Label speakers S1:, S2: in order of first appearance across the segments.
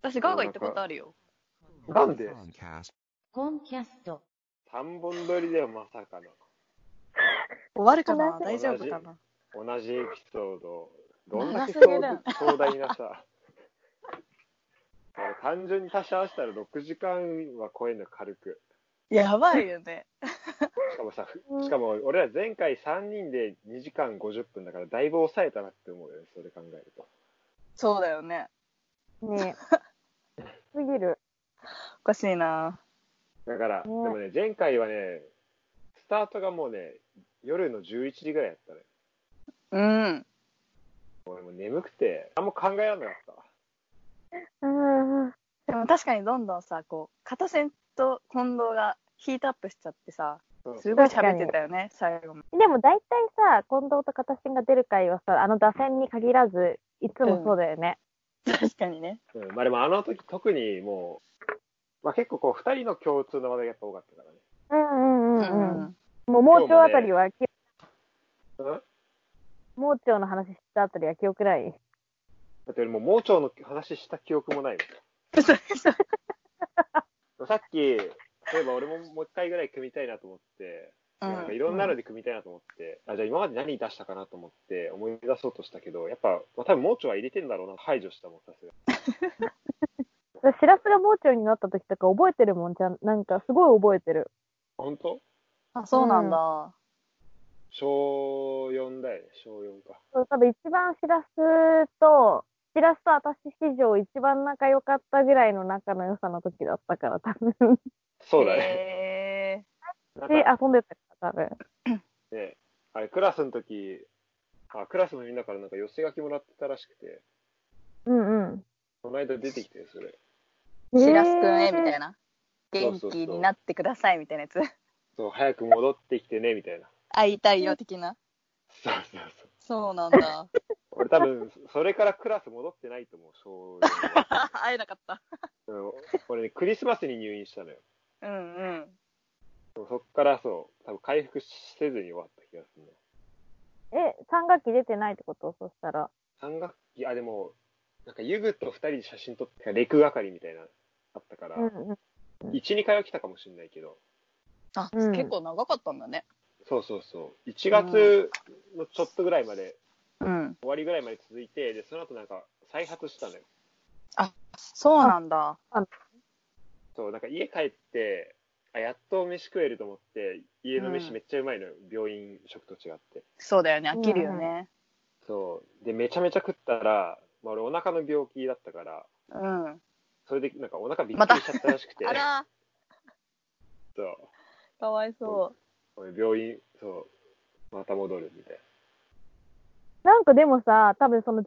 S1: 私、ガーガー行ったことあるよ。
S2: なんで
S3: コンキャスト。
S2: 三本撮りではまさかの。
S4: 終わるかな大丈夫かな
S2: 同じエピソードをどんだけ
S4: 長すぎる
S2: 壮壮大なさ 俺単純に足し合わせたら6時間は超えるの軽く
S4: やばいよ ね。
S2: しかもさふしかも俺ら前回3人で2時間50分だからだいぶ抑えたなって思うよねそれ考えると
S4: そうだよね。
S5: ねえすぎる。
S4: おかしいな。
S2: だから、
S5: ね
S2: でもね前回はねスタートがもうね夜の11時ぐらいやったね
S4: うん。
S2: 俺もう眠くてあんま考えられなかった
S5: うんうん。
S4: でも確かにどんどんさ、こう、片線と近藤がヒートアップしちゃってさ、
S2: そう
S4: すごい喋ってたよね、最後も。
S5: でも大体さ、近藤と片線が出る回はさ、あの打線に限らず、いつもそうだよね。
S4: 確かにね。
S2: うん、まあでもあの時特にもう、まあ、結構こう2人の共通の話題がやっぱ多かったからね
S5: うんうん
S4: う
S5: うんうん。。もう盲腸あたりは、き
S2: うん
S5: 盲腸の話したあたりは記憶ない。
S2: だって俺もう盲腸の話した記憶もない
S4: 嘘嘘
S2: もんさっき、例えば俺ももう一回ぐらい組みたいなと思って、
S4: う
S2: なんか
S4: ん
S2: いろんなので組みたいなと思って、あじゃあ今まで何出したかなと思って思い出そうとしたけど、やっぱ、まあ、多分盲腸は入れてんだろうな、排除したもん、さすが
S5: シラスが盲腸になった時とか覚えてるもんじゃん。なんかすごい覚えてる。
S2: 本当
S4: あ、そうなんだ。
S2: 小4だよね、小4か。
S5: そう多分一番しらすと、しらすと私史上一番仲良かったぐらいの仲の良さの時だったから、多 分。
S2: そうだね。
S4: ね。
S2: なん
S5: で、
S2: か
S5: 遊んでたから、多分。
S2: ね、あれ、クラスの時、あクラスのみんなからなんか寄せ書きもらってたらしくて、
S5: うんうん。
S2: この間出てきて、それ。
S4: しらすくんへ、みた
S5: ない
S4: な。
S2: そう
S4: 元
S2: そうそ
S4: 気
S2: う
S4: になってください、みたいなやつ。
S2: そう、早く戻ってきてね、みたいな。
S4: 会いたいよ、的な。
S2: そうそうそう。
S4: そうなんだ。
S2: 俺多分、それからクラス戻ってないと思う、小
S4: 会えなかった。
S2: 4うん俺ね、クリスマスに入院したのよ。
S4: うんうん。
S2: でもそっからそう、多分回復せずに終わった気がするね。
S5: え、三学期出てないってことそしたら。
S2: 三学期、あ、でも、なんかユグと二人で写真撮って、レク係みたいな、あったから、
S5: うんうん。
S2: 一、二回は来たかもしれないけど、
S4: あ、
S5: うん
S4: 結構長かったんだね。
S2: そうそうそう、1月のちょっとぐらいまで、
S4: うん。
S2: 終わりぐらいまで続いて、で、その後なんか再発したのよ。
S4: そうなんだ。
S2: そう、なんか家帰って、あ、やっと飯食えると思って、家の飯めっちゃうまいのよ、病院食と違って。
S4: そうだよね。飽きるよね。
S2: そう。で、めちゃめちゃ食ったら、まあ、俺お腹の病気だったから、
S4: うん。
S2: それでなんかお腹びっ
S4: ま
S2: く
S4: た
S2: りしちゃったらしく て、
S4: あら、
S2: そう。
S4: かわいそ
S2: 俺病院、そう、また戻るみたい
S5: なんかでもさ、多分その12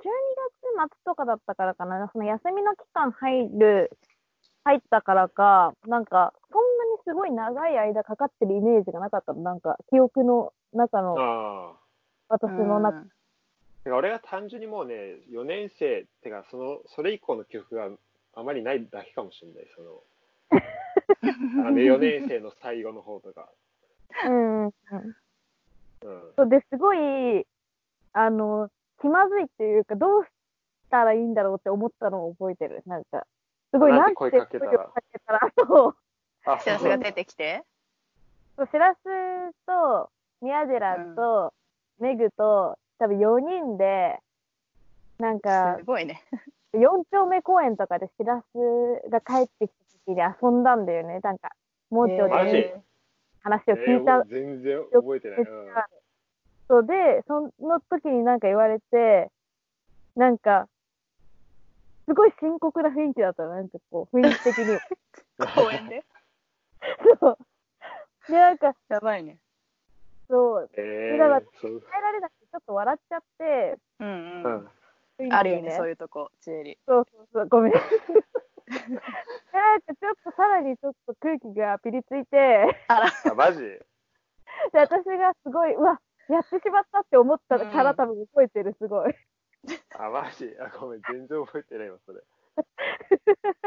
S5: 月末とかだったからかな、その休みの期間入る、入ったからか、なんか、そんなにすごい長い間かかってるイメージがなかったの。なんか、記憶の中
S2: な。
S5: の、
S2: ああ。
S4: う。
S5: 私の中。
S4: うん
S2: てか俺は単純にもうね、4年生ってか、その、それ以降の記憶があまりないだけかもしれない、そ の。あの4年生の最後の方とか。
S5: うん。
S2: うん。
S5: そうで、すごい、あの、気まずいっていうか、どうしたらいいんだろうって思ったのを覚えてる。なんか、すごい、
S2: な
S5: なん
S2: て
S5: んて
S2: 声かけたら
S5: 声をかけたら、そう。
S2: あ、
S4: シ
S2: そ
S4: ラ
S2: う
S4: スが出てきて。
S5: そう、シラスと、宮寺と、メグと、多分4人で、なんか
S4: す、ごいね。
S5: 4丁目公園とかでシラスが帰ってきた時に遊んだんだよね。なんか、盲腸
S2: マジ
S5: で話を
S2: えー
S5: 聞いた。
S2: 俺全然覚えてない。うん
S5: そうで、その時になんか言われて、なんか、すごい深刻な雰囲気だったの。なんかこう、雰囲気的 に。
S4: 公園で。
S5: そう。で、なんか、
S4: やばいね。
S5: そう、
S2: え
S5: だから
S2: ー、そう。
S5: 耐えられなくてちょっと笑っちゃって、
S4: うん
S2: う
S4: うんん。。あるよ
S5: 雰囲気
S4: ね、そういうとこ、チエリ。
S5: そうそうそう、ごめん。 なんかちょっとさらにちょっと空気がピリついて、
S2: あ、マジ
S5: で私がすごい、うわ、やってしまったって思ったから、
S4: うん
S5: 多分覚えてる、すごい。
S2: あ、マジあ、ごめん、全然覚えてないわ、それ。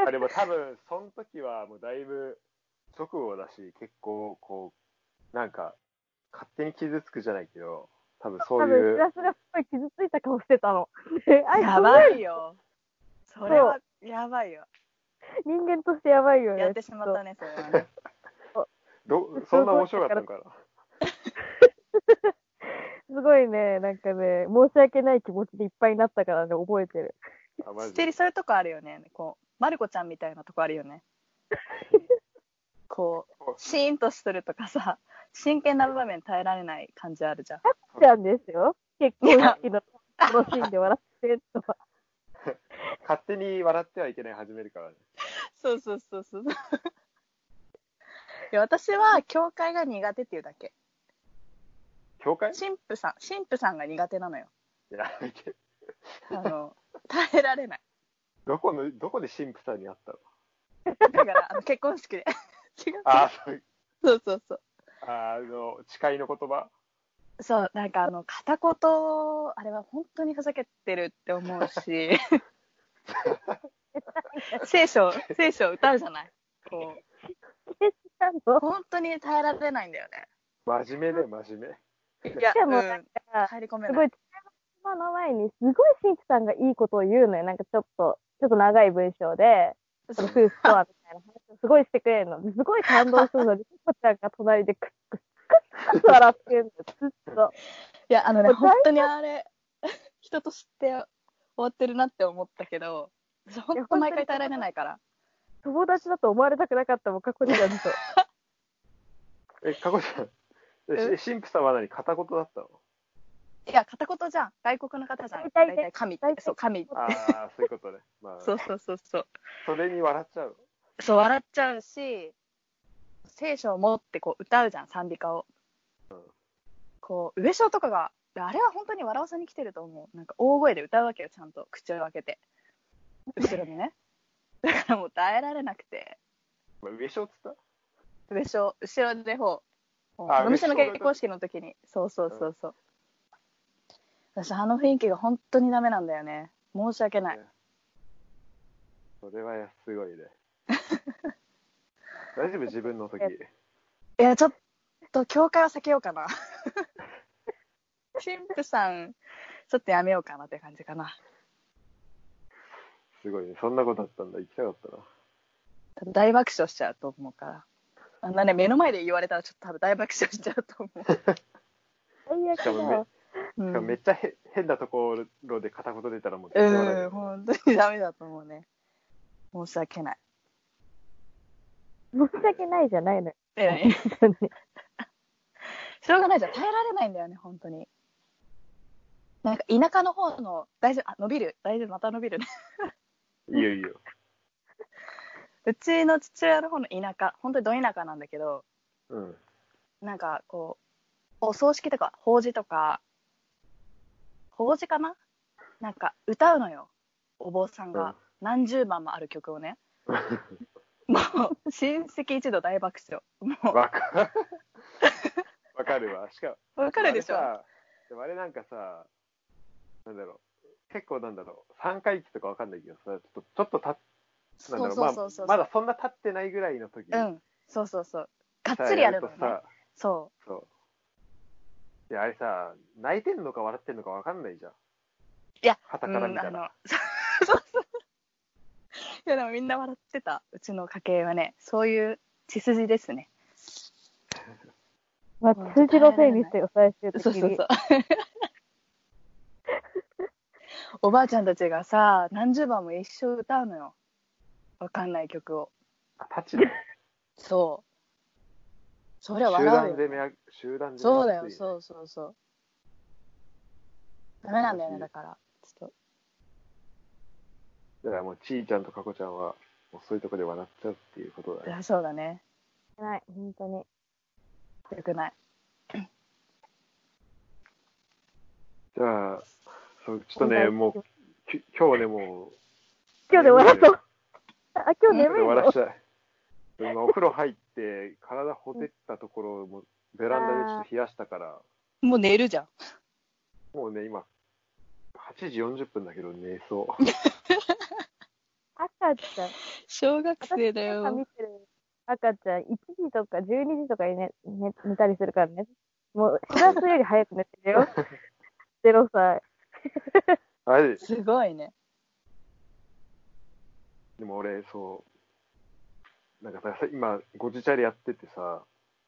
S2: あ、でも多分、その時はもうだいぶ直後だし、結構、こう、なんか、勝手に傷つくじゃないけど、多分そ
S5: 多
S2: う
S5: 分、
S2: い
S5: し
S2: う、
S5: らすがすごい傷ついた顔してたの。であ
S4: やばいよ。それはやばいよ。
S5: 人間としてやばいよね。
S4: やってしまったね、それはね。
S2: どそんな面白かったのかな
S5: すごいね、なんかね、申し訳ない気持ちでいっぱいになったからね、覚えてる。
S2: あマ
S4: ス
S2: ジ
S4: テ
S2: で
S4: リそういうとこあるよね。こう、マルコちゃんみたいなとこあるよ ね。こう、シーンとするとかさ、真剣な場面耐えられない感じあるじゃん。
S5: ちゃんですよ。結婚式のこのシーンで笑ってるとは。
S2: 勝手に笑ってはいけない始めるからね
S4: そうそうそうそう。いや私は教会が苦手っていうだけ
S2: 教会
S4: 神父さん神父さんが苦手なのよ
S2: やめて
S4: あ の耐えられない
S2: どこのどこで神父さんに 会ったの
S4: だからあの結婚式で 違う
S2: あそう
S4: そうそうそう
S2: あの誓いの言葉
S4: そうなんかあの片言あれは本当にふざけてるって思うし 聖書聖書歌うじゃないこう
S5: ちゃん と。
S4: 本当に耐えられないんだよね
S2: 真面目で真面目
S4: いや、
S5: で
S4: う
S5: もなん
S4: ん、
S5: か、
S4: 入り込め
S5: す
S4: な
S5: ご
S4: い
S5: い、妻の前に、すごい新規さんがいいことを言うのよ。なんかちょっと、ちょっと長い文章で、その夫婦とはみたいな話をすごいしてくれるの。すごい感動するのに、猫ちゃんが隣でクックックッと笑ってるのよ。ずっと。
S4: いや、あのね、
S5: これ
S4: 本当にあれ、 人として終わってるなって思ったけど、私本当毎回耐えられないから。
S5: 友達だと思われたくなかったもん、過去に ちゃんと。
S2: えかこちゃんえし神父さんは何片言だったの
S4: いや、片言じゃん。外国の方じゃん。
S5: 大
S4: 大
S5: 体
S4: 体神って
S5: 大体
S4: そう、神。
S2: ああそういうことねまあ
S4: そ
S2: そう
S4: そうそうそう。
S2: れに笑っちゃう
S4: そう、笑っちゃうし、聖書を持ってこう歌うじゃん、賛美歌を。こう、上昇とかが、あれは本当に笑わせに来てると思う。なんか大声で歌うわけよ、ちゃんと。口を開けて。後ろにね。だからもう耐えられなくて。
S2: の、まあ、上昇っつった
S4: 上昇後ろでほう
S2: あ
S4: お店の
S2: 上昇
S4: 結婚式の時にそうそうそうそう、私あの雰囲気が本当にダメなんだよね申し訳ない
S2: ねそれは すごいね大丈夫自分の時
S4: いやちょっと教会は避けようか な神父さんちょっとやめようかなって感じかな
S2: すごいねそんなことあったんだ行きたかったな
S4: 大爆笑しちゃうと思うからあんなね目の前で言われたらちょっと多分大爆笑しちゃうと思
S5: 最悪だ
S2: しかもね
S5: よ。
S4: う、う
S2: し
S4: ん、
S2: かもめっちゃへ変なところで片言出たらもう絶対笑うよ
S4: うん本当にダメだと思うね申し訳ない
S5: 申し訳ないじゃないのよ。
S4: えら いしょうがないじゃん耐えられないんだよね本当になんか田舎の方の大丈夫あ伸びる大丈夫また伸びるね
S2: いいよいいよ
S4: うちの父親の方の田舎本当にど田舎なんだけど
S2: うん
S4: なんかこうお葬式とか法事とか法事かななんか歌うのよお坊さん
S2: うん
S4: が何十番もある曲を ねもう親戚一同大爆笑も
S2: わかわかるわしかも
S4: うわかるでしょ
S2: あれさでもあれなんかさなんだろう結構なんだろう3回忌とかわかんないけどさちょっとちょっとた
S4: そ
S2: なん
S4: う
S2: だろう
S4: そうそうそう
S2: まあ、まだそんな経ってないぐらいの時
S4: う
S2: さ
S4: ん、そうそうそう。がっつりやるのね
S2: と。さ
S4: そ
S2: そういやあれさ泣いてんのか笑ってんのかわかんないじゃん
S4: いや
S2: は
S4: う。
S2: から
S4: う
S2: 見
S4: ん、
S2: た
S4: あの
S2: ら、
S4: そうそうそう。 いや、でもみんな笑ってた。うちの家系はね、そういう血筋ですね。
S5: まあ、通じのせいにしてよ、最終的
S4: そ
S5: に。
S4: うそうそう。 おばあちゃんたちがさ、何十番も一生歌うのよ。わかんない曲を。
S2: あタチだね
S4: そう。そりゃ
S2: 集
S4: 笑
S2: 団
S4: うよ。
S2: 攻めや集団攻め
S4: そうだよ、
S2: 熱い
S4: そうそうそう。ダメなんだよね、だから。ちょっと。
S2: だからもうちーちゃんとかこちゃんはもうそういうとこで笑っちゃうっていうことだ
S4: い
S2: ね
S4: やそうだね。
S5: ない、本当に。
S4: よくない。
S2: じゃあそうちょっとね
S5: 本題
S2: もうき今日ねもう
S5: 今日で笑そう。あ、今日
S2: 今日
S5: 眠
S2: で
S5: い
S2: 終わら
S5: の
S2: したい今お風呂入って体ほてったところをもうベランダでちょっと冷やしたから
S4: もう寝るじゃん。
S2: もうね今8時40分だけど寝そう
S5: 赤ちゃん。
S4: 小学生だ
S5: 朝
S4: よ。
S5: 見てる赤ちゃん、1時とか12時とかに寝寝寝たりするからね。もう、知らずより早く寝てるよ。0歳。
S2: あれ
S4: すごいね。
S2: でも俺、そう、なんかさ、今、ご自宅でやっててさ、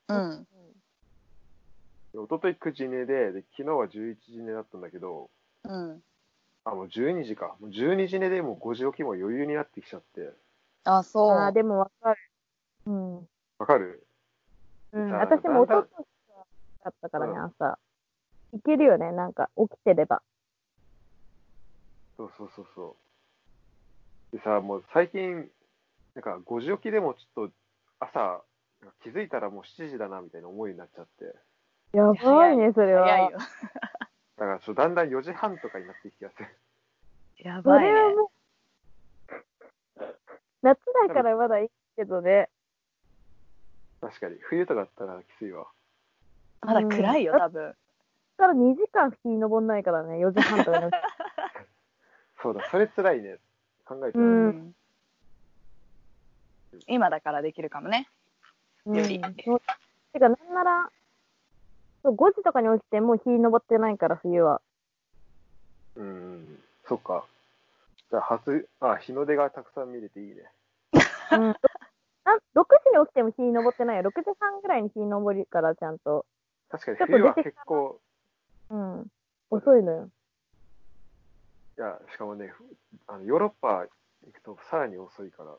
S4: うん。
S2: 一昨日9時寝でで、昨日は11時寝だったんだけど、
S4: うん。
S2: あ、もう12時か。もう12時寝でもう5時起きも余裕になってきちゃって。
S4: あ、そう。
S5: ああ、でもわかる。うん。う
S2: わかる
S5: ん。
S2: あー
S5: 私もお
S2: だ
S5: と
S2: んだん
S5: としだったからね、
S2: うん
S5: 朝。いけるよね、なんか、起きてれば。
S2: そうそうそうそう。でさ、もう最近、なんか5時起きでもちょっと朝、なんか気づいたらもう7時だなみたいな思いになっちゃって。
S5: やばいね、それは。
S4: 早いよ。
S2: だからちょっとだんだん4時半とかになってきて やつ。
S4: や
S5: そ
S4: ばい、ね
S5: れ。はもう、夏だからまだいいけどね。
S2: 確かに。冬とかだったらきついわ。
S4: まだ暗いよ、多分。
S5: そっから2時間日登んないからね、4時半とかに。
S2: そうだ、それ辛いね。考えて
S5: う
S2: る。
S5: ん
S4: 今だからできるかもね。
S5: うん
S4: より
S5: そうてか、なんなら、そう5時とかに起きてもう日登ってないから、冬は。
S2: うんうん。そっか。じゃあ初、あ、日の出がたくさん見れていいね。
S5: うん、な6時に起きても日登ってないよ。6時半ぐらいに日登るから、ちゃんと。
S2: 確かに
S5: ちょっと
S2: 冬は
S5: 出
S2: 結
S5: てきたな
S2: 構、
S5: うん。遅いのよ。
S2: いや、しかもね、あのヨーロッパ行くとさらに遅いから。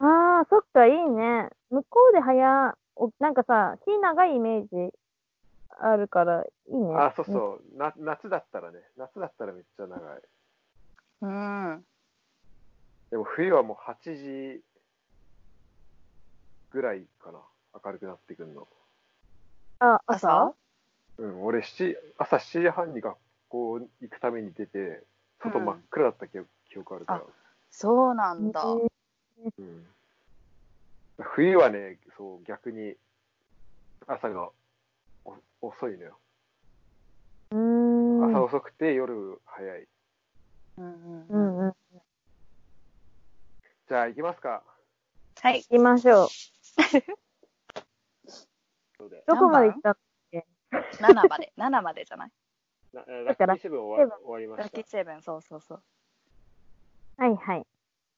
S5: ああ、そっか、いいね。向こうで早、おなんかさ、日長いイメージあるから、いいね。
S2: あ、そうそう、な、夏だったらね、夏だったらめっちゃ長い。
S4: うん。
S2: でも冬はもう8時ぐらいかな、明るくなってくんの。
S5: うん。あ、
S4: 朝
S2: うん、俺7、朝7時半に学校行くために出て、外
S4: うん
S2: 真っ暗だった記憶,、記憶あるから。
S4: そうなんだ。
S5: うん
S2: うん、冬はね、そう、逆に朝がお遅いのよ。
S5: うーん。
S2: 朝遅くて夜早い。
S4: うん
S5: う
S4: うん
S5: んうん。行
S2: じゃあ行きますか。
S4: はい。
S5: きましょう。
S2: そうで
S5: どこまで行ったの
S4: 7まで。7ま でじゃない
S2: なえーラ
S5: だ
S2: ッキ
S5: から
S2: ーセブン終わ終わりま
S4: ラ
S2: し
S4: ッキ
S2: た
S4: ー。セブン、そうそうそう。
S5: はいはい。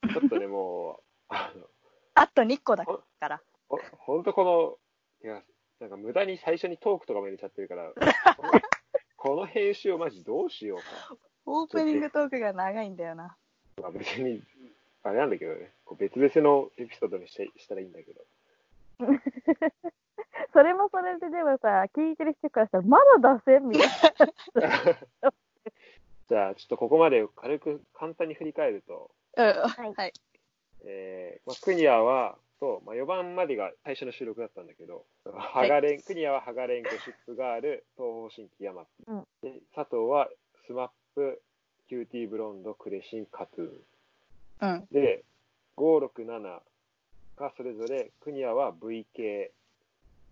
S2: ちょっとね、もう、あの、
S4: あと2個だから。
S2: ほほんとこの、いや、なんか無駄に最初にトークとかも入れちゃってる から、このこの編集をマジどうしようか
S4: オープニングトークが長いんだよな。。
S2: まあ、別に、あれなんだけどね、こう別々のエピソードにしてしたらいいんだけど。
S5: それもそれででもさ、聞いてる人からしたら、まだ出せんみたいな。
S2: じゃあ、ちょっとここまで軽く簡単に振り返ると、
S4: うん。
S5: い
S4: はい。
S2: えーまあ、クニアは、と、まあ、4番までが最初の収録だったんだけど、ハガレン、クニアはハガレンゴ、シップガール、東方神起、ヤマピ、
S5: うん
S2: で、佐藤はスマップ、キューティーブロンド、クレシン、カトゥーン。
S4: うん。
S2: で、5、6、7がそれぞれ、クニアは VK、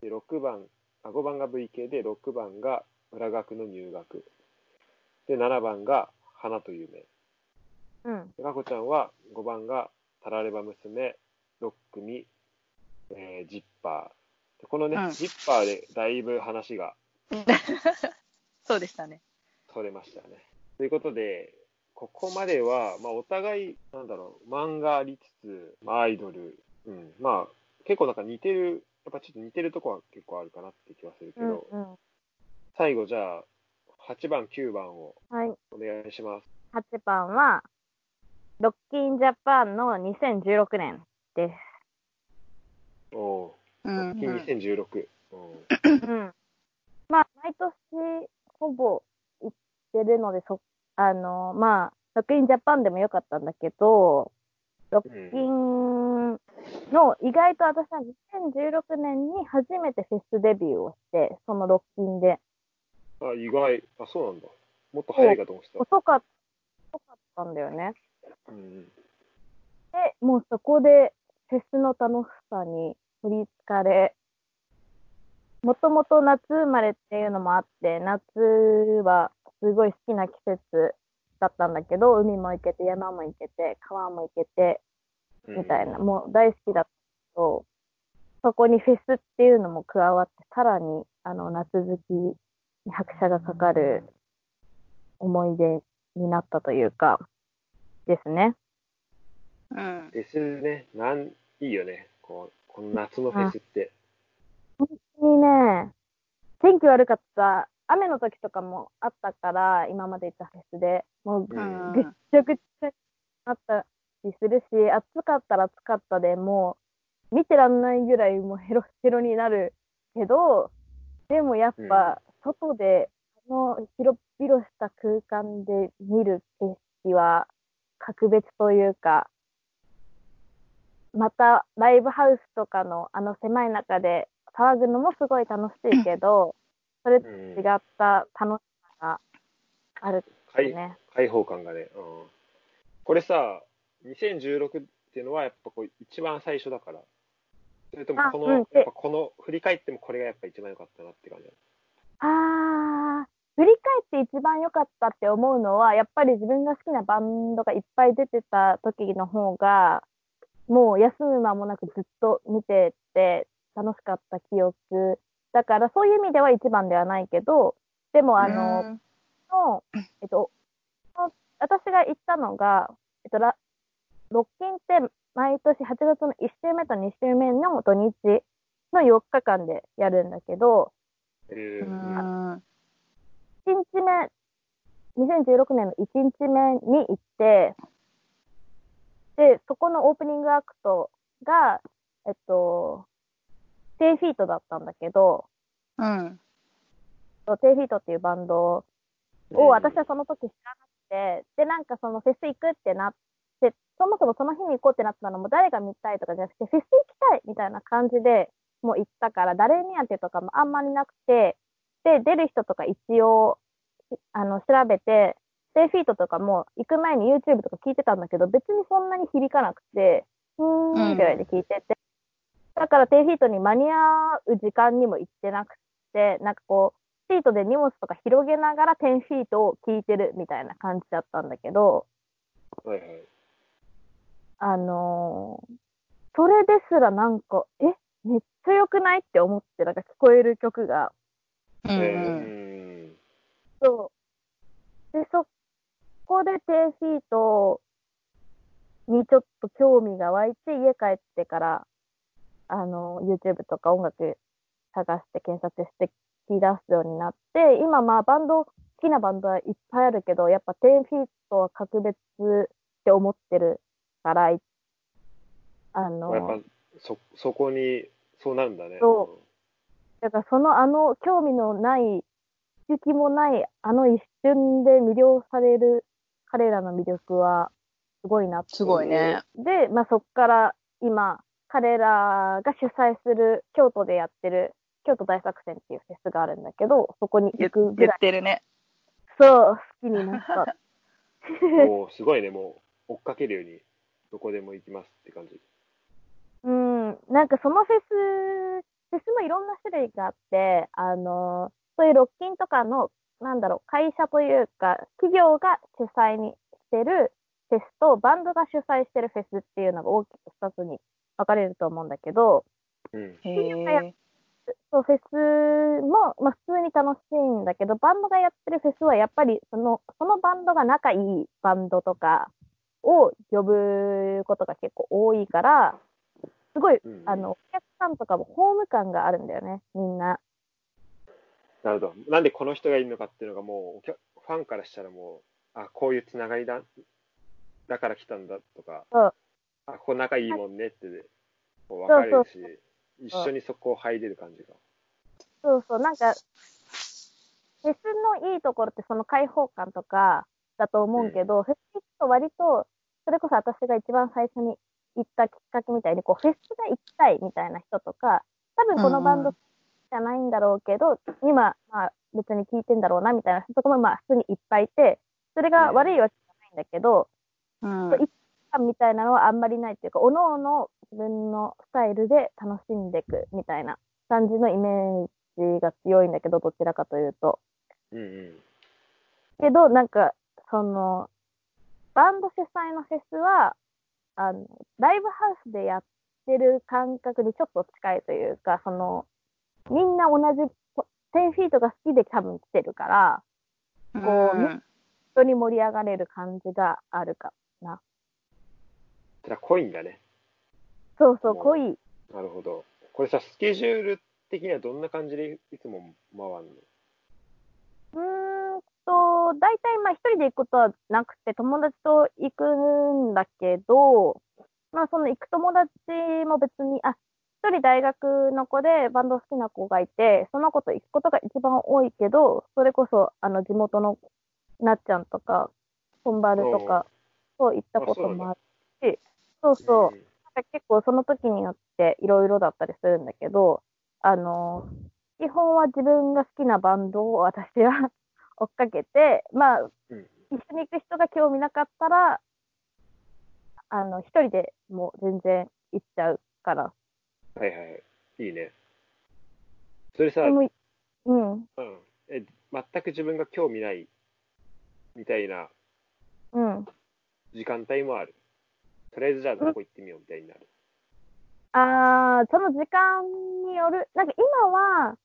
S2: で、6番、あ、5番が VK で、6番が村学の入学。で、7番が花と夢。
S5: うん。
S2: でかこちゃんは5番がタラレバ娘、ロックミ、えージッパー。でこのね、
S4: うん
S2: ジッパーでだいぶ話が
S4: そうでしたね。
S2: 取れましたね。ということで、ここまでは、まあ、お互い、なんだろう、漫画ありつつ、まあアイドル、うん、まあ、結構なんか似てる、やっぱちょっと似てるとこは結構あるかなって気はするけ
S5: う
S2: ど、
S5: ん。うん。
S2: 最後じゃあ、8番、9番を
S5: はい。
S2: お願いします。
S5: 8番は、ロッキンジャパンの2016年で
S2: お
S4: う
S2: お、
S4: ん。
S2: 2016。うん
S5: す。うん。まあ、毎年、ほぼ行ってるので、そ、あの、まあ、ロッキンジャパンでもよかったんだけど、ロッキンの、意外と私は2016年に初めてフェスデビューをして、そのロッキンで。
S2: あ、意外。あ、そうなんだ。もっと早いかと思って
S5: 遅かった、遅かったんだよね。
S2: た。うん。
S5: で、もうそこでフェスの楽しさに取りつかれ、もともと夏生まれっていうのもあって、夏はすごい好きな季節だったんだけど、海も行けて、山も行けて、川も行けて、
S2: うん
S5: みたいな、もう大好きだったけど、そこにフェスっていうのも加わって、さらにあの夏好きに拍車がかかる思い出になったというか、ですね。
S4: うん。
S2: フェスね、なん、いいよね。こう、この夏のフェスって。
S5: いいね。天気悪かった。雨の時とかもあったから、今まで行ったフェスで。もう、
S2: う
S5: ぐ
S2: ん
S5: っちゃぐっちゃあったりするし、暑かったら暑かったでもう、見てらんないぐらいもう ヘロヘロになるけど、でもやっぱ、外で、あの広々した空間で見る景色は、格別というか、またライブハウスとかのあの狭い中で騒ぐのもすごい楽しいけど、それと
S2: うん
S5: 違った楽しさがある
S2: は
S5: よ
S2: い、
S5: ね。
S2: 開放感がね、うん、これさ、2016っていうのはやっぱこう一番最初だから、それともこの、
S5: あうん
S2: やっぱこの、振り返ってもこれがやっぱ一番良かったなって感じだ
S5: あー、振り返って一番良かったって思うのは、やっぱり自分が好きなバンドがいっぱい出てた時の方が、もう休む間もなくずっと見てて楽しかった記憶。だからそういう意味では一番ではないけど、でもあの、
S4: うん、
S5: の、えっと、の私が行ったのが、えっと、ラロッキンって毎年8月の1週目と2週目の土日の4日間でやるんだけど、
S2: ね。
S4: う
S2: うん
S4: ん。
S5: 1日目、2016年の1日目に行って、で、そこのオープニングアクトが、えっと、10フィートだったんだけど、
S4: うん。
S5: 10フィートっていうバンドを私はその時知らなくて、で、なんかそのフェス行くってなって、そもそもその日に行こうってなったのも誰が見たいとかじゃなくて、フェス行きたいみたいな感じでもう行ったから、誰目当てとかもあんまりなくて、で、出る人とか一応、あの、調べて、で、フィートとかも行く前に YouTube とか聞いてたんだけど、別にそんなに響かなくて、うーんぐらいで聞いてて、だからテイフィートに間に合う時間にも行ってなくて、なんかこう、シートで荷物とか広げながら10フィートを聞いてるみたいな感じだったんだけど、
S2: はいはい。
S5: あのーそれですらなんか、え、めっちゃ良くないって思って、なんか聞こえる曲が。
S4: う。
S2: うんん。
S5: そう。で、そこで10フィートにちょっと興味が湧いて、家帰ってから、あの、YouTube とか音楽探して検索して聞き出すようになって、今まあバンド、好きなバンドはいっぱいあるけど、やっぱ10フィートは格別って思ってるから、いあの、
S2: やっぱそ、そこに、そうなんだね。
S5: そだからそのあの興味のない、刺激もないあの一瞬で魅了される彼らの魅力はすごいなって
S4: すごいね。
S5: で、まあ、そこから今、彼らが主催する京都でやってる京都大作戦っていうフェスがあるんだけど、そこに
S4: 言
S5: 行くぐ
S4: 言っ
S5: らい、
S4: てるね。
S5: そう、好きになった。
S2: うん。おーすごいね、もう、追っかけるように、どこでも行きますって感じ。
S5: うん、なんかそのフェス、フェスもいろんな種類があって、あの、そういうロッキンとかの、なんだろう、会社というか、企業が主催にしてるフェスと、バンドが主催してるフェスっていうのが大きく二つに分かれると思うんだけど、
S2: うん。
S4: へ
S5: ー
S4: え。
S5: そう、フェスも、まあ、普通に楽しいんだけど、バンドがやってるフェスはやっぱり、その、そのバンドが仲いいバンドとかを呼ぶことが結構多いから、すごい
S2: うん、
S5: あの、お客さんとかもホーム感があるんだよね、みんな。
S2: なるほど。なんでこの人がいるのかっていうのがもうお客、ファンからしたらもう、あ、こういうつながりだ、だから来たんだとか、
S5: うん
S2: あ、ここ仲いいもんねって、こう分かれるし、一緒にそこを入れる感じが。
S5: そうそう、なんか、フェスのいいところってその開放感とかだと思うけど、フェス行くと割と、それこそ私が一番最初に行ったきっかけみたいに、こう、フェスが行きたいみたいな人とか、多分このバン
S4: うんう
S5: ド
S4: ん
S5: じゃないんだろうけど、今、まあ別に聞いてんだろうなみたいな人とかもまあ普通にいっぱいいて、それが悪いわけじゃないんだけど、
S4: うん。
S5: 感みたいなのはあんまりないっていうか、おのおの自分のスタイルで楽しんでいくみたいな感じのイメージが強いんだけど、どちらかというと。
S2: うんうん。
S5: けど、なんか、その、バンド主催のフェスは、あの、ライブハウスでやってる感覚にちょっと近いというか、その、みんな同じ、10フィートが好きで多分来てるから、こう
S4: うん
S5: 本当に盛り上がれる感じがあるかな。
S2: ただ濃いんだね。
S5: そうそう、
S2: もう
S5: 濃い。
S2: なるほど。これさ、スケジュール的にはどんな感じでいつも回る
S5: うーんと、大体まあ一人で行くことはなくて、友達と行くんだけど、まあその行く友達も別に、あ、一人大学の子でバンド好きな子がいて、その子と行くことが一番多いけど、それこそあの地元のなっちゃんとか、本バルとかと行ったこともあるし、そう
S2: の
S5: そう、
S2: ん
S5: 結構その時によっていろいろだったりするんだけど、あの、基本は自分が好きなバンドを私は 追っかけて、まあ、
S2: うん
S5: 一緒に行く人が興味なかったら、あの、一人でもう全然行っちゃうから。
S2: はいはい。いいね。それさ、
S5: でもうん、
S2: うん、え全く自分が興味ないみたいな
S5: うん。
S2: 時間帯もある。とりあえずじゃあどこ行ってみようみたいになる。
S5: あー、その時間による、なんか今は、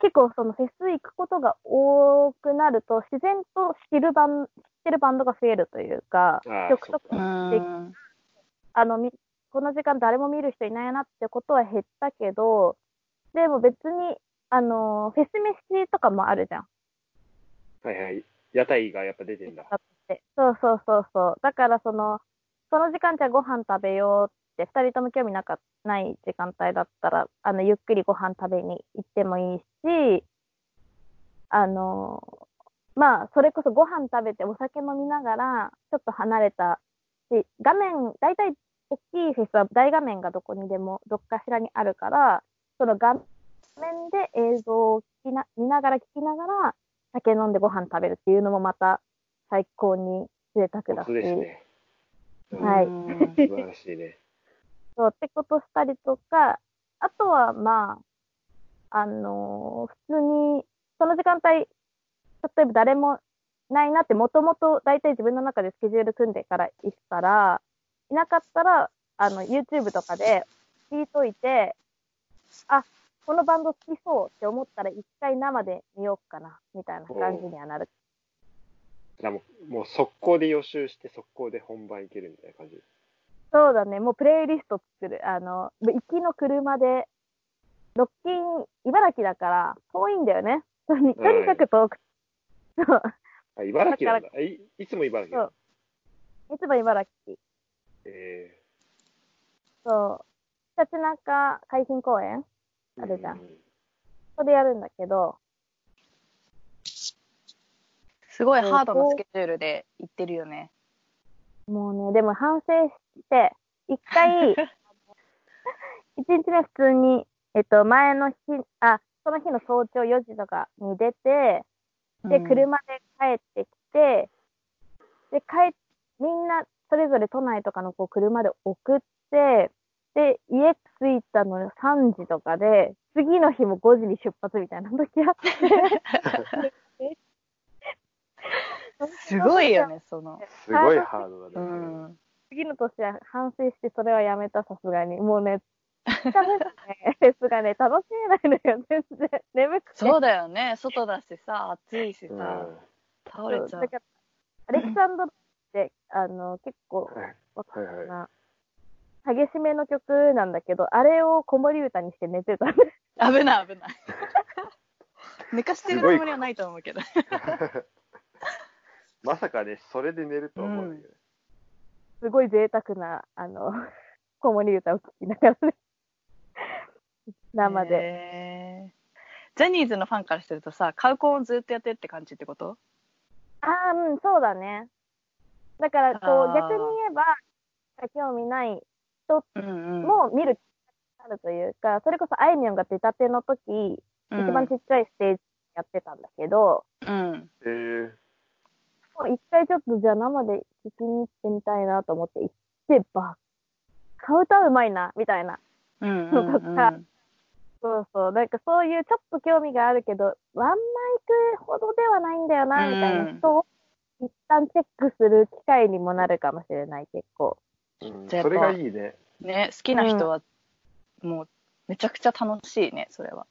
S5: 結構そのフェス行くことが多くなると、自然と知るバン、知ってるバンドが増えるというか
S2: あー、
S5: 曲
S2: そ
S5: と
S2: っ
S5: か
S4: うーん。
S5: あの、みこの時間誰も見る人いないなってことは減ったけど、でも別に、あのーフェス飯とかもあるじゃん。
S2: はいはい。屋台がやっぱ出てんだ。
S5: だってそうそうそうそう。だからその、その時間じゃあご飯食べようって、二人とも興味なかない時間帯だったら、あの、ゆっくりご飯食べに行ってもいいし、あのーまあ、それこそご飯食べてお酒飲みながら、ちょっと離れたし、画面、大体大きいフェスは大画面がどこにでも、どっかしらにあるから、その画面で映像を聞きな見ながら聞きながら、酒飲んでご飯食べるっていうのもまた最高に贅沢
S2: コ
S5: だし、
S2: ツですね。うん
S5: はい
S4: うん
S2: 素晴らしいね。
S5: そうってことしたりとか、あとはまあ、あのー普通に、その時間帯、例えば誰もないなって、もともと大体自分の中でスケジュール組んでから行くから、いなかったら、あの、YouTube とかで聞いといて、あ、このバンド好きそうって思ったら一回生で見ようかな、みたいな感じにはなる。
S2: だからもうもう速攻で予習して速攻で本番行けるみたいな感じ。
S5: そうだね、もうプレイリスト作る。あの、行きの車で、ロッキン、茨城だから遠いんだよね。 とにとにかく遠く。そう。
S2: あ、茨城なんだ。えいいつも茨城なんだ
S5: いつも茨城。
S2: え
S5: そう。ひたちなか海浜公園
S2: ー
S5: あれだ
S2: うん
S5: ここでやるんだけど、
S4: すごいハードなスケジュールで行ってるよね。
S5: もうね、でも反省して、一回、一日目普通に、えっと、前の日、あ、その日の早朝4時とかに出て、で、
S4: うん
S5: 車で帰ってきて、で、帰っ、みんな、それぞれ都内とかの子を車で送って、で、家着いたの3時とかで、次の日も5時に出発みたいな時あって。
S4: すごいよね、その。
S2: すごいハード
S4: う
S2: だね。
S4: ん。
S5: 次の年は反省して、それはやめた、さすがに。もうね、ダメだね フェスがね、楽しめないのよ、全然。眠くて。
S4: そうだよね。外だしさ、暑いし
S2: うん
S4: さ、倒れちゃ
S5: だ
S4: う。
S5: からアレキサンドロって、あの、結構、
S2: はいはいはい。
S5: な激しめの曲なんだけど、あれを子守歌にして寝てた ね。
S4: 危ない危 ない。寝かしてるつもりはないと思うけど。
S2: まさかね、それで寝るとは思わないよね。
S5: すごい贅沢な、あの、 子守歌を聴きながらね。 生で。
S4: へージャニーズのファンからするとさ、カウコンをずっとやってるって感じってこと
S5: ああ、うん、そうだね。だから、こ
S4: あ
S5: う、
S4: ー
S5: 逆に言えば、興味ない
S4: うん
S5: も見る機会があるというか、それこそあいみょんが出たての時、
S4: うん、
S5: 一番ちっちゃいステージやってたんだけど、
S4: うん。
S2: えー、
S5: もう一回ちょっとじゃあ生で聞きに行ってみたいなと思って行って、ばカウ歌うまいな、みたいな。
S4: うんうん
S5: そううんかそうそう。なんかそういうちょっと興味があるけど、ワンマイクほどではないんだよな、
S4: うん
S5: みたいな人を一旦チェックする機会にもなるかもしれない、結構。
S2: うん
S4: じゃあやっぱ
S2: それがいいね。
S4: ね、好きな人は、もう、めちゃくちゃ楽しいね、それは。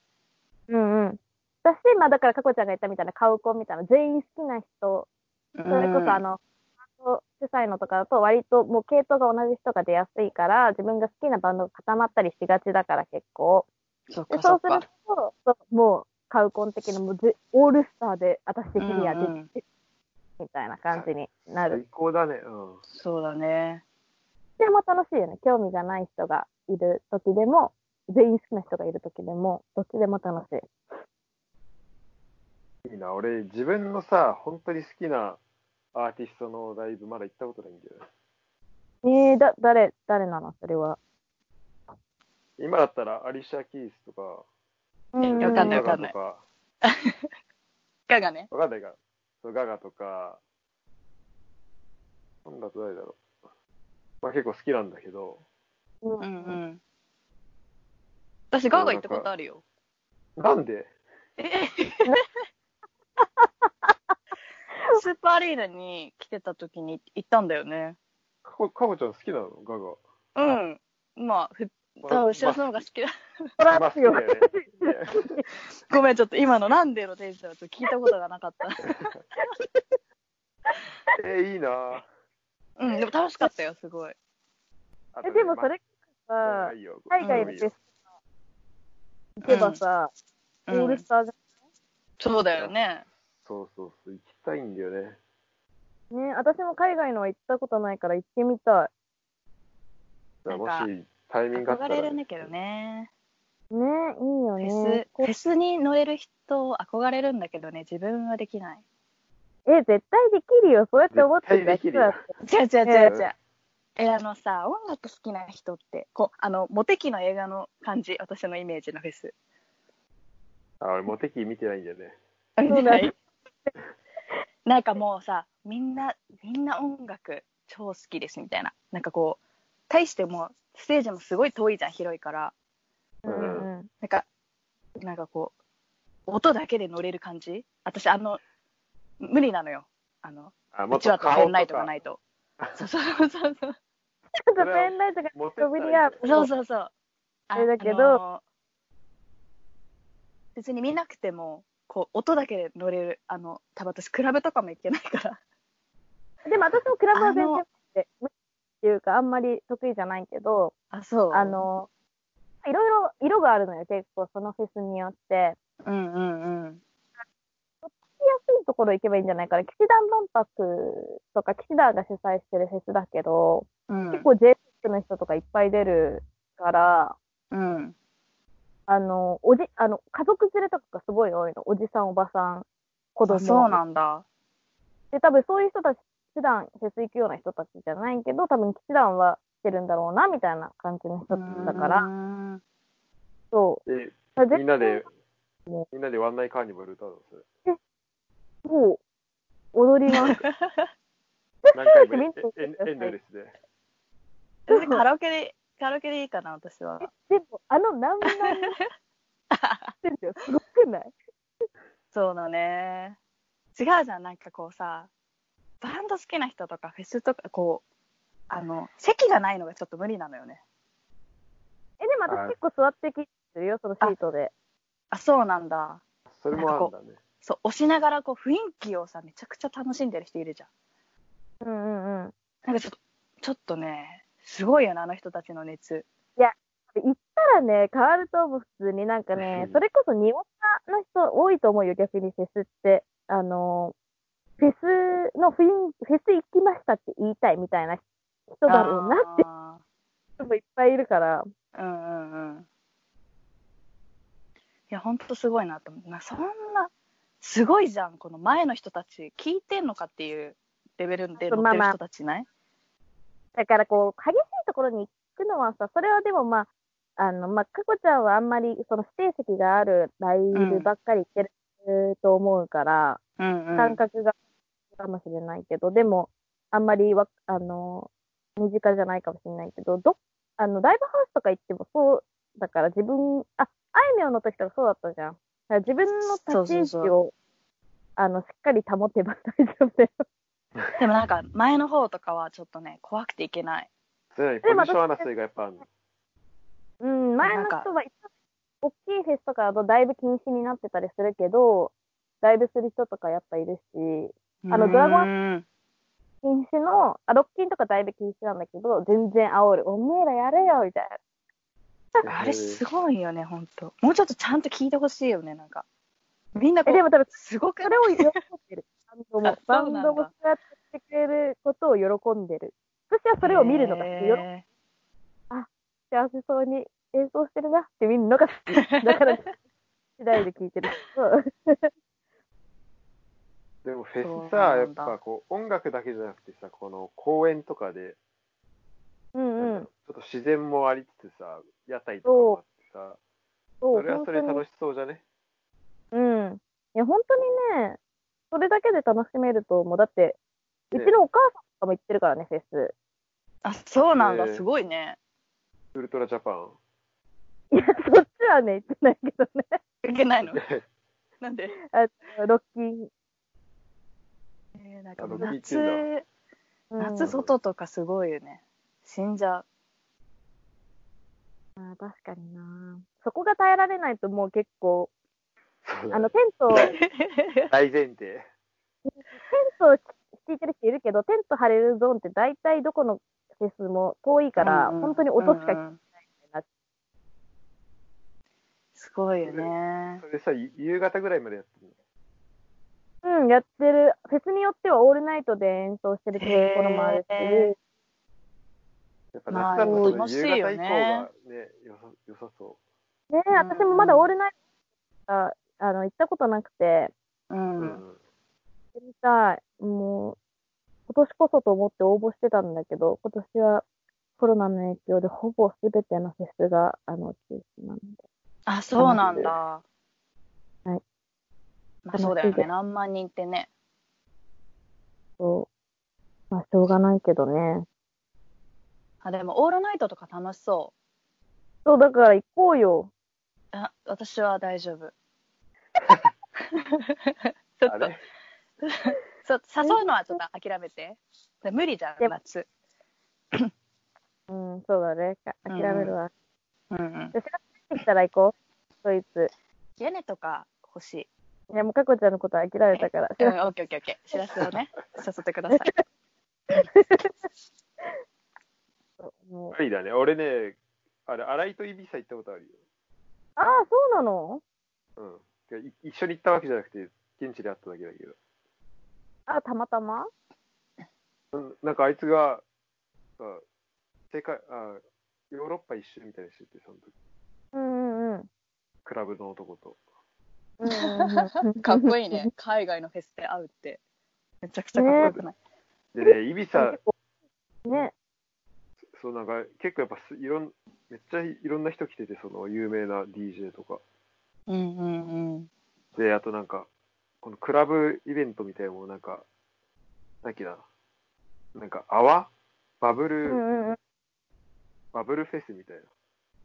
S5: うんうん。だし、まあだから、かこちゃんが言ったみたいな、カウコンみたいな、全員好きな人、それこそあの、ト主催のとかだと割ともう系統が同じ人が出やすいから、自分が好きなバンドが固まったりしがちだから結構。
S4: そっ
S5: で
S4: か
S5: そ
S4: そうっ
S5: する
S4: か。
S5: と、そうもう、カウコン的な、もうぜ、オールスターで、私的には、
S4: うんうん
S5: みたいな感じにな
S2: 最
S5: る。
S2: 高だね。うん。
S4: そうだね。
S5: でも楽しいよね。興味がない人がいる時でも、全員好きな人がいる時でも、どっちでも楽しい。
S2: いいな、俺、自分のさ、本当に好きなアーティストのライブ、まだ行ったことないんだよね。
S5: えー、だ、誰、誰なのそれは。
S2: 今だったら、アリシャ・キースとか、
S5: うん
S4: わかんないわか
S2: ガガ
S4: んない
S2: とか、
S4: ガガね。
S2: わかんないか。そう、ガガとか、今だと誰だろう。まあ結構好きなんだけど、
S5: う
S4: うんんうん。私、ガガ行ったことあるよ。
S2: なんで
S4: スーパーアリーナに来てた時に行ったんだよね。
S2: かこかこちゃん好きなのガガ。
S4: うん。まあ、ふ
S2: まあ
S4: 後ろの方が好きだ。
S5: そ
S2: ま
S5: ら
S2: あまあ好き
S5: す
S2: だ
S5: よ
S2: よね。
S4: ごめん、ちょっと今のなんでのテンションはちょっと聞いたことがなかった。
S2: えーいいな
S4: うん、でも楽しかったよ、すごい。
S2: あ
S5: え、でもそれ
S2: ま
S5: さ
S2: あ、いいよ
S5: 海外の
S2: いい
S5: フェ
S2: よ
S5: ス行けばさ、
S4: う
S5: オール
S4: ん
S5: ス、ターじ
S4: そうだよね。
S2: そうそうそう、行きたいんだよね。
S5: ゃん。ね、私も海外のは行ったことないから行ってみたい。
S2: だからも
S4: なんか
S2: し、タイミングがあった
S4: 憧
S2: ら、
S4: れるんだけどね。
S5: ね、いいよ
S4: フ
S5: ね。
S4: ェス、
S5: こ
S4: フェスに乗れる人憧れるんだけどね、自分はできない。
S5: え、絶対できるよ。そうやって思って
S2: 絶対
S5: た
S2: でき
S5: 人
S2: るよ
S5: だって。
S4: 違う違う
S5: え
S4: 違う違う。え、あのさ、音楽好きな人って、こう、あの、モテ期の映画の感じ、私のイメージのフェス。
S2: あ、俺、モテキ見てないんだよね。
S5: うだよ
S4: なんかもうさ、みんな、みんな音楽超好きですみたいな。なんかこう、対しても、ステージもすごい遠いじゃん、広いから。
S5: う
S2: うん
S5: んうん。
S4: なんか、なんかこう、音だけで乗れる感じ私、あの、無理なのよ。あの、
S2: あ、も
S4: う
S2: っ
S4: ち
S2: と
S4: わとペ
S2: 顔
S4: ンライト
S2: と
S4: が
S2: か
S4: ないと。そうそうそうそう。
S5: ちょっとペンライトが
S2: 持ってった
S5: 飛
S2: らい
S5: び
S2: い
S5: り合う。
S4: そうそうそう。あ
S5: あれだけど
S4: の別に見なくても、こう、音だけで乗れる。あの、多分私、クラブとかも行けないから。
S5: でも私もクラブは全
S4: あ
S5: 然
S4: の
S5: って、っていうか、あんまり得意じゃないけど、
S4: あ、そう
S5: あ、の、いろいろ色があるのよ、結構、そのフェスによって。
S4: うんうんうん。
S5: 行きやすいところ行けばいいんじゃないかな。騎士団万博とか、騎士団が主催してるフェスだけど、
S4: うん、
S5: 結構 j p の人とかいっぱい出るから、
S4: うん。
S5: あの、おじ、あの、家族連れとかがすごい多いの。おじさん、おばさん、子供。
S4: あそうなんだ。
S5: で、多分そういう人たち、普段フェス行くような人たちじゃないけど、多分騎士団は来てるんだろうな、みたいな感じの人たちだか
S4: う
S5: ら、
S4: ん
S5: そ
S2: え、
S5: う。
S2: みんなで
S5: も、
S2: みんなでワンナイカーニバル歌うのそれ。
S5: もう、踊ります。
S2: 何回も
S5: みんな
S2: ええエンドレスで。
S4: 私カラオケで、カラオケでいいかな、私は。
S5: でも、あの、なんなんしてんだよ。すごくない
S4: そうだね。違うじゃん、なんかこうさ、バンド好きな人とかフェスとか、こう、あの、席がないのがちょっと無理なのよね。
S5: え、でも
S2: はい
S5: 私結構座ってきてるよ、そのシートで。
S4: あ、そうなんだ。
S2: それもあるんだね。
S4: そう、押しながらこう、雰囲気をさ、めちゃくちゃ楽しんでる人いるじゃん。
S5: うんうんうん。
S4: なんかちょっと、ちょっとね、すごいよね、あの人たちの熱。
S5: で行ったらね、変わると思う、普通に。なんかね
S2: う、ん
S5: それこそ日本の人多いと思うよ、逆にフェスって。あの、フェスの雰囲気、フェス行きましたって言いたいみたいな人だろうなって
S4: あ
S5: 人もいっぱいいるから。
S4: ーうんうんうん。いや、ほんとすごいなと思う。なそんな、すごいじゃん、この前の人たち、聞いてんのかっていうレベルで乗ってる人たちいない、
S5: だからこう、激しいところに行くのはさ、それはでもまあ、あの、まあ、かこちゃんはあんまり、その指定席があるライブばっかり行ってると思うから、
S4: うんうん、
S5: 感覚がかもしれないけど、でも、あんまりわ、あの、身近じゃないかもしれないけど、ど、あの、ライブハウスとか行ってもそうだから自分、あ、あいみょんの時とかそうだったじゃん。だから自分の立ち位
S4: そうそう
S5: 置
S4: そ
S5: を、あの、しっかり保てば大丈夫だよ。
S4: でもなんか前の方とかはちょっとね怖くていけない
S2: それなりにポジション争いがやっぱあるの。
S5: うん、前の人は、大きいフェスとかだとだいぶ禁止になってたりするけど、ライブする人とかやっぱいるし、あのドラゴ
S4: ン
S5: 禁止の、あ、ロッキンとかだいぶ禁止なんだけど、全然煽る。おめえらやれよ、みたいな。
S4: あれすごいよね、本当。もうちょっとちゃんと聞いてほしいよね、なんか。みんなこ
S5: え、
S4: う
S5: でも多分、
S4: すごく
S5: それを喜んでる。バンドも
S4: あ、
S5: バ
S4: そうなん
S5: ン
S4: だ
S5: ドもそうやってくれることを喜んでる。私はそれを見るのが好きよ。
S4: へ
S5: 幸せそうに演奏してるなって見るのが好き。だから、次第で聞いてる。そう
S2: でもフェス
S4: そうな
S2: さ、やっ
S4: んだ
S2: ぱこう、音楽だけじゃなくてさ、この公園とかで、
S5: うんう
S2: なんか。
S5: ん
S2: ちょっと自然もありつつさ、屋台とかもあってさ、
S5: そ、
S2: そうれは
S5: 本
S2: そ
S5: 当
S2: れ
S5: に。
S2: 楽しそうじゃね
S5: うん。いや、本当にね、それだけで楽しめると思う。だって、う
S2: ね
S5: ちのお母さんとかも行ってるからね、フェス。
S4: あ、そうなんだ
S2: へ、ー
S4: すごいね。
S2: ウルトラジャ パン。
S5: いや、そっちはね、行ってないけどね。
S4: いけないのなんで
S5: ロッキン。
S4: えー、なんかもう
S2: あの聞いてん
S4: 夏、
S5: うん
S4: 夏外とかすごいよね。死んじゃう。
S5: あー確かになそこが耐えられないともう結構、
S2: そうだ
S5: あ
S2: ね
S5: の、テント、テン
S2: 大前提。
S5: トを敷いてる人いるけど、テント張れるゾーンって大体どこのフェスも遠いから、
S4: うんうん
S5: 本当に音しか聞
S4: うん
S5: こ
S4: うんすごいよね。
S2: それさ、ゆ夕方ぐらいまでやってる
S5: えない。うん、やってる。フェスによってはオールナイトで演奏してるところもある
S4: へ
S5: し、
S2: やっぱ夏だとそ
S4: まあ
S2: の夕方以降がね、よさよさそ
S5: ねえ、
S4: ん
S5: 私もまだオールナイトが、あの、行ったことなくて、行っ
S4: う。
S2: う。うんん。
S5: てみたい。もう、今年こそと思って応募してたんだけど、今年はコロナの影響でほぼ全てのフェスが、あの、中止なんで。
S4: あ、そうなんだ。
S5: い
S4: まあそうだよ
S5: 楽しいで
S4: ね。
S5: す
S4: 何万人ってね。
S5: そう。まあ、しょうがないけどね。
S4: あ、でもオールナイトとか楽しそ
S5: そう、だから行こうよ。
S4: う。あ、私は大 丈夫。ちょ
S2: あ
S4: っと
S2: れ、
S4: ちょっと誘うのはちょっと諦めて。で無理じゃん、
S5: でも
S4: 夏。
S5: うん、そうだね。か諦めるわ。
S4: うんうん。
S5: 私が帰ってきたら行こう。そいつ。
S4: 屋根とか欲しい。
S5: いや、もうかこちゃんのことは諦めたから。
S4: うん、オッケーオッケーオッケー。しらすを ね、誘ってください。
S5: もう
S2: ありだね。俺ね、あれ、新井と指さ行ったことあるよ。
S5: ああ、そうなの
S2: うん。い一緒に行ったわけじゃなくて、現地で会っただけだけど。
S5: あ、たまたま
S2: うんなんかあいつが、さ世界あ、ヨーロッパ一周みたいにしてて、その時、
S5: うんうんうん。
S2: クラブの男と。
S4: かっこいいね。海外のフェスで会うって。めちゃくちゃかっこよくない、
S2: でね、イビサ、
S5: ね。
S2: そうなんか、結構やっぱす、いろん、めっちゃいろんな人来てて、その有名な DJ とか。
S4: うんうんうん。
S2: で、あとなんか、このクラブイベントみたいなのもなんか、なんだっけな、なんか泡バブ
S5: う
S2: ル、
S5: んうんうん。
S2: バブルフェスみたい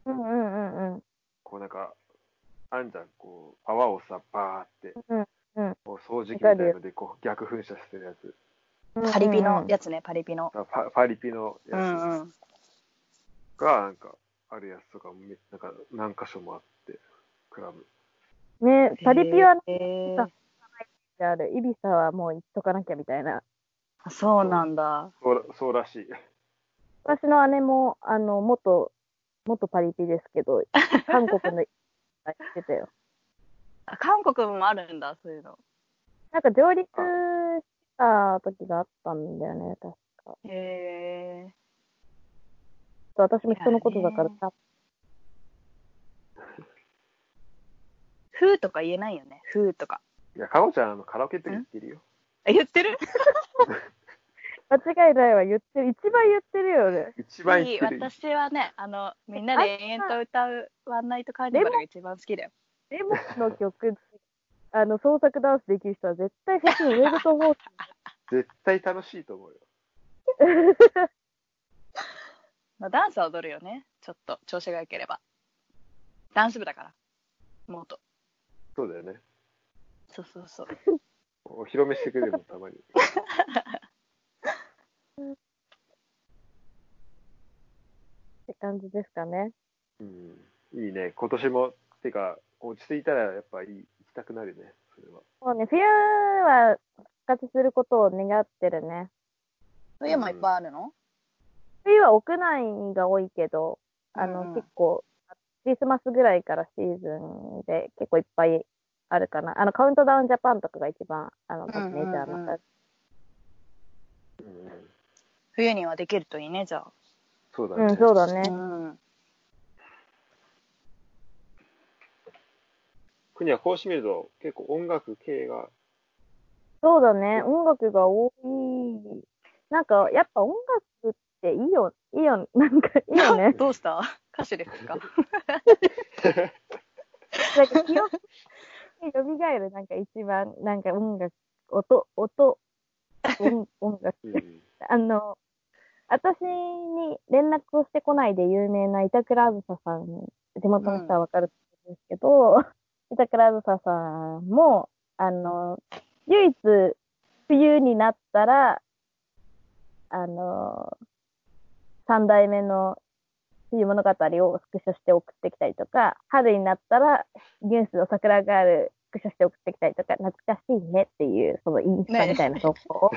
S2: な。
S5: うんうんうんうん。
S2: こうなんか、あんじゃん、こう、泡をさ、バーって、
S5: うんうん
S2: こう掃除機みたいなので、こう、逆噴射してるやつ。
S4: パリピの
S5: や
S4: やつね、パリピの。
S2: あパパリピの
S4: う
S2: や
S4: んうん。
S2: つが、なんか、あるやつとかもめ、なんか、何箇所もあって、クラブ。
S5: ね、パリピはね
S4: へー
S5: さある。イビサはもう行っとかなきゃみたいな。
S4: あそうなんだ。
S2: そうらそうらしい。
S5: 私の姉も、あの、元、元パリピですけ ど、韓国の、行ってたよ。
S4: あ韓国もあるんだ、そういうの。
S5: なんか上陸した時があったんだよね。確
S4: へえ。
S5: か私も人のことだからさ、
S4: ふーとか言えないよね、ふーとか。
S2: いや、かごちゃん、あの、カラオケとか行ってるよ。
S4: あ言ってる
S5: 間違いないわ。言ってる。一番言ってるよね。
S2: 一番
S4: い
S2: 行
S4: い
S2: ってる。
S4: 私はね、あの、みんなで延々と歌うワンナイトカーニバルが一番好きだよ。
S5: レモンの曲、あの、創作ダンスできる人は絶対フェスに売れると思う。
S2: 絶対楽しいと思うよ。
S4: まあ、ダンスは踊るよね。ちょっと調子が良ければ。ダンス部だから。もっと。
S2: そうだよね。
S4: そうそうそう。
S2: お披露目してくれるもん、たまに。
S5: って感じですかね。
S2: うん。いいね。今年も、てか、落ち着いたら、やっぱいい、行きたくなるね。それは。
S5: もうね、冬は復活することを願ってるね。
S4: 冬もいっぱいあるの、
S5: 冬は屋内が多いけど、あの、
S4: うんうん
S5: 結構、クリスマスぐらいからシーズンで結構いっぱいあるかな。あの、カウントダウンジャパンとかが一番、あの、
S4: う
S5: メ
S4: んうんうん
S5: ジャーな感じ。
S2: うんうん
S4: 冬にはできるといいね、じゃあ。
S2: そうだ
S5: う
S2: ね。
S5: ん、そうだ
S4: う
S5: ね。
S4: ん。。
S2: 国はこうしてみると、結構音楽系が、
S5: そうだね。音楽が多い。なんか、やっぱ音楽っていいよ、いいよ、なんかいいよね
S4: どうした歌手ですか
S5: なんか記憶蘇る、なんか一番、なんか音楽、音、音、音音楽。
S2: うん、
S5: あの、私に連絡をしてこないで有名な板倉あずささん、地元の人はわかるんですけど、板倉あずささんも、あの、唯一冬になったら、あの、三代目の冬物語をスクショして送ってきたりとか、春になったらニュースの桜ガールスクショして送ってきたりとか、懐かしいねっていう、そのインスタみたいな投稿を。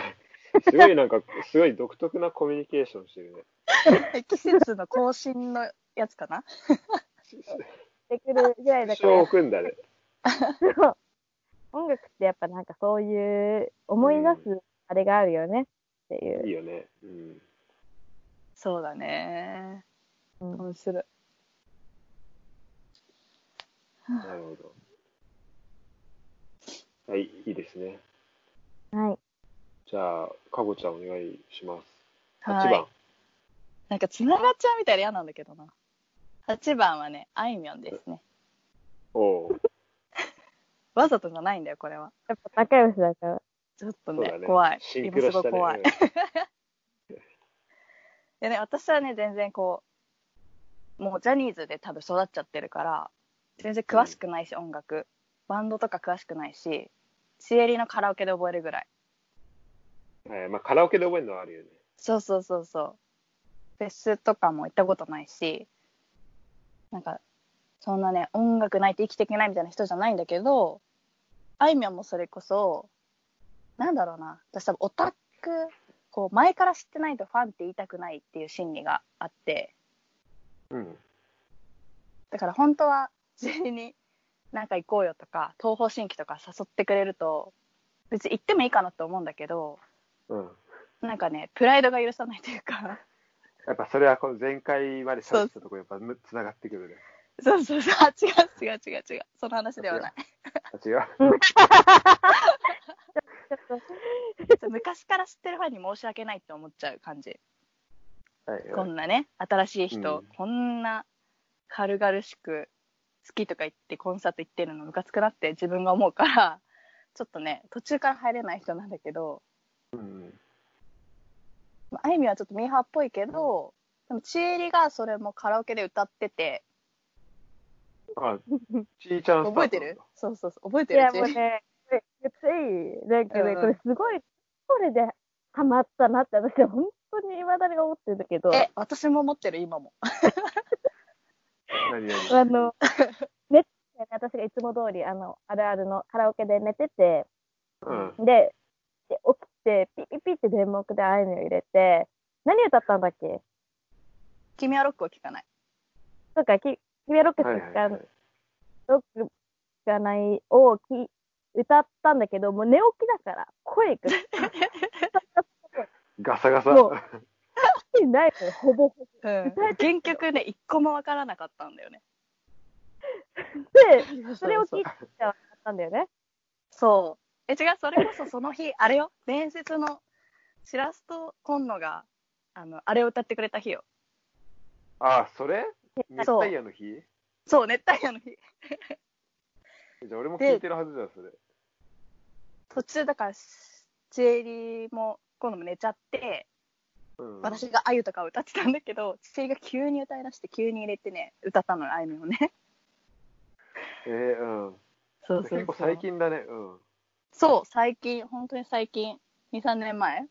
S2: すごいなんか、 すごい独特なコミュニケーションしてるね。
S4: 季節の更新のやつかな
S5: ってくるぐらいだ
S2: 一
S5: から
S2: 生置くんだね。
S5: そう 音楽ってやっぱなんかそういう思い出すあれがあるよねっていう、
S2: いいよね。うん。
S4: そうだね。
S5: うん
S4: 面白い。
S2: なるほど。はい、いいですね。
S5: はい
S2: じゃあ、かごちゃんお願いします。8
S4: はい
S2: 番。。
S4: なんかつながっちゃうみたいで嫌なんだけどな。8番はね、あいみょんですね。
S2: おおう。
S4: わざとじゃないんだよ、これは。
S5: やっぱ仲良しだから
S4: ちょっと
S2: そう
S4: ね
S2: だ、ね。
S4: 怖い。
S2: シン
S4: 今
S2: クロ
S4: すご
S2: し
S4: い
S2: たね。
S4: 怖い。でね、私はね、全然こう、もうジャニーズで多分育っちゃってるから、全然詳しくないし、音楽。バンドとか詳しくないし、シエリのカラオケで覚えるぐらい。
S2: うんはい、まあ、カラオケで覚えるのはあるよね。
S4: そうそうそうそう。フェスとかも行ったことないし、なんか、そんなね、音楽ないと生きていけないみたいな人じゃないんだけど、あいみょんもそれこそ、なんだろうな、私多分オタク、こう、前から知ってないとファンって言いたくないっていう心理があって、
S2: うん。
S4: だから本当は全員になんか行こうよとか、東方神起とか誘ってくれると、別に行ってもいいかなって思うんだけど、
S2: うん。
S4: なんかね、プライドが許さないというか、
S2: やっぱそれはこの前回まで喋ってたところやっぱむつながってくるね。
S4: そうそうそう、あ違う違う違う違う、その話ではない。
S2: あ違う。
S5: ちょっ
S4: 昔から知ってるファンに申し訳ないって思っちゃう感じ。
S2: はい、
S4: こんなね、新しい人、
S2: うん
S4: こんな軽々しく好きとか言ってコンサート行ってるのムカつくなって自分が思うから、ちょっとね、途中から入れない人なんだけど、
S2: うん。
S4: まああいみょんはちょっとミーハーっぽいけど、でも、ちえりがそれもカラオケで歌ってて、
S2: あ、ちーちゃんスタートなんだ
S4: 覚えてるそうそうそう、覚え
S5: と
S4: て
S5: い
S4: る
S5: や
S4: ちえ
S5: もう
S4: り
S5: ねついなんか
S4: うん
S5: ね
S4: うん
S5: これすごいこれでハマったなって私本当に今だに思ってるんだけど
S4: え、私も持ってる、今も。
S2: 何々
S5: あの ね私がいつも通りあのあるあるのカラオケで寝てて
S2: うん。
S5: でで起きてピッピッピッって電目であいみょん入れて何歌ったんだっけ
S4: 君はロックを聴かない。
S5: そうか、き、君はロックし
S2: は
S5: か
S2: い
S5: 聞
S2: はい、
S5: か
S2: はい。
S5: ロックしかないをき歌ったんだけど、もう寝起きだから、声が
S2: ガサガサ。
S5: も出てないのよ、ほぼほぼ。
S4: うん
S5: 歌え。
S4: 原曲ね、一個もわからなかったんだよね。
S5: で、
S4: そ
S5: それを聞
S4: う
S5: いてはったんだよね。
S4: そう。え、違う、それこそその日、あれよ、伝説の、しらすと今野が、あの、あれを歌ってくれた日よ。
S2: あ、それ熱
S4: そう
S2: 帯夜の日
S4: そう、熱帯夜の日。
S2: じゃあ俺も聞いてるはずだよ、それ。
S4: 途中、だから、チエリも、今野も寝ちゃって、
S2: うん、
S4: 私があゆとかを歌ってたんだけど、チエリが急に歌い出して、急に入れてね、歌ったのよ、あゆみをね。
S2: えー、うん。
S4: そうそうそう。
S2: 結構最。近だね。うん。
S4: そう、最近、本当に最近、2、3年前。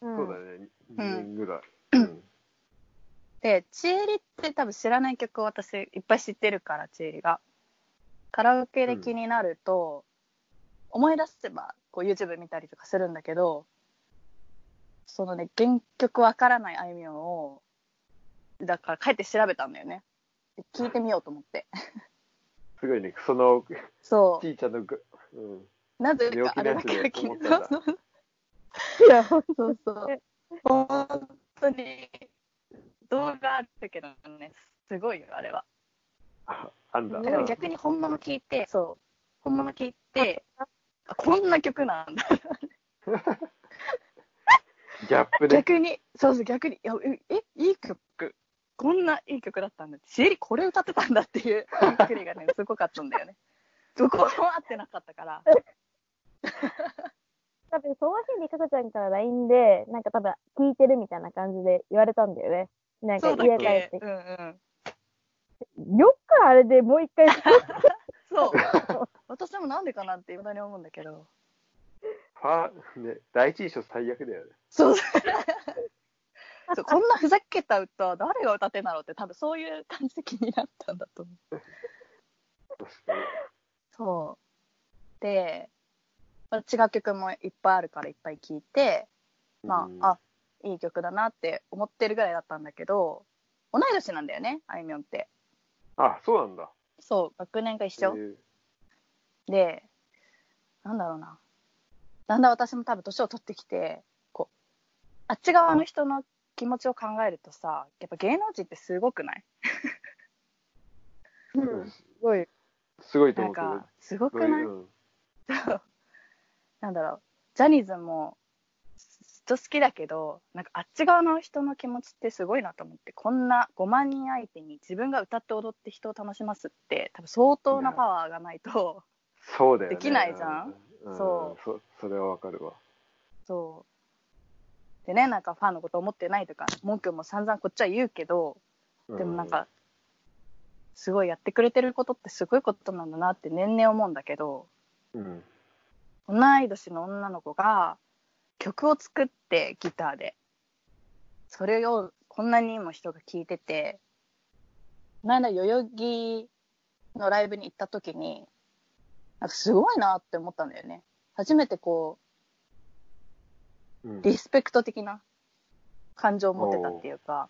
S5: うん
S2: そうだね。2年ぐらい。うん
S4: で、チエリって多分知らない曲を私いっぱい知ってるから、チエリが。カラオケで気になると、思い出せばこう YouTube 見たりとかするんだけど、そのね、原曲わからないあいみょんを、だから帰って調べたんだよね。で聞いてみようと思って。
S2: すごいね、その、
S4: そ
S2: ちいちゃんのぐ、うん、
S4: う。なぜかあれだけ
S2: 病気の
S4: 聞
S2: やつ
S4: い
S2: で思ったんだ
S4: そう
S5: いや、本
S4: そうそう。本当に、動画あるけどね、すごいよ、あれは。
S2: ああんだ。
S4: だから
S2: う
S4: 逆に本物聞いて、そう。本物聞いて、あこんな曲なんだ。
S2: んギャップで。
S4: 逆に、そうそう、逆に、いやえ、えいい曲。こんないい曲だったんだって。シエリこれ歌ってたんだって いうびっくりがね、すごかったんだよね。どこも合ってなかったから。
S5: 多分、その日にかこちゃんから LINE で、なんか多分、聞いてるみたいな感じで言われたんだよね。なん か
S4: そうだ
S5: 家
S4: っ
S5: 帰っ
S4: け
S5: て。
S4: うんうん。
S5: よっか、あれでもう一 回、
S4: そう。 私でもなんでかなって未だに思うんだけど。
S2: ファーね、第一印象最悪だよね。
S4: そう。そうこんなふざけた歌、誰が歌ってんだろうって、多分そういう感じで気になったんだと思う。
S2: 確かに
S4: そう。で、まあ違う曲もいっぱいあるからいっぱい聴いて、ま
S2: うん
S4: あ、あ、いい曲だなって思ってるぐらいだったんだけど、同い年なんだよね、あいみょんって。
S2: あ、そうなんだ。
S4: そう、学年が一緒
S2: え。ー
S4: で、なんだろうな。だんだん私も多分年を取ってきて、こう、あっち側の人の気持ちを考えるとさ、やっぱ芸能人ってすごくない
S5: うん、すごい。
S2: すごいと
S4: な
S2: 思
S4: ん
S2: うけど。
S4: か、すご
S2: ど
S4: く
S2: う
S4: ない
S2: いううん
S4: なんだろう、ジャニーズもずっと好きだけど、なんかあっち側の人の気持ちってすごいなと思って、こんな5万人相手に自分が歌って踊って人を楽しますって、多分相当なパワーがないと、
S2: そうだよね。
S4: できないじゃん
S2: う
S4: そ
S2: うん。そそれはわかるわ。
S4: そう。でね、なんかファンのこと思ってないとか、文句も散々こっちは言うけど、でもなん
S2: う
S4: か、すごいやってくれてることってすごいことなんだなって年々思うんだけど、
S2: ん、うん。
S4: 同い年の女の子が曲を作ってギターでそれをこんなにも人が聴いててこの間代々木のライブに行った時になんかすごいなって思ったんだよね初めてこ
S2: う
S4: うんリスペクト的な感情を持てたっていうか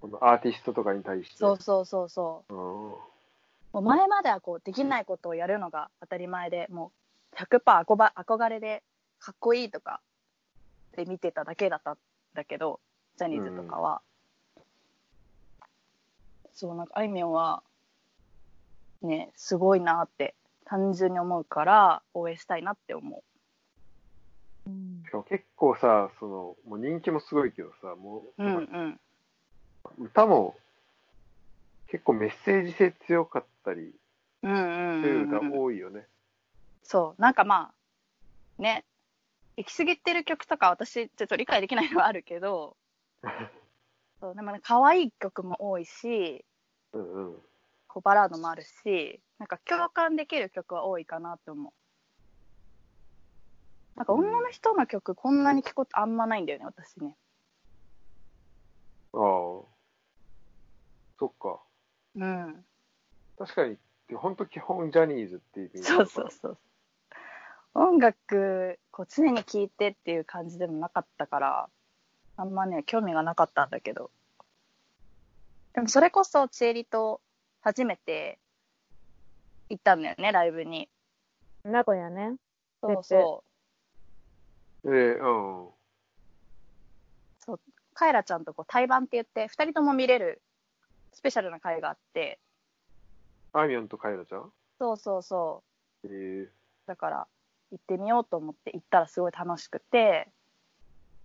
S2: このアーティストとかに対して。
S4: そうそうそうそう
S2: うん。
S4: もう前まではこうできないことをやるのが当たり前でもう100%憧ば憧れでかっこいいとかで見てただけだったんだけどジャニーズとかは、そうなんかあいみょんはねすごいなって単純に思うから応援したいなって思
S5: うん
S2: しかも結構さ、その、もう人気もすごいけどさ、もう、
S4: ううんうん
S2: 歌も結構メッセージ性強かったり
S4: うんうん
S2: す
S4: う
S2: る
S4: んう
S2: 歌
S4: ん、
S2: 多いよね。
S4: そうなんかまあね行き過ぎてる曲とか私ちょっと理解できないのはあるけどそうでもね可愛い曲も多いし
S2: うんうん。
S4: こうバラードもあるしなんか共感できる曲は多いかなって思うなんか女の人の曲こんなに聞くことあんまないんだよね私ね
S2: ああ。そっか。
S4: うん
S2: 確かに、本当基本ジャニーズっていう意味だか
S4: そう
S2: ら
S4: そうそう音楽こう常に聴いてっていう感じでもなかったからあんまね興味がなかったんだけどでもそれこそチエリと初めて行ったんだよねライブに
S5: 名古屋ね。
S4: そうそう
S2: ええうん。
S4: カエラちゃんとこう対バンって言って2人とも見れるスペシャルな回があって
S2: あいみょんとカイラちゃん
S4: そうそうそ
S2: ええ
S4: うだから行ってみようと思って行ったらすごい楽しくて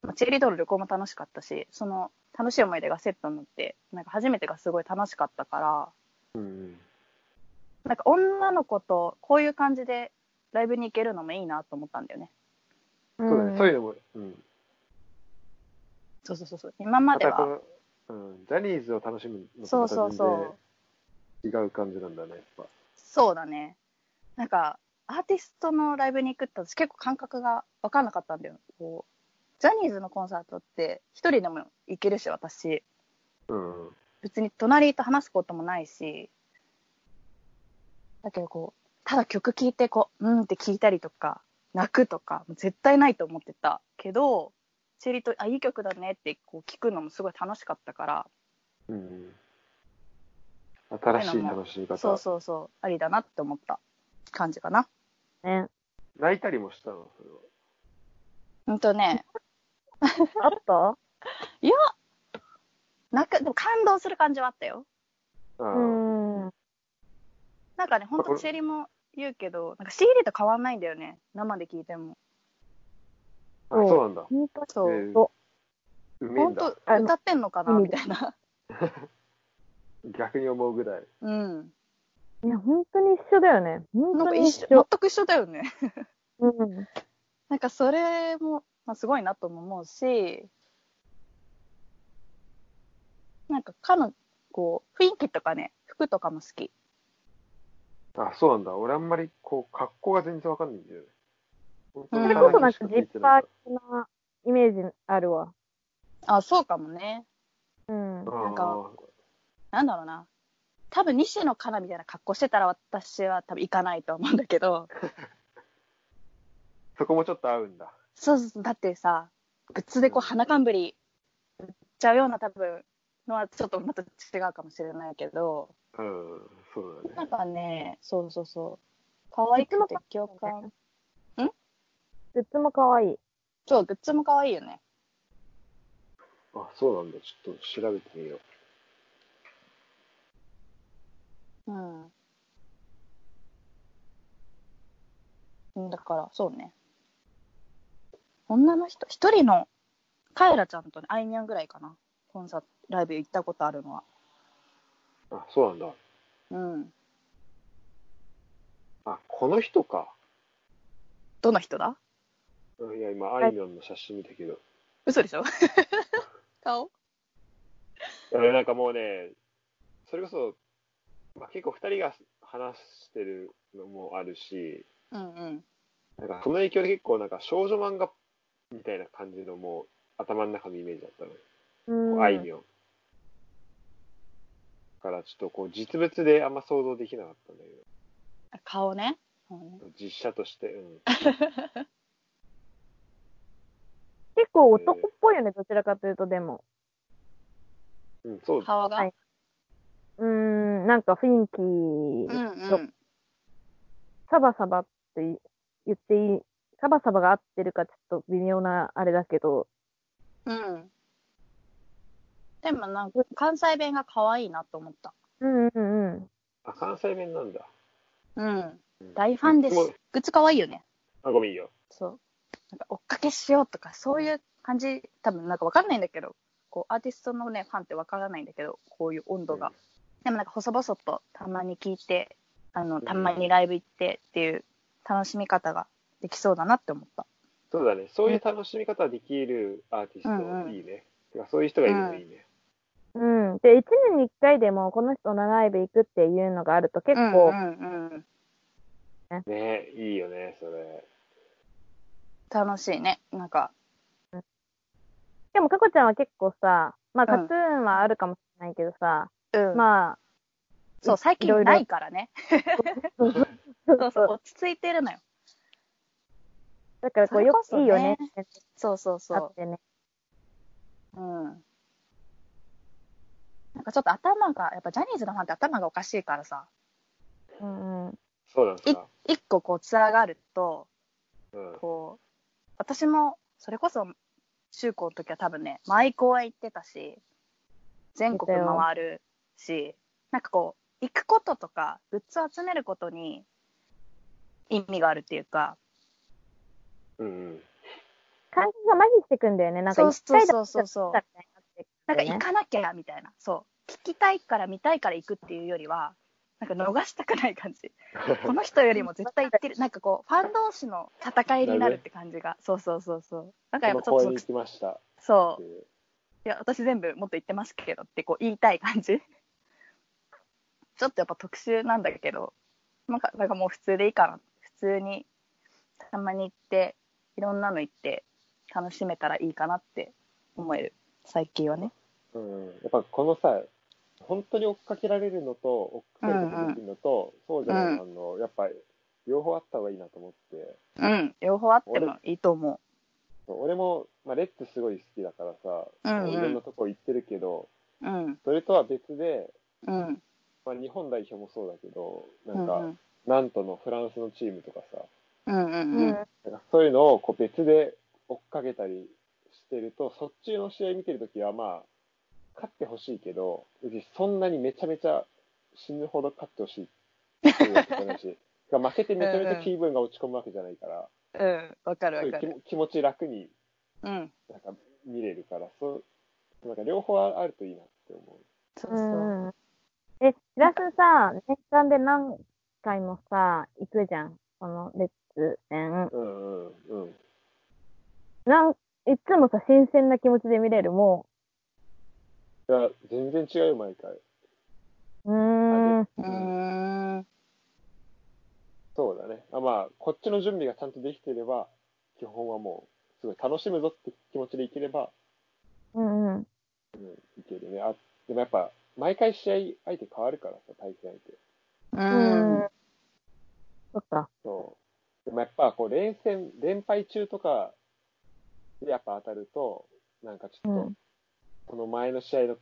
S4: まあチェリードール旅行も楽しかったしその楽しい思い出がセットになってなんか初めてがすごい楽しかったから
S2: うん。
S4: なんか女の子とこういう感じでライブに行けるのもいいなと思ったんだよね
S5: う
S2: そうだね。そういうのも、うん。
S4: そうそうそうそう今ま
S2: ま
S4: で
S2: たこ
S4: は
S2: の、うん、ジャニーズを楽しむのと
S4: そう
S2: また
S4: そうそう
S2: 全然違う感じなんだね、やっぱ。
S4: そうだね。なんか、アーティストのライブに行くって私結構感覚が分かんなかったんだよ。こう、ジャニーズのコンサートって一人でも行けるし、私。
S2: うん。
S4: 別に隣と話すこともないし。だけどこう、ただ曲聴いてこう、うんって聞いたりとか、泣くとか、もう絶対ないと思ってたけど、チリと、あ、いい曲だねってこう聞くのもすごい楽しかったから、
S2: うん。新しい楽しみ方。
S4: そうそうそう、ありだなって思った感じかな。
S5: ね。
S2: 泣いたりもしたの、それは。
S4: うんとね、
S5: あった
S4: いや、なんか、でも感動する感じはあったよ。
S2: あ
S5: う
S2: あ
S5: ーん。
S4: なんかね、ほんとチリも言うけど、なんか CD と変わんないんだよね、生で聞いても。
S2: あそうなんだ。
S5: 本当に
S4: そう。
S2: えー
S5: そう
S2: めえ
S4: ほ
S2: ん
S4: んと
S2: だ。
S5: あの
S4: 歌ってんのかな
S5: うん
S4: みたいな。
S2: 逆に思うぐらい。
S4: うん。
S5: いや、本当に一緒だよね。
S4: な
S5: 本
S4: ん
S5: 当
S4: か
S5: に
S4: 一
S5: 一
S4: 緒、全
S5: 緒。
S4: く一緒だよね。
S5: うん。
S4: なんかそれも、まあ、すごいなとも思うし、なんか彼の、こう、雰囲気とかね、服とかも好き。
S2: あ、そうなんだ。俺あんまり、こう、格好が全然わかんないんだよね。そ
S5: それこそなんかジッパー
S2: ー。
S5: 系なイメージあるわ。
S4: あ、そうかもね。
S5: うん。
S4: なんかなんだろうな。多分西野カナみたいな格好してたら私は多分行かないと思うんだけど、
S2: そこもちょっと合うんだ。
S4: そうそうそう、だってさ、グッズでこう鼻かんぶり売っちゃうような多分のはちょっとまた違うかもしれないけど、
S2: うん、そうだ
S4: な
S2: ね。
S4: んかね、そうそうそう。可愛くて共感。
S5: グッズも可愛い。
S4: そう、グッズも可愛いよね。
S2: あ、そうなんだ。ちょっと調べてみよ
S4: う
S2: う。
S4: ん。うんだから、そうね。女の人、一人の、カエラちゃんとね、あいみょんぐらいかな。コンサート、ライブ行ったことあるのは。
S2: あ、そうなんだ。
S4: うん。
S2: あ、この人か。
S4: どの人だ
S2: うんいや、今、あいみょんの写真見たけど。
S4: 嘘でしょ 顔
S2: 俺なんかもうね、それこそ、まあ、結構二人が話してるのもあるし、
S4: うんうん。
S2: なんかその影響で結構なんか少女漫画みたいな感じのもう頭の中のイメージだったのよ。
S5: うん。
S2: あいみょん。だからちょっとこう実物であんま想像できなかったんだけ
S4: 顔ね。そうね
S2: ど、実写として、うん。
S5: 結構男っぽいよね、どちらかというと、でも。
S2: うん、そう
S4: 顔が。
S5: はいうーん、なんか雰囲気、
S4: うんうん。
S5: サバサバって言っていい、サバサバが合ってるかちょっと微妙なあれだけど、
S4: うん。でもなんか、関西弁が可愛いなと思った。
S5: うんうんうん。
S2: あ、関西弁なんだ。
S4: うん。
S2: うん
S4: 大ファンです
S2: いつも。
S4: グッズ可愛いよね。
S2: あ、ごめんいいよ。
S4: そう。なんか追っかけしようとか、そういう感じ、多分なんかわかんないんだけど、こう、アーティストのね、ファンってわからないんだけど、こういう温度が。でもなんか細々とたまに聞いて、あの、たまにライブ行ってっていう楽しみ方ができそうだなって思った。
S2: そうだね。そういう楽しみ方できるアーティスト、
S4: うんうん
S2: いいね。てかそういう人がいるのいいね。
S5: うん。で、1年に1回でもこの人のライブ行くっていうのがあると結
S4: う
S5: 構、
S4: んうんうん。
S2: ねいいよね、それ。
S4: 楽しいね。なんか、
S5: でもかこちゃんは結構さ、まあカ
S4: うん
S5: トゥーンはあるかもしれないけどさ、
S4: うん。
S5: まあ、
S4: そう、最
S5: いろ
S4: 近
S5: いろ
S4: ないからね。そうそう、落ち着いてるのよ。
S5: だからこうよ
S4: そ
S5: く
S4: れ
S5: いい
S4: こそ
S5: よ
S4: ね
S5: ねって
S4: そうそう
S5: あ
S4: そ
S5: ってね。
S4: う。うん。なんかちょっと頭が、やっぱジャニーズのファンって頭がおかしいからさ。
S5: うんうん。
S2: そうなんですか。
S4: 一個こうつながると
S2: うん。
S4: こう私もそれこそ中高の時は多分ね毎公演行ってたし全国回るしなんかこう行くこととかグッズを集めることに意味があるっていうか
S2: うんうん。
S5: 感じが麻痺してくんだよね。なんか
S4: そう
S5: 一回だ
S4: そうそうそう
S5: ったみた
S4: ないん
S5: に
S4: か行
S5: なってくるよね
S4: かなきゃみたいなそう聞きたいから見たいから行くっていうよりはなんか逃したくない感じこの人よりも絶対行ってるなんかこうファン同士の戦いになるって感じがそうそうそうそうなんかやっ
S2: こ
S4: ぱ
S2: の
S4: ちょっと
S2: 公園に行きましたっ
S4: そう
S2: ていう。
S4: いや、私全部もっと言ってますけどってこう言いたい感じ。 ちょっとやっぱ特殊なんだけど、なんかなんかもう普通でいいかな。普通に、たまに行って、いろんなの行って、楽しめたらいいかなって思える。最近はね。
S2: うん。やっぱこのさ、本当に追っかけられるのと、追っかけることができるのと、そうじゃない、あの、やっぱり、両方あった方がいいなと思って、
S4: うん。両方あってもいいと思
S2: そう俺もまあ、レッツすごい好きだからさ、
S4: うんうん
S2: いろんなとこ行ってるけど、
S4: うん。
S2: それとは別で、
S4: うん。
S2: まあ、日本代表もそうだけど、
S4: う
S2: なんか、
S4: ん
S2: なんとのフランスのチームとかさ、
S4: うんう
S5: うん
S4: うん。
S2: なんかそういうのをこう別で追っかけたりしてると、そっちの試合見てるときは、まあ、勝ってほしいけど、別にそんなにめちゃめちゃ死ぬほど勝ってほしいっていうわけじゃないし、 だから負けてめちゃめちゃ気分が落ち込むわけじゃないから、
S4: うん。わかる
S2: そうい
S4: わ
S2: う
S4: か
S2: 気
S4: る。
S2: も気持ち楽に
S4: うん。
S2: なんか見れるから、そうなんか両方あるといいなって思
S4: そうそう。
S5: うんうん。え、しらすさ、年間で何回もさ、行くじゃん。このレッツ戦。
S2: う。うんうんうん。
S5: なん、いつもさ、新鮮な気持ちで見れる、も
S2: いや、全然違うよ、毎回。
S5: う。うーん。
S4: うーん。
S2: そうだね。あまあ、こっちの準備がちゃんとできていれば、基本はもう、すごい楽しむぞって気持ちでいければ、
S5: うんうん。
S2: うん、いけるね。あ、でもやっぱ、毎回試合相手変わるからさ、対戦相手。
S4: うん。
S5: うんそっか。
S2: そう。でもやっぱ、こう、連戦、連敗中とかでやっぱ当たると、なんかち
S5: う
S2: ょっと、
S5: ん。
S2: この前の試合のち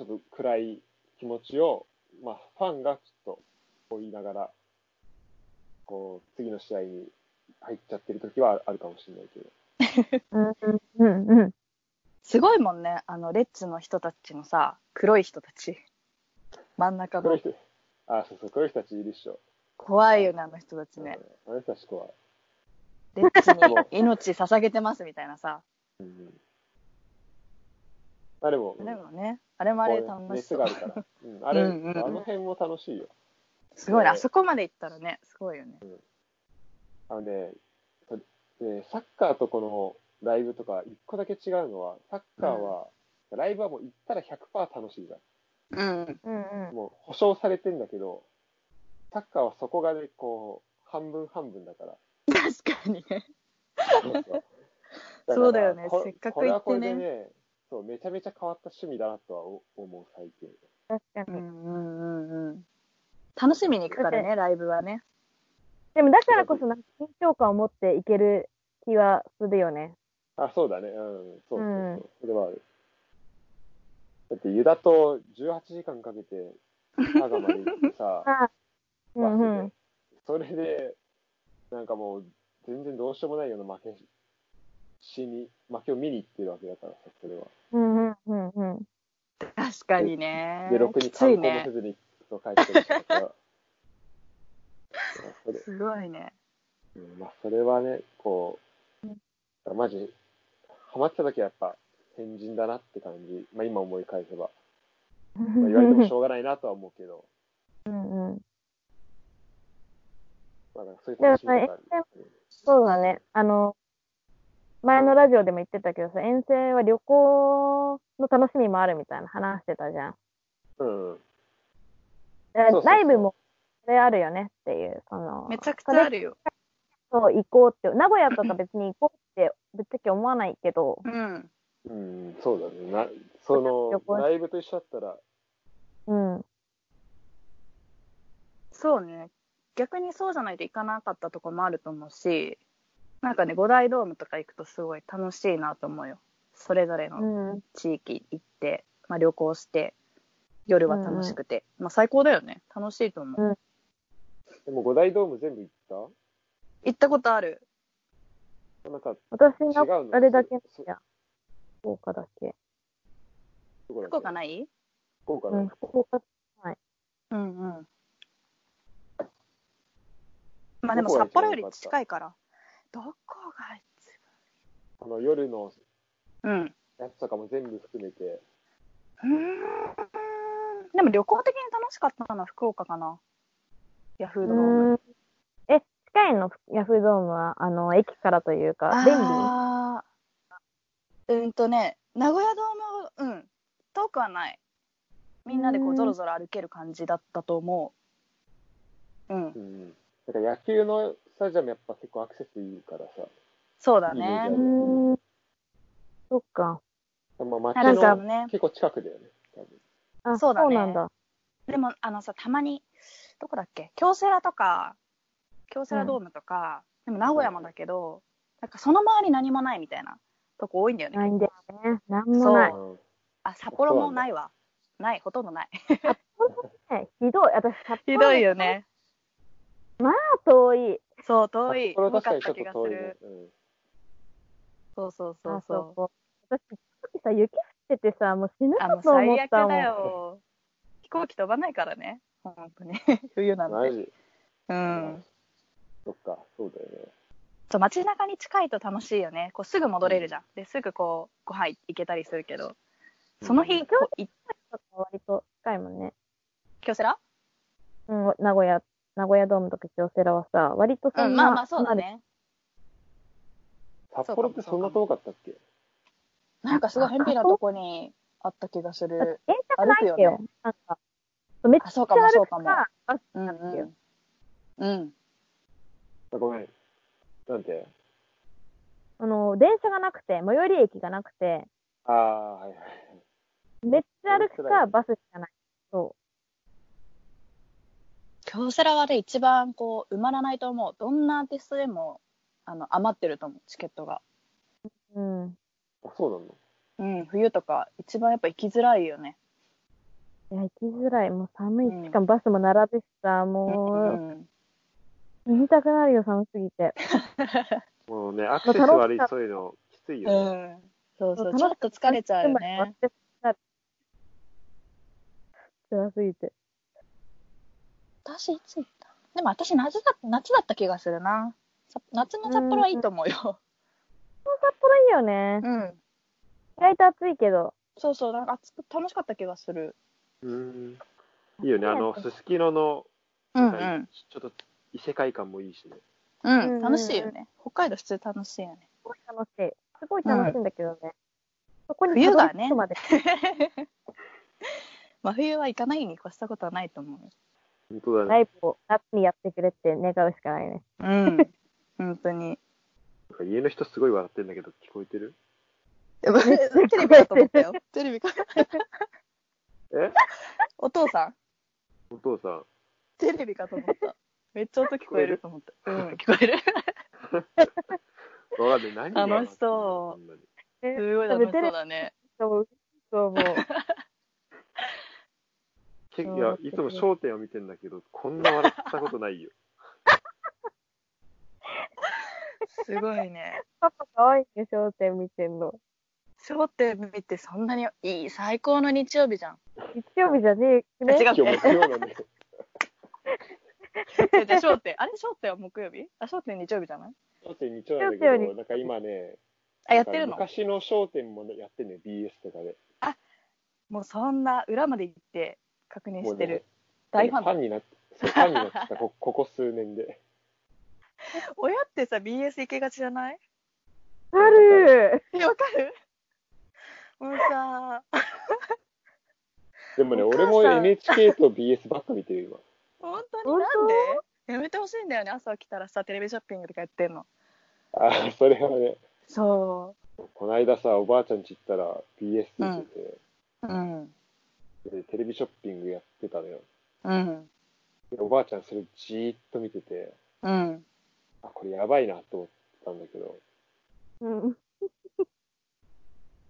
S2: ょっと暗い気持ちを、まあ、ファンがちょっと追いながら、こう、次の試合に入っちゃってる時はあるかもしれないけど。
S5: うんうんうん。
S4: すごいもんね。あの、レッツの人たちのさ、黒い人たち。真ん中
S2: 黒い
S4: の。
S2: 人、あ、そうそう、黒い人たちいるっしょ。
S4: 怖いよね、あの人たちね。
S2: うんあの人たち怖い。
S4: レッツに命捧げてますみたいなさ。
S2: うん。あ、でも、
S4: でもね、あれもあれで楽し
S2: 熱
S4: そ
S2: が
S4: う
S2: あ。るから。うん、あれ、
S4: うんうんうん
S2: あの辺も楽しいよ。
S4: すごいね。
S2: うん
S4: あそこまで行ったらね、すごいよね。
S2: あのね、とでサッカーとこのライブとか、一個だけ違うのは、サッカーは、ライブはもう行ったら100%楽しいじゃん。
S4: うん。
S5: うんうん。
S2: もう保証されてんだけど、サッカーはそこがね、こう、半分半分だから。
S4: 確かにね。
S2: そうそ う
S4: そうそうだよね
S2: からこ
S4: せっかく
S2: これはこれ
S4: 行
S2: で
S4: ってね
S2: ね、そう、めちゃめちゃ変わった趣味だなとは思う、最近。
S5: 確か
S4: う
S5: に。
S4: んうんうんうん。楽しみに行くからね、ライブはね。
S5: でも、だからこそ、なんか緊張感を持っていける気はするよね。
S2: あ、そうだね。うん。そうそうそう。
S5: うん
S2: それはある。だって、湯田と18時間かけて、佐賀まで行っ てさ、バ
S5: あ
S2: ス
S5: う
S2: で、
S5: んうん。
S2: それで、なんかもう、全然どうしようもないような負けしに、負けを見に行ってるわけだからさ、それは。
S5: うんうんうんうん。
S4: 確かにね。
S2: で、ろく
S4: き
S2: に
S4: つ
S2: 観
S4: い
S2: 光も
S4: ね
S2: せ。ずにそう帰ってるから それ
S4: すごいね。
S2: うんまあ、それはね、こう、マジ、ハマってた時はやっぱ、変人だなって感じ。まあ今思い返せば。まあ、言われてもしょうがないなとは思うけど、
S5: うんうん。
S2: まあ、なんかそういう
S5: でも
S2: 楽し
S5: さ、
S2: み方
S5: 遠
S2: がある。
S5: 征、そうだね。あの、前のラジオでも言ってたけどさ、遠征は旅行の楽しみもあるみたいな話してたじゃん。
S2: うん。
S5: だから
S2: そうそうそう
S5: ライブも、それあるよねっていう、その、
S4: めちゃくちゃあるよ。
S5: そう、行こうって、名古屋とか別に行こうって、ぶっちゃけ思わないけど、
S4: うん。
S2: うん、そうだね。なそ
S5: 旅
S2: の、
S5: 行
S2: ライブと一緒だったら、
S5: うん、うん、
S4: そうね。逆にそうじゃないと行かなかったとこもあると思うし、なんかね、五大ドームとか行くとすごい楽しいなと思うよ。それぞれの
S5: うん、
S4: 地域行って、まあ旅行して、夜は楽しくて。まあ最高だよね。楽しいと思う。
S2: でも五大ドーム全部行っ
S4: 行ったことある。
S2: たなんか、
S5: 私
S2: 違う
S5: の、
S2: の
S5: あれだけ、
S2: そ
S5: 福岡だけ。
S2: そこだっけ
S4: 福岡ない
S2: 福岡
S5: う
S2: だ
S5: ん、福岡、
S4: うんうん。まあでも札幌より近いから。どこが一
S2: あの、夜の
S4: 番うん。
S2: やつとかも全部含めて、
S4: うーんでも旅行的に楽しかったのは福岡かな。ヤフードーム。
S5: うん。え、近いの、ヤフードームは、あの、駅からというか、便利
S4: あーうんとね、名古屋ドームは、うん、遠くはない。みんなでこ
S5: う
S4: うんぞろぞろ歩ける感じだったと思う。うん
S2: う、ん。だから野球のスタジアムやっぱ結構アクセスいいからさ、
S4: そうだ
S2: いい
S5: うん
S4: ね。
S2: ね
S5: ん。そっか。
S2: まあ、
S4: な
S2: 街
S4: るほど
S2: の
S4: ね。
S2: 結構近くだよね、多分。
S5: あ、
S4: そうだね
S5: なんだ。
S4: でも、あのさ、たまに、どこだっけ京セラとか、京セラドームとか、でも名古屋もだけど、なんかその周り何もないみたいなとこ多いんだよね。
S5: ないんだよね。なんもない。
S2: うん
S4: あ、札幌もないわ。ない、ほとんど ない。
S5: ねひどい。私、札
S4: ひ
S5: 幌
S4: どいよね。
S5: 遠い。
S4: そう、遠い。
S2: 札幌
S4: 多か
S2: 確
S4: っ
S2: かにち
S4: た
S2: ょっ
S4: 気がす
S2: と遠いね
S4: る。。そうそうそ
S5: あ
S4: うそう。
S5: こ。私、飛行機さ、雪降っててさ、もう死ぬ
S4: あ、も
S5: か
S4: う
S5: と思っ
S4: 最悪
S5: たも
S4: だ
S5: ん。
S4: よ。飛行機飛ばないからね。本当に。 冬な
S2: うん
S4: ん
S2: マ
S4: で。
S2: ジ
S4: うん。
S2: そっか、そうだよね。
S4: そう、街中に近いと楽しいよね。こうすぐ戻れるじゃん。で、すぐこう、ご飯行けたりするけど。その日、こうい
S5: とか割と近いもんね。
S4: 京セラ
S5: うん、名古屋、名古屋ドームとか京セラはさ、割と
S4: う
S5: そん
S4: ん、
S5: な、
S4: まあまあそうだね。
S2: 札幌ってそんな遠かったっけ
S4: なんかすごい偏僻なとこにあった気がす
S5: まあ。だっ
S4: る
S5: て。電車がないわけ
S4: 歩
S5: よ。
S4: く
S5: なんか、めっち
S4: あ、
S5: ゃ
S4: そうかも、そ
S5: 歩
S4: う
S5: く
S4: かも。
S5: か、バス
S4: うんうん。うん。
S2: あごめん。なんて
S5: あの、電車がなくて、最寄り駅がなくて、
S2: ああ、はいはい。
S5: めっちゃ歩く
S2: それくら
S5: か、
S2: い
S5: バスしかない。そ
S4: 京セラはね、一番こう、埋まらないと思う。どんなアーティストでも、あの、余ってると思う、チケットが。
S5: う。うん。
S2: あそうなの
S4: うん、冬とか、一番やっぱ行きづらいよね。
S5: いや、行きづらい。もう寒
S4: うん
S5: い。しかもバスも並ぶしさ、
S4: う
S5: も
S4: ん。
S5: う、死にたくなるよ、寒すぎて。
S2: もうね、アクセス悪い、そういうの、きついよ
S4: う
S2: ね。
S4: ん。そうそう、
S5: 楽
S4: ち
S5: し
S4: ょっと疲れちゃうよね。。
S5: 辛すぎて。
S4: 私、いつ行ったでも私、夏だ、夏だった気がするな。さ夏の札幌はいいと思うよ。
S5: 札幌いいよね。
S4: うん。
S5: 意外と暑いけど。
S4: そうそう、なんか暑く、楽しかった気がする。
S2: うん。いいよね、あの、すすきのの、
S4: うん
S2: はいちょっと異世界観もいいしね。
S4: う
S5: うんうん
S4: ん、楽しいよね。北海道普通楽しいよ ね。
S5: すごい楽しい。すごい楽しいんだけどね。そこに
S4: 冬がね
S5: たどり着くまで。
S4: 真冬は行かないに越したことはないと思うよ。
S2: 本当だ
S5: ラ
S2: ね。
S5: イブを夏にやってくれって願うしかないね。
S4: うん。本当に。
S2: なんか家の人すごい笑ってんだけど、聞こえてる
S4: やばいテレビかと思ったよ。テレビか。
S2: え
S4: お父さん
S2: お父さん。
S4: テレビかと思った。めっちゃ音聞こえると思った。うん、聞こえる。
S2: わかんない。何が。
S4: 楽しそうすごい楽しそうだね。
S5: そう、そう、もう。
S2: けいや、いつも焦点を見てんだけど、こんな笑ったこと ないよ。
S4: すごいね。
S5: パパ可愛いね、商店見てんの。
S4: 商店見てそんなにいい、最高の日曜日じゃん。
S5: 日曜日じゃねえ、ね、
S4: 違
S2: 今
S4: う
S2: 日もそうだね。
S4: 違う違う商店。あれ商店は木曜日あ、商店日曜日じゃない
S2: 焦点2丁なんだ
S5: 焦
S2: け
S5: 点
S2: ど、
S5: に
S2: なんか今ね、
S4: あ、やってるの
S2: なんか昔の焦点もやってんね、BS とかで。
S4: もうそんな裏まで行って確認してる。
S2: もうね
S4: 大ファン
S2: ファ
S4: だ。
S2: ンになって、そうファンになってた、こ ここ数年で。
S4: 親ってさ、BS 行けがちじゃない
S5: ある
S4: えわかるもうさ、
S2: でもね、
S4: お母
S2: 俺
S4: さん
S2: も NHK と BS ばっか見てる今。
S4: 本当に
S5: 本当
S4: なんでやめてほしいんだよね。朝起きたらさ、テレビショッピングとかやってんの。
S2: ああ、それはね、
S4: そ
S2: この間さ、おばあちゃんち行ったら BS 見て
S4: う。うん。
S2: て、でテレビショッピングやってたのよ。
S4: うん。
S2: でおばあちゃんそれじーっと見てて、
S4: うん。
S2: あ、これやばいなと思ったんだけど、
S5: うん。
S2: で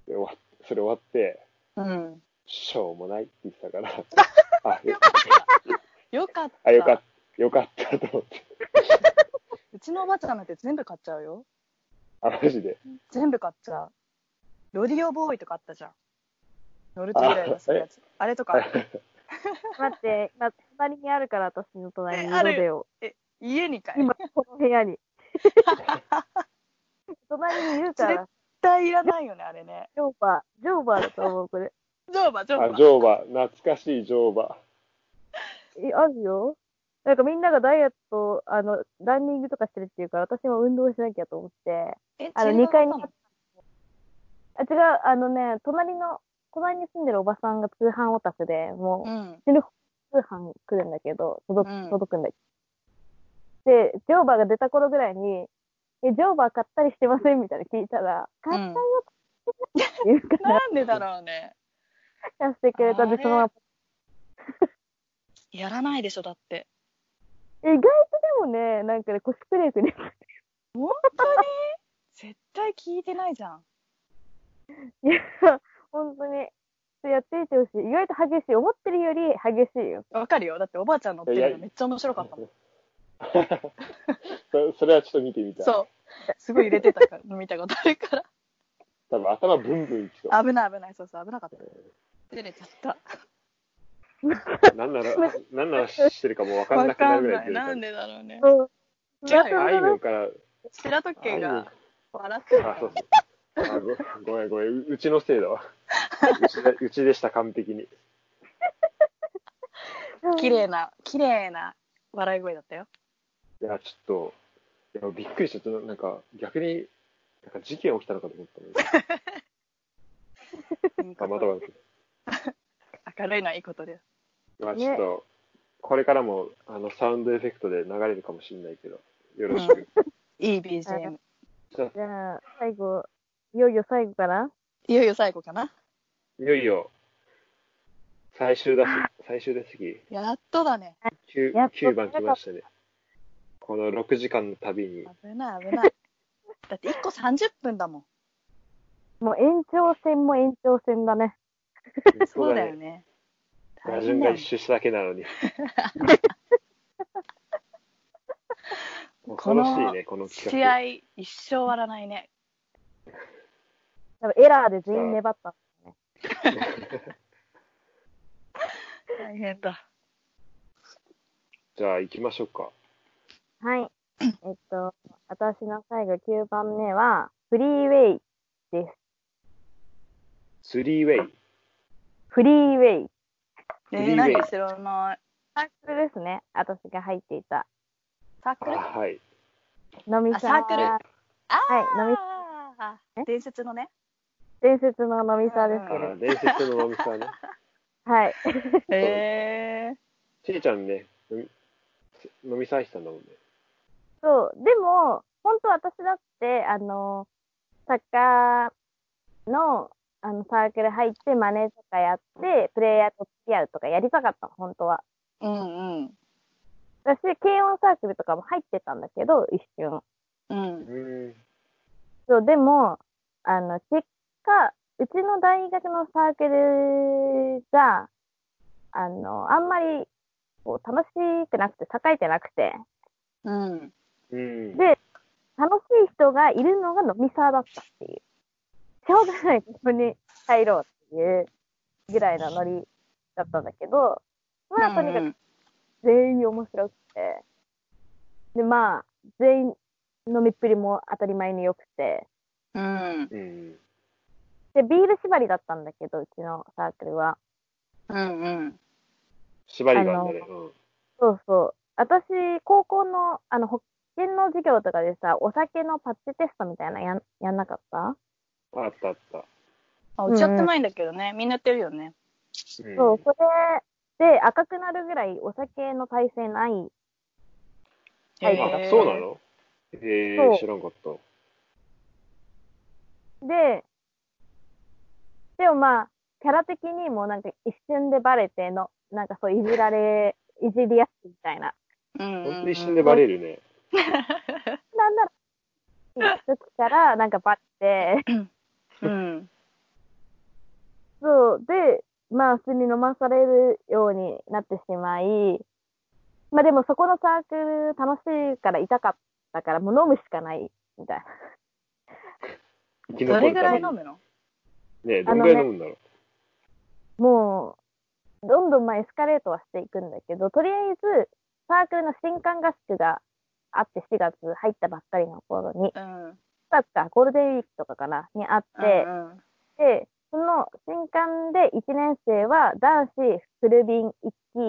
S2: 終わっそれ終わって、
S4: うん。
S2: しょうもないって言ってたから、 あ、よ
S4: よかった。
S2: あよかった、よかったと思って。
S4: うちのおばあちゃんなんて全部買っちゃうよ。
S2: あ、マジで。
S4: 全部買っちゃう。ロディオボーイとかあったじゃん。乗るとイライラするやつ。あれとか、
S5: 待って、今、隣にあるから、私の隣に
S4: えある
S5: ロデオ。
S4: 家にかい
S5: 今、この部 屋に。隣にいるか
S4: それ
S5: ら、
S4: 絶対いらないよね、あれね。
S5: ジョーバー、ジョーバーだと思う、これ。
S4: ジョーバ、ジョーバ。
S2: あ、乗馬、懐かしい乗馬。
S5: え、あるよ。なんかみんながダイエット、あの、ランニングとかしてるっていうから、私も運動しなきゃと思って、
S4: え、
S5: あの、
S4: チルド
S5: 2階に
S4: なの、
S5: あ、違う、あのね、隣の、隣に住んでるおばさんが通販オタクで、も
S4: うん。
S5: う、死ぬほど通販来るんだけど、届
S4: うん
S5: く、届くんだけど。で、ジョーバーが出た頃ぐらいに、え、ジョーバー買ったりしてませんみたいな聞いたら、買ったよって言うから、
S4: なんでだろうね。
S5: 出してくれたん
S4: あ
S5: で、
S4: れ
S5: そのまま。
S4: やらないでしょ、だって。
S5: え意外とでもね、なんかね、コスプレイクね、
S4: 本当に絶対聞いてないじゃん。
S5: いや、 本当に。やってみてほしい。意外と激しい。思ってるより激しいよ。
S4: わかるよ。だっておばあちゃん乗ってるのめっちゃ面白かったもん。
S2: そそれはちょっと見てみたい。
S4: そう。すごい揺れてたから、見たことあるか
S2: 多分頭ブンブンいきそ
S4: ら。危ない危ない。そうそう、危なかった。照れちゃった。
S2: う。なんなら、なんならしてるかもわかんな
S4: わ
S2: くな
S4: か
S2: る
S4: ん
S2: ぐら
S4: ないい。
S2: ずれ
S4: な
S2: た
S4: ん。でだろうね。
S5: う
S4: 違う
S5: ん。
S4: よ
S2: あいみょんから、
S4: 白時
S2: あい
S4: 計
S2: みょん
S4: が笑ってる
S2: あ、そうそう。あごごめんごめんう、うちのせいだわ。うちでうちでした、完璧に。
S4: 綺麗な、綺麗な笑い声だった よ。
S2: いや、ちょっと、いやびっくりしちゃった。なんか、逆に、なんか事件起きたのかと思ったのに。あ、またま
S4: 明るいのはいいことです。
S2: た。まあ、
S5: ね
S2: ちょっと、これからも、あの、サウンドエフェクトで流れるかもしれないけど、よろしく。
S4: いい BGM。
S2: じゃ
S5: じゃあ、最後、いよいよ最後かない
S4: よいよ最後かな。
S2: あいよいよ、最終だし、最終ですぎ。
S4: やっとだね。
S2: 9,
S5: やっと
S2: 9番来ましたね。この6時間の旅に。
S4: 危ない危ない。 だって1個30分だもん。
S5: もう延長戦も延長戦だね。
S4: そうだよ。ね。
S2: 打
S4: 大
S2: 順
S4: 変
S2: が
S4: だよ
S2: 一
S4: ね。
S2: 周しただけなのに。恐ろしいね、この企
S4: 試
S2: 画
S4: 合。、一生終わらないね。
S5: 多分エラーで全員粘った。
S4: 大変だ。
S2: じゃあ行きましょうか。
S5: はい。えっと、私の最後9番目は、フリーウェイ。
S2: スリーウェイ。
S5: フリーウェイ。
S4: え
S2: フリーウェイ
S4: ー、何知らない。
S5: サークルですね。私が入っていた。
S4: サー
S2: あ
S4: クル
S2: はい。
S5: のみさん。
S4: あサークル
S5: は
S4: あ
S5: い。のみ、
S4: あー伝説のね。
S5: 伝説ののみさんですけど。
S2: あ伝説のまみさんね。
S5: はい。
S4: え
S2: ちいちゃんね、のみのみさんさんだもんね。
S5: そう。でも、本当私だって、あの、サッカーの、あの、サークル入って、マネーとかやって、プレイヤーと付き合うとかやりたかったの、本当は。
S4: ー。うんうん。
S5: 私、軽音サークルとかも入ってたんだけど、一瞬。
S4: うん。
S2: うん。
S5: そう、でも、あの、結果、うちの大学のサークルが、あの、あんまり、こう、楽しくなくて、栄えてなくて、
S4: うん。
S2: うん。
S5: で楽しい人がいるのが飲みサーだったっていう。しょうがない、ここに入ろうっていうぐらいのノリだったんだけど、まあ、とにかく全員面白くて。で、まあ、全員飲みっぷりも当たり前に良くて。
S4: うん。
S2: うん。
S5: で、ビール縛りだったんだけど、うちのサークルは。
S4: うんうん。
S2: 縛りがあんだね。
S5: あ
S2: うん。
S5: そうそう。私、高校の、あの、保険の授業とかでさ、お酒のパッチテストみたいなのやんやんなかった、
S2: あったあった。
S4: あ、うちやってないんだけどね。みんなやってるよね。
S2: うん
S5: そう、それで赤くなるぐらいお酒の耐性ない。はい
S2: あ、そうなのえ
S5: そ
S2: ー、
S5: う
S2: 知らんかった。
S5: で、でもまあ、キャラ的にもなんか一瞬でバレての、なんかそういじられ、いじりやすいみたい
S4: うんう
S5: な。
S4: ん
S2: 本
S4: う
S2: 当
S4: ん。
S2: に死んでバレるね。
S5: なんなら、時からなんかバレて、
S4: うん。
S5: そう、で、まあ普通に飲まされるようになってしまい、まあでもそこのサークル楽しいから痛かったからもう飲むしかない、みたいな。
S2: 生き
S4: ど
S2: 残
S4: れ
S2: る
S4: ぐ
S2: た
S4: ら
S2: め
S4: い
S2: に
S4: 飲。むの
S2: ねどんぐらい飲むんだろ
S5: もう、どんどんまあエスカレートはしていくんだけど、とりあえず、サークルの新刊合宿があって、4月入ったばっかりの頃に、
S4: うん。
S5: 4月か、ゴールデンウィークとかかな、にあって
S4: う、んうん
S5: で、その新刊で1年生は男子フル瓶1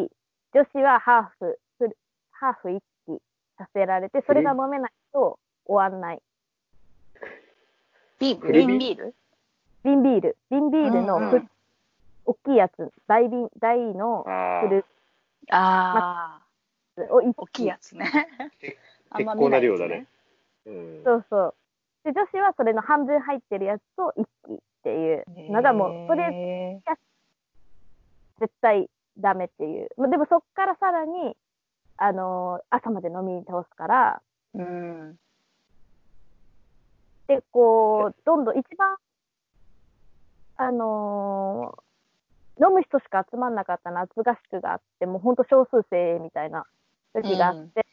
S5: 期、女子はハーフ、フルハーフ1期させられて、それが飲めないと終わんない。
S4: ビール
S2: フル
S4: 瓶
S2: ビ
S4: ビール
S5: 瓶ビール、瓶ビールの
S4: うんうん
S5: 大きいやつ、大瓶、大の
S2: う。あ
S5: フル
S2: あ、
S4: ああ、
S5: を1
S4: 大きい
S5: 期
S4: やつね。 あん
S2: 結
S4: ま
S2: 構
S4: 見
S2: ない量
S4: やつ
S2: だね。。うん。
S5: そうそう。で、女子はそれの半分入ってるやつと一気っていう。まだもう、それ
S4: れ、
S5: 絶対ダメっていう。まあ、でもそっからさらに、あのー朝まで飲みに倒すから、
S4: うん。
S5: で、こう、どんどん一番あのー飲む人しか集まんなかった夏合宿があって、もうほんと少数生みたいな時があって、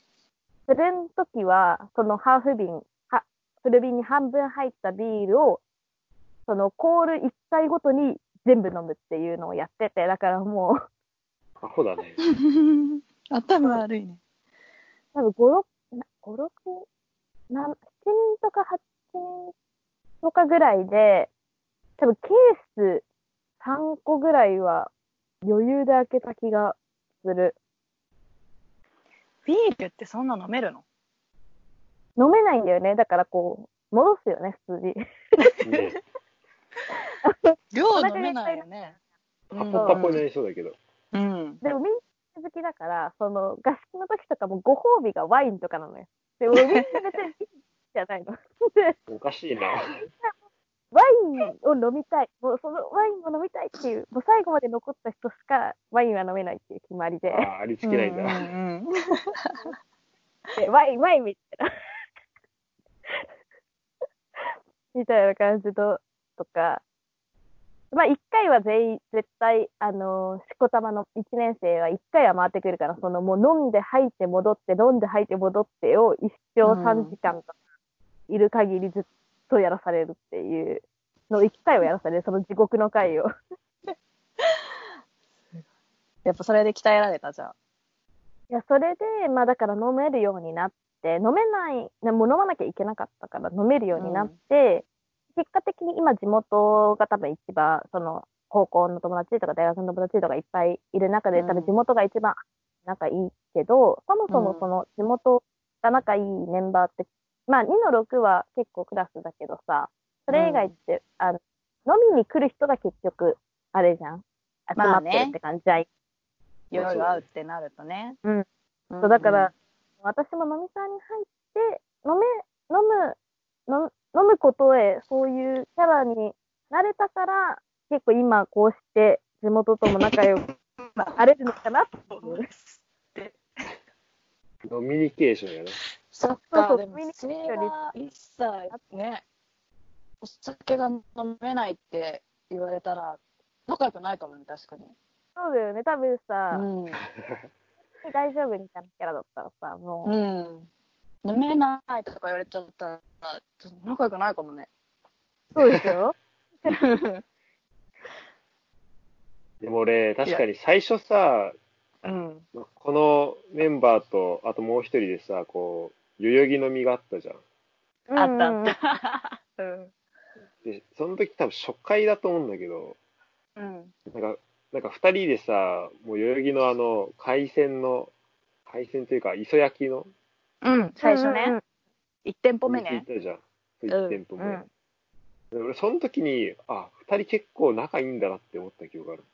S5: それの時は、そのハーフ瓶、はフル瓶に半分入ったビールを、そのコール1回ごとに全部飲むっていうのをやってて、だからもう、
S2: アホだね。
S4: 頭悪いね。
S5: 多分5、6、5、6、な7人とか8人とかぐらいで、多分ケース3個ぐらいは余裕で開けた気がする。
S4: ビールってそんな飲めるの
S5: 飲めないんだよね。だからこう、戻すよね、普通に。
S2: ね
S4: 量飲めないよね。
S2: カポカポにな りそうだけど。
S4: うん。
S5: でもみんな好きだから、その合宿の時とかもご褒美がワインとかなのよ。でもみんな別にいいじゃないの。 で
S2: おかしいな。
S5: ワインを飲みたい。もうそのワインを飲みたいっていう、もう最後まで残った人しかワインは飲めないっていう決まりで
S2: あ。あ、ありつけないんだ。
S4: うん
S5: でワイン、ワインみたいな。 みたいな感じのとか。まあ、一回は全員、絶対、あのーしこたまの一年生は一回は回ってくるから、そのもう飲んで吐いて戻って、飲んで吐いて戻ってを一生
S4: うん
S5: 3時間とかいる限りずっとやらされるっていうのを、一回はやらされる、その地獄の回を。
S4: やっぱそれで鍛えられたじゃあ。
S5: いや、それで、まあだから飲めるようになって、飲めない、なもう飲まなきゃいけなかったから飲めるようになって、結果的に今地元が多分一番、その、高校の友達とか大学の友達とかいっぱいいる中で、
S4: うん
S5: 多分地元が一番仲いいけど、そもそも
S4: うん
S5: その地元が仲いいメンバーって、まあ2の6は結構クラスだけどさ、それ以外って、あの、飲みに来る人が結局、あれじゃん集
S4: ま
S5: ま
S4: あ
S5: って
S4: ね
S5: るって感じじゃん、
S4: いろいろ会うってなるとね。
S5: うん
S4: ん。
S5: そうだから、私も飲み会に入って、飲め、飲む、飲む飲むことへ、そういうキャラになれたから、結構今こうして地元とも仲良くなれるのかなっていう。
S2: ノミニケーションやな。
S1: そっ
S5: そうそ
S1: か、
S5: う
S1: でも
S5: コミュニケ
S1: そ
S5: ー
S1: れ
S5: ション
S1: は一切ね、お酒が飲めないって言われたら、仲良くないかもね、確かに。
S5: そうだよね。多分さ、
S1: うん。
S5: 大丈夫みたいなキャラだったらさ、もう、
S1: うん。飲めないとか言われちゃったら、ちょっと仲良くないか もね。
S5: そうでしょ
S2: でも俺、確かに最初さ、
S4: うん。
S2: このメンバーと、あともう一人でさ、こう、代々木飲みがあったじゃん。
S4: あった
S5: うん
S4: あった。うん。
S2: で、その時多分初回だと思うんだけど、
S4: うん。
S2: なんか、なんか二人でさ、もう代々木のあの、海鮮の、海鮮というか、磯焼きの、
S4: うん。最初
S5: うんう
S4: ね。
S5: ん
S4: 一店
S2: お
S4: 舗目
S2: 店行
S4: ね
S2: っ。たじゃん。
S4: ん
S2: 一店舗目。
S5: うん
S2: で俺、その時に、あ、二人結構仲いいんだなって思った記憶がある。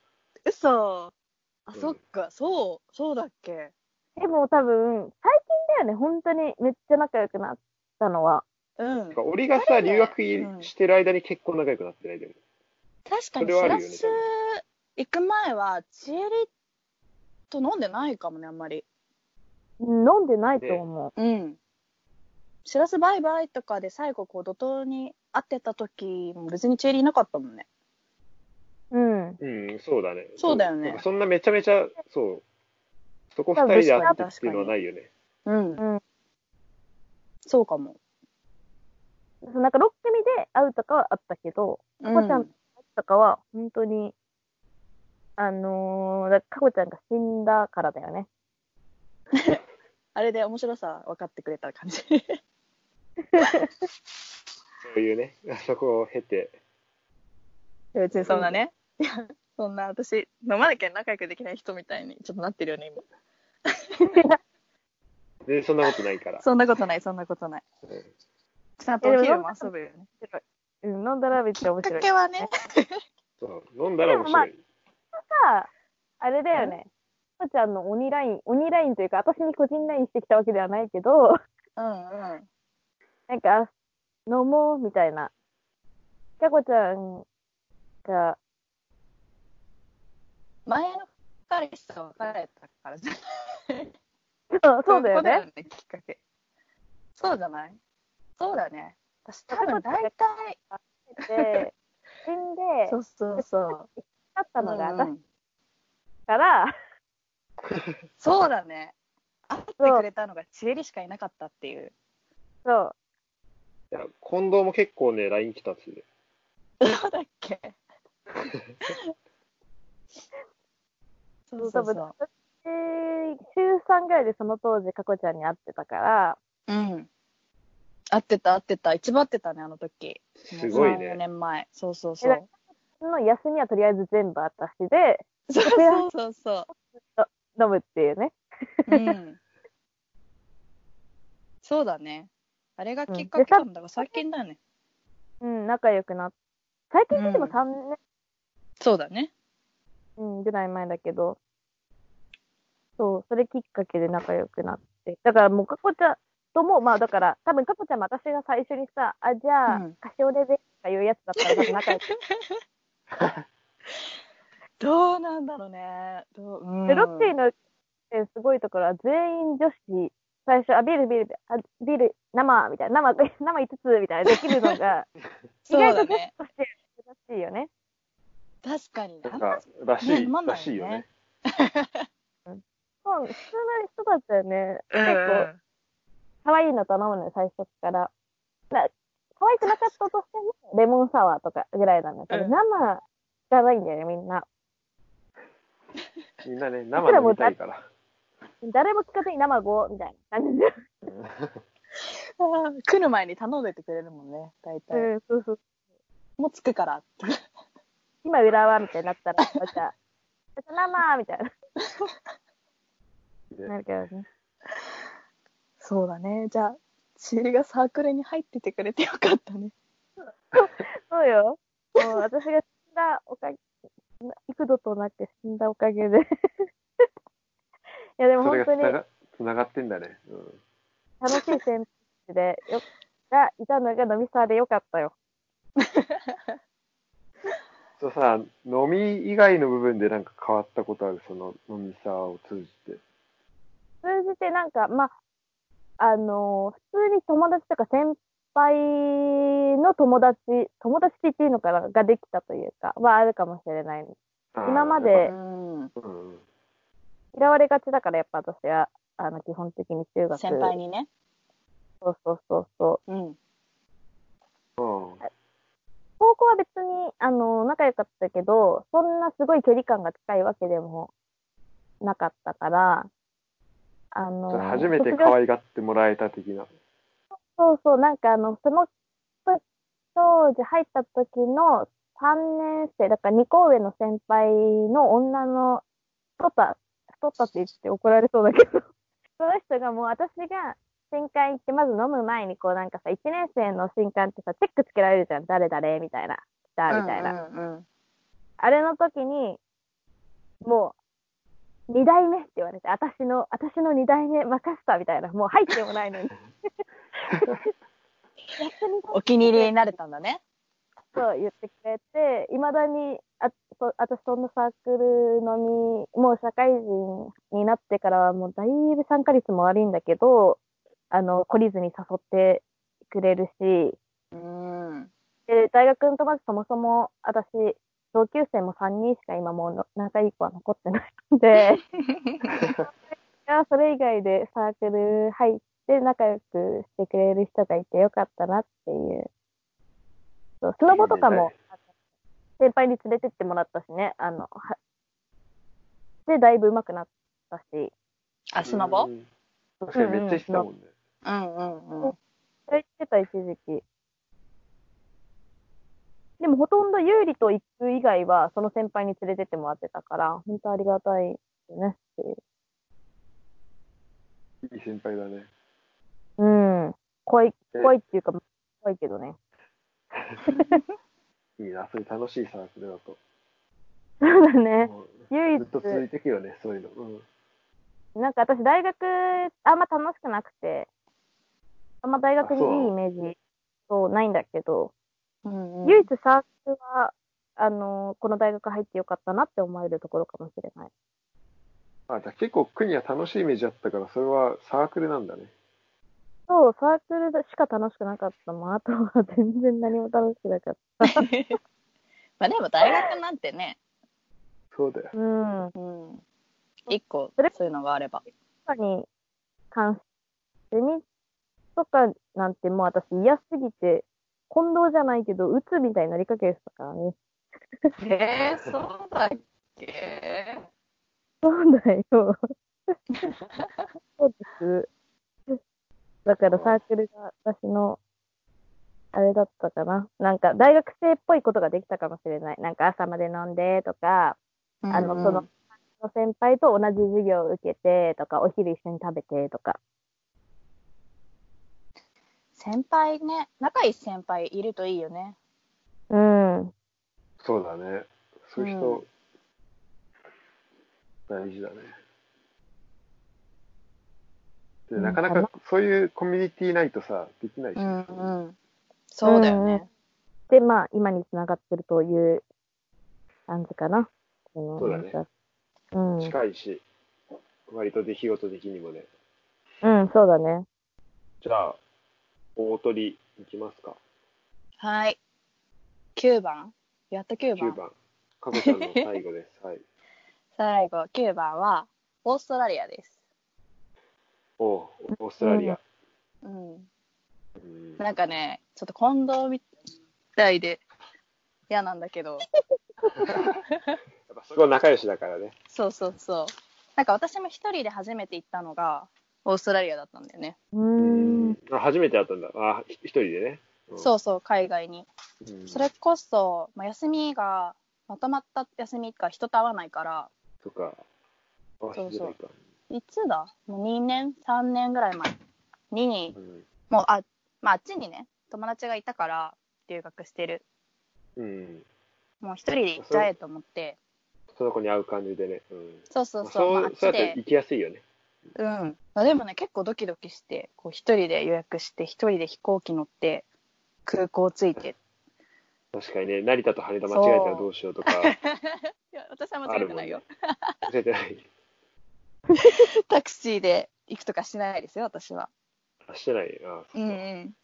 S4: 嘘。あ
S2: うん
S4: か。そう。そうだっけ。
S5: でも多分、最近だよね。本当にめっちゃ仲良くなったのは。
S4: うん
S2: てか。俺が
S4: 二
S2: さ、
S4: 人で
S2: 留学い
S4: うん
S2: してる間に結構仲良くなってないんだよね。
S4: 確か
S2: そ
S4: に
S2: れ
S4: シ
S2: はあるよ
S4: ラ
S2: ね
S4: ス行く前はチエリと飲んでないかもねあんまり
S5: うん飲んでないと思う。
S4: うんシラスバイバイとかで最後こう怒涛に会ってた時も別にチエリいなかったもんね
S5: うん。
S2: うん、そうだね。
S4: そうだよね
S2: なんかそんなめちゃめちゃ、そう。そこ二人で会ってっていうのはないよね。
S4: うん、
S5: うん
S4: そうかも
S5: そうなんか6組で会うとかはあったけど、
S4: うん
S5: こちゃんとかは、本当に、あのー、だかこちゃんが死んだからだよね。
S4: あれで面白さ分かってくれた感じ
S2: そういうね、 そこを経て。
S4: 別にそんなね、いやそんな私飲まなきゃ仲良くできない人みたいにちょっとなってるよね今
S2: で、そんなことないから。
S4: そんなことないそんなことない
S2: うん
S4: ちゃんとお昼も遊ぶよね
S5: うん、飲んだらめっちゃ面
S4: きっ
S5: 白
S4: か
S5: い。
S4: けはね
S2: そう。飲んだら面白い。
S5: さ、あれだよね。こちゃんの鬼ライン、鬼ラインというか、私に個人ラインしてきたわけではないけど、
S4: うんうん
S5: なんか、飲もうみたいな。かこちゃんが、
S1: 前の彼氏と別れたからじゃん
S5: そうそうだよね。
S4: きっかけ。
S1: そうじゃないそうだね。私多
S5: そう
S1: 分
S5: だね
S1: 大体、
S5: で、死んで、
S4: そうそうそう。
S5: だったのが
S4: う
S5: 私
S4: ん
S5: から、
S4: そうだね。会って
S5: そう
S4: くれたのが知恵りしかいなかったっていう。
S5: そう、
S2: や、近藤も結構ね、LINE 来たんですよね。
S4: そうだっけそう
S5: 多分私、週3ぐらいでその当時、かこちゃんに会ってたから、
S4: うん。合ってた合ってた。一番合ってたね、あの時。
S2: すごい
S4: 4
S2: ね。
S4: 年前。そうそうそ
S5: えだ
S4: う。
S5: の休みはとりあえず全部私で
S4: そうそうそうそ
S5: 飲むっていうね。
S4: う。うん。そうだね。あれがきっかけなんだが、最近だね。
S5: うん、仲良くなっ最近でも
S4: うん
S5: 3年、
S4: そうだね。
S5: うん、ぐらい前だけど、そう、それきっかけで仲良くなって。だからもう、かこちゃんとも、まあだから、多分かこちゃんも私が最初にさ、あ、じゃあ、
S4: うん
S5: カシオレでとかいうやつだったら多分仲良く。
S4: どうなんだろうね。どううん
S5: で、ロッティの、えすごいところは全員女子、最初、あ、ビール、ビール、あビール、生、みたいな、生、生5つ、みたいな、できるのが、意
S4: そう
S5: 外と
S4: だ
S5: 女子
S4: ね。
S5: として珍しいよね。
S4: 確かにね。
S2: なんか、らしい、
S4: ね飲まな
S2: ら
S4: いよね
S2: しいよね。
S5: そう、普通の人だったよね。結構、可愛いの頼むのよ、最初から。な可愛くなかったとしても、レモンサワーとかぐらいなんだけど、
S4: うん
S5: 生がないんだよね、みんな。
S2: みんなね、生飲みたいから。
S5: 誰も聞かずに生5みたいな感じで。
S4: うん来る前に頼んでてくれるもんね、大体。
S5: うん、そうそう。
S4: もう着くから。
S5: 今、浦和みたいになったら、また、また生みたいな。なるからね。
S4: そうだね。じゃあ、ちえりがサークルに入っててくれてよかったね。
S5: そうよ。もう私が死んだおかげ、幾度となく死んだおかげ で。いや、でも
S2: それがつ
S5: 本当に
S2: ながつながってんだね。うん
S5: 楽しい先輩でよがいたのが飲みサーでよかったよ。
S2: そうさ、飲み以外の部分でなんか変わったことある、その飲みさを通じて。
S5: 通じてなんか、まあ、あのー普通に友達とか先輩の友達、友達って言っていいのかなができたというか、はあるかもしれない。
S2: あー
S5: 今まで
S2: やっ
S4: ん。
S2: ぱうん
S5: 嫌われがちだから、やっぱ私は、あの、基本的に中学。
S4: 先輩にね。
S5: そうそうそうそう。
S4: うん。
S2: うん。
S5: 高校は別に、あのー仲良かったけど、そんなすごい距離感が近いわけでもなかったから、あの
S2: それ
S5: ー
S2: 初めて
S5: 卒業
S2: 可愛がってもらえた的な。
S5: そうそう、なんかあの、その、当時入った時の3年生、だから2校上の先輩の女の、太った、太ったって言って怒られそうだけど、 その人がもう私が新刊行って、まず飲む前にこうなんかさ、1年生の新刊ってさ、チェックつけられるじゃん。誰誰みたいな。来たみたいな。
S4: うんうん
S5: あれの時に、もう、2代目って言われて、私の、私の2代目任したみたいな。もう入ってもないのに。やっと二代目
S4: お気に入りになれたんだね。
S5: そう言ってくれて、いまだに、あそ私、そんなサークルのみ、もう社会人になってからは、もうだいぶ参加率も悪いんだけど、あの、懲りずに誘ってくれるし、
S4: うん。
S5: で、大学の友達そもそも、私、同級生も3人しか今もうの仲いい子は残ってないんで、いやそれ以外でサークル入って仲良くしてくれる人がいてよかったなっていう。そうスノボとか
S2: いい
S5: も
S2: ね、
S5: 先輩に連れてってもらったしね、あの、はで、だいぶ上手くなったし。
S4: あ、スノボ
S2: うん確かにめっちゃしてたもんね。
S4: うんうんうん。
S5: それ言ってた、一時期。でも、ほとんど有利と行く以外は、その先輩に連れてってもらってたから、本当ありがたいよねっていう。
S2: いい先輩だね。
S5: うん。怖い、怖いっていうか、怖いけどね。
S2: いいな、そういう楽しいサークルだと。
S5: そうだね。
S2: もう
S5: 唯一
S2: ずっ、と続いていくよね、そういうの。うん。
S5: なんか私、大学、あんま楽しくなくて、あんま大学にい
S2: あそう
S5: いイメージ、そう、ないんだけど、
S4: うんうん
S5: 唯一サークルは、あのこの大学入ってよかったなって思えるところかもしれない。
S2: あ、じゃあ結構国は楽しいイメージあったから、それはサークルなんだね。
S5: そう、サークルしか楽しくなかったもん。あとは全然何も楽しくなかった。
S4: まあでも大学なんてね、
S2: そうだよ。
S5: うん。
S4: うん。一個、
S5: それ
S4: そういうのがあれば。
S5: とかに関して、ゼミとかなんてもう私嫌すぎて、近藤じゃないけど、鬱みたいになりかけてたからね。
S1: えー、そうだっけ
S5: そうだよ。そうです。だからサークルが私の、あれだったかな。なんか大学生っぽいことができたかもしれない。なんか朝まで飲んでとか、あの、その、先輩と同じ授業を受けてとか、お昼一緒に食べてとか。
S4: 先輩ね、仲いい先輩いるといいよね。
S5: うん。
S2: そうだね。そういう人、大事だね。で、
S5: うん
S2: なかなかそういうコミュニティないとさ、できないし。
S4: ん。そうだよね。
S5: で、まあ、今につながってるという感じかな。そ
S2: そうだね。
S5: うん。
S2: 近いし、割と出来事的にもね。
S5: うん、そうだね。
S2: じゃあ、大鳥いきますか。
S4: はい。9番やっと9番
S2: 9番。かこちゃんの最後です。 はい。
S4: 最後、9番は、オーストラリアです。
S2: おうオーストラリア。
S4: うん。
S2: うん
S4: なんかね、ちょっと近藤みたいで嫌なんだけど、
S2: やっぱそこは仲良しだからね。
S4: そうそうそう。なんか私も一人で初めて行ったのが、オーストラリアだったんだよね。
S5: うーん。
S2: あ初めて会ったんだ。あ、ひ一人でね。
S4: そうそう、海外に。
S2: うん。うん
S4: それこそ、まあ、休みが、まとまった休みか人と会わないから、
S2: とか。あ
S4: そうそう
S2: しづらいか
S4: いつだもう2年、3年ぐらい前に、
S2: うん
S4: もう、あ、まあ、あっちにね、友達がいたから、留学してる。
S2: うん。
S4: もう一人で行っちゃえと思って、
S2: その子に会う感じでね。うん。
S4: そうそう
S2: まあ
S4: そう、まあ、あっ
S2: そう
S4: ち
S2: やって
S4: で、
S2: 行きやすいよね。
S4: うん。まあ、でもね、結構ドキドキして、こう一人で予約して、一人で飛行機乗って、空港着いて。
S2: 確かにね、成田と羽田間違えたらどうしようとか、
S4: いや、私は
S2: あ
S4: 間違えて
S2: るもん
S4: ないよ
S2: ね。。教えてない。
S4: タクシーで行くとかしないですよ、私は。
S2: あしてない。あ
S4: うんうん。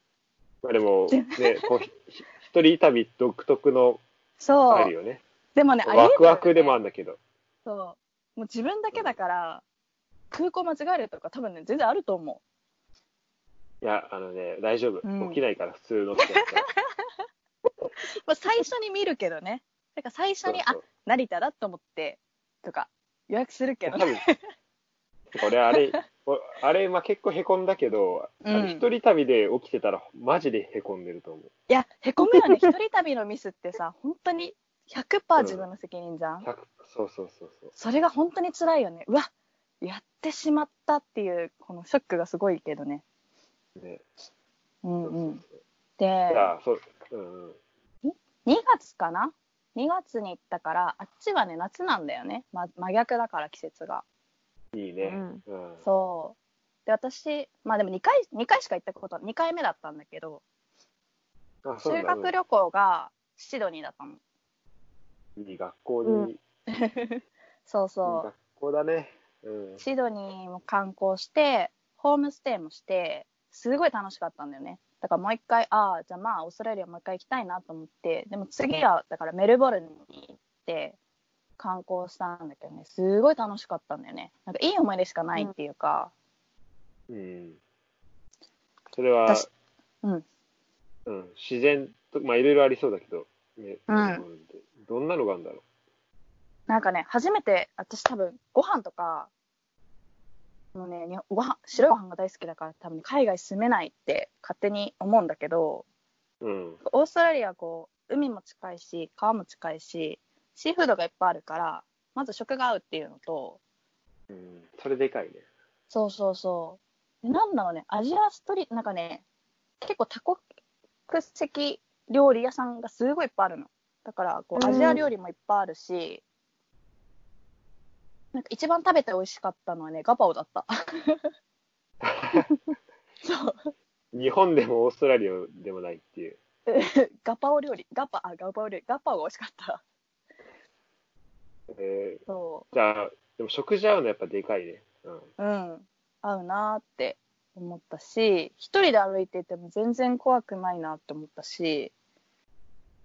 S2: まあでも、ね、こう、ひひ一人旅独特の
S4: そ
S2: ある
S4: う。
S2: よね。
S4: でもね、ありえない
S2: ワクワクでも
S4: る。
S2: あるんだけど。
S4: そう。もう自分だけだから、空港間違えるとか多分ね、全然あると思
S2: いや、あのね、大丈夫。
S4: うん
S2: 起きないから、普通のってやつ は。
S4: う。まあ、最初に見るけどね。だから最初に、
S2: そう
S4: あ
S2: そう、
S4: 成田だと思って、とか、予約するけど
S2: 多分、俺 あれ、おあれ、まあ、結構へこんだけど、あの
S4: うん
S2: 一人旅で起きてたら、マジでへこんでると思う。
S4: いや、へこむよね。一人旅のミスってさ、本当に100%自分の責任じゃん。
S2: 100そうそうそうそう。
S4: それが本当に辛いよね。うわ、やってしまったっていう、このショックがすごいけどね。
S2: ね、
S4: うん
S2: そうそう
S4: うん。
S2: そう
S4: で、
S2: いやそう、うんうん、
S4: 2月かな ?2 月に行ったから、あっちはね、夏なんだよね。ま、真逆だから、季節が。
S2: いいね。うん、
S4: そう。で、私、まあでも2回、2回しか行ったこと、2回目だったんだけど、
S2: あそう
S4: 修
S2: だ
S4: 学旅行がシドニーだったの。
S2: うんいい学校に、
S5: うん
S2: いい
S4: そうそう。
S2: 学校だね。うん、
S4: シドニーも観光して、ホームステイもして、すごい楽しかったんだよね。だからもう一回、ああ、じゃあまあ、オーストラリアもう一回行きたいなと思って、でも次は、だからメルボルンに行って、観光したんだけどね、すごい楽しかったんだよね。なんかいい思い出しかないっていうか、
S2: うん、それは、
S4: 私うん
S2: うん、自然と、まあ、いろいろありそうだけど、ね
S4: うん
S2: どんなのがあるんだろ
S4: なんかね、初めて、私多分、ご飯とか、もうね、日本ご飯、白いご飯が大好きだから、多分、海外住めないって勝手に思うんだけど、
S2: う。うん、
S4: オーストラリアはこう海も近いし川も近いしシーフードがいっぱいあるからまず食が合うっていうのと
S2: うん、それでかいね。
S4: そうそうそうでなんだろうねアジアストリートなんかね結構多国籍料理屋さんがすごいいっぱいあるのだからこう
S5: うん
S4: アジア料理もいっぱいあるし、なんか一番食べて美味しかったのはねガパオだった そう
S2: 日本でもオーストラリアでもないっていう。
S4: ガパオ料理ガパあガパオ料理ガパオが美味しかった
S2: え
S4: そう
S2: ーじゃあ、でも食事合うのやっぱでかいね。うん、
S4: うん、合うなーって思ったし、一人で歩いていても全然怖くないなって思ったし、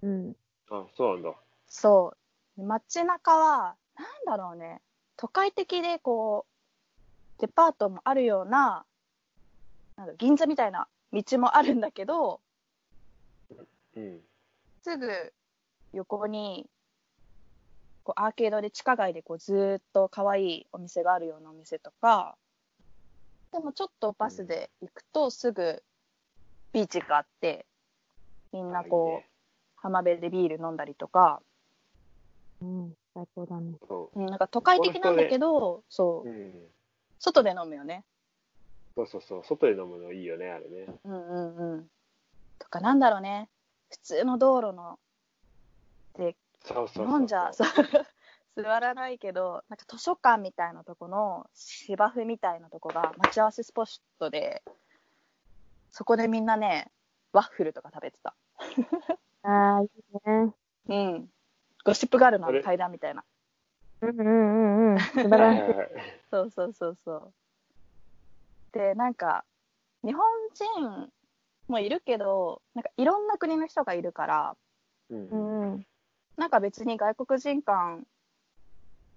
S5: うん。
S2: あ、そうなんだ。
S4: そう。街中は、なんだろうね、都会的で、こう、デパートもあるような、なんだろう銀座みたいな道もあるんだけど、
S2: うん。
S4: すぐ横に、こうアーケードで地下街でこうずーっと可愛いお店があるようなお店とか、でもちょっとバスで行くとすぐビーチがあって、みんな
S2: あいい
S4: こ
S2: ね
S4: う浜辺でビール飲んだりとか、
S5: うん、最高だね。
S2: そ。
S4: うんなんか都会的なんだけど、そうう
S2: う、ん。
S4: 外で飲むよね。
S2: そうそうそう。外で飲むのいいよね、あれね。
S4: うんうんうん。とかなんだろうね、普通の道路の、で、
S2: そうそうそう。
S4: 飲んじゃ、そう座らないけど、なんか図書館みたいなとこの芝生みたいなとこが待ち合わせスポットで、そこでみんなね、ワッフルとか食べてた。
S5: ああ、いいね。
S4: うん。ゴシップガールのあ
S2: あ
S4: の
S2: れ
S4: 階段みたいな。
S5: うんうんうんうん。素晴
S2: は
S5: ら
S2: い
S5: しい。
S2: はいはい。
S4: そうそうそうそう。で、なんか、日本人もいるけど、なんかいろんな国の人がいるから、
S2: うん
S5: う。んうん。
S4: なんか別に外国人間、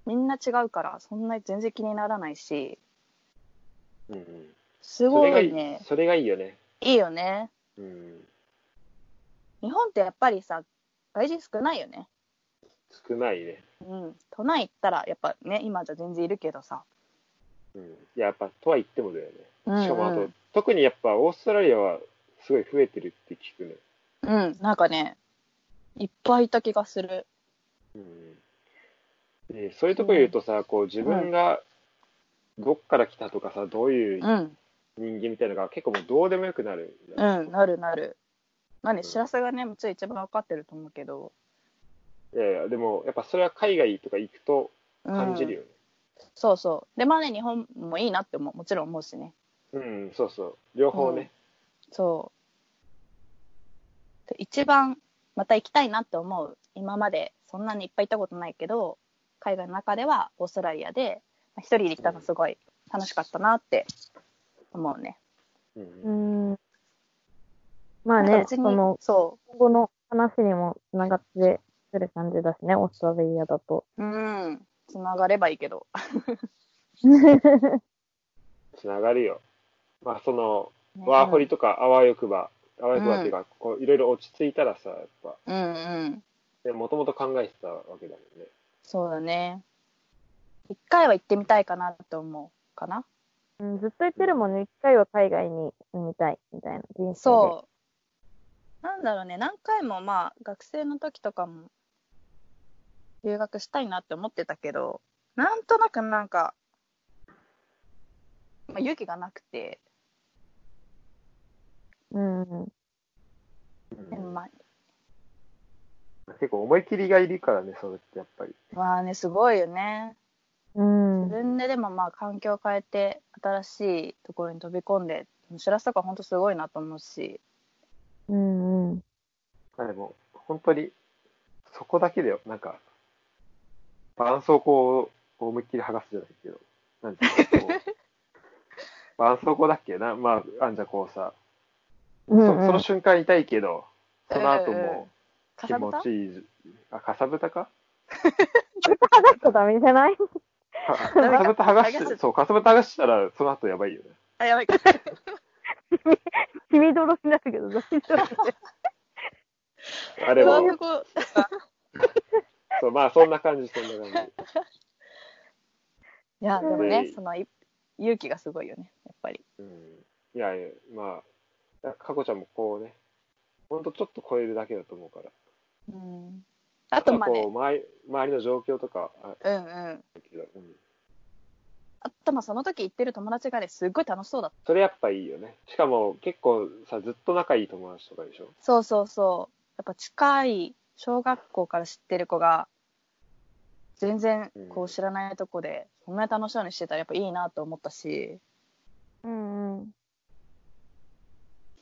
S4: みんな違うから、そんなに全然気にならないし、
S2: うんうん。
S4: す
S2: そ
S4: ご
S2: れがい
S4: い
S2: い
S4: ね、
S2: それがいいよね。
S4: いいよね。
S2: うん。
S4: 日本ってやっぱりさ、外人少ないよね。
S2: 少ないね。
S4: うん。都内行ったら、やっぱね、今じゃ全然いるけどさ。
S2: うん。いややっぱ、とは言ってもだよね。
S4: うん、うん。
S2: しかもあと、特にやっぱオーストラリアはすごい増えてるって聞くね。
S4: うん、なんかね、いっぱいいた気がする。
S2: うんでそういうとこ言うとさ、こう自分がどっから来たとかさ、どういう
S4: うん、
S2: 人間みたいなのが結構もうどうでもよくなる。
S4: うん、なるなる。まあね、知らせがね、もちろん一番分かってると思うけど。
S2: いやいや、でもやっぱそれは海外とか行くと
S4: うん
S2: 感じるよね。
S4: そうそう。で、まあね、日本もいいなっても、もちろん思うしね。
S2: うん、そうそう。両方ね。
S4: そう。で一番また行きたいなって思う今までそんなにいっぱい行ったことないけど海外の中ではオーストラリアでまあ一人で行ったのすごい楽しかったなって思うね。
S2: うん
S5: うん。ま
S4: な
S5: あ
S4: ん
S5: ね
S4: か、別
S5: そ
S4: に
S5: の、
S4: そ
S5: 今後の話にもつながってくる感じだしね、オーストラリアだと。
S4: う。うん。つながればいいけど。
S2: つながるよ。まあその、
S4: ね
S2: ワーホリとかあわよくば、あわよくばっていうか、こういろいろ落ち着いたらさ、やっぱ、
S4: うんうん。
S2: もともと考えてたわけだもんね。
S4: そうだね。一回は行ってみたいかなって思うかな。
S5: うん、ずっと言ってるもんね、一回は海外に住みたい、みたいな人生で。
S4: そう。なんだろうね、何回もまあ、学生の時とかも、留学したいなって思ってたけど、なんとなくなんか、まあ、勇気がなくて、
S5: う。うんうん。
S4: でもまあ、
S2: 結構思い切りがいるからね、それってやっぱり。
S4: まあね、すごいよね。
S5: うん。
S4: 自分ででもまあ、環境を変えて、新しいところに飛び込んで、しらすとか本当すごいなと思うし、
S5: うんうん。
S2: まあでも、本当に、そこだけだよ。なんか、絆創膏を思いっきり剥がすじゃないけど、なんていうの こう絆創膏だっけな、まあ、あんじゃんこうさ、
S5: うん
S2: そ、その瞬間痛いけど、その後
S4: うんうん
S2: も
S4: か
S2: 気
S4: さ
S2: 持
S4: ぶた
S2: ちいい。あ、かさぶたか
S5: 剥がすとダメじゃない
S2: かさぶた剥
S4: 剥
S2: が
S4: が
S2: し
S4: す
S2: そう、かさぶた剥がしたら、その後やばいよね。
S4: あ、やばい。
S5: 染み泥になるけど、どうしよ
S2: あれ
S4: そうい
S2: も
S4: う、こ
S2: そう、まあ、そんな感じ、そんな感じ。
S4: いや、でもね
S2: で、
S4: そのい、勇気がすごいよね、やっぱり。
S2: うんいやいや、まあ、かこちゃんもこうね、ほんとちょっと超えるだけだと思うから。
S4: うん。あとまあね
S2: こう、周り周りの状況とか、あ
S4: うんうん。
S2: だけどうん
S4: あとまあその時行ってる友達がね、すっごい楽しそうだった。
S2: それやっぱいいよね。しかも結構さ、ずっと仲いい友達とかでしょ。
S4: そうそうそう。やっぱ近い小学校から知ってる子が、全然こ
S2: うん
S4: う知らないとこで、そんなに楽しそうにしてたらやっぱいいなと思ったし、
S5: う。うんうん。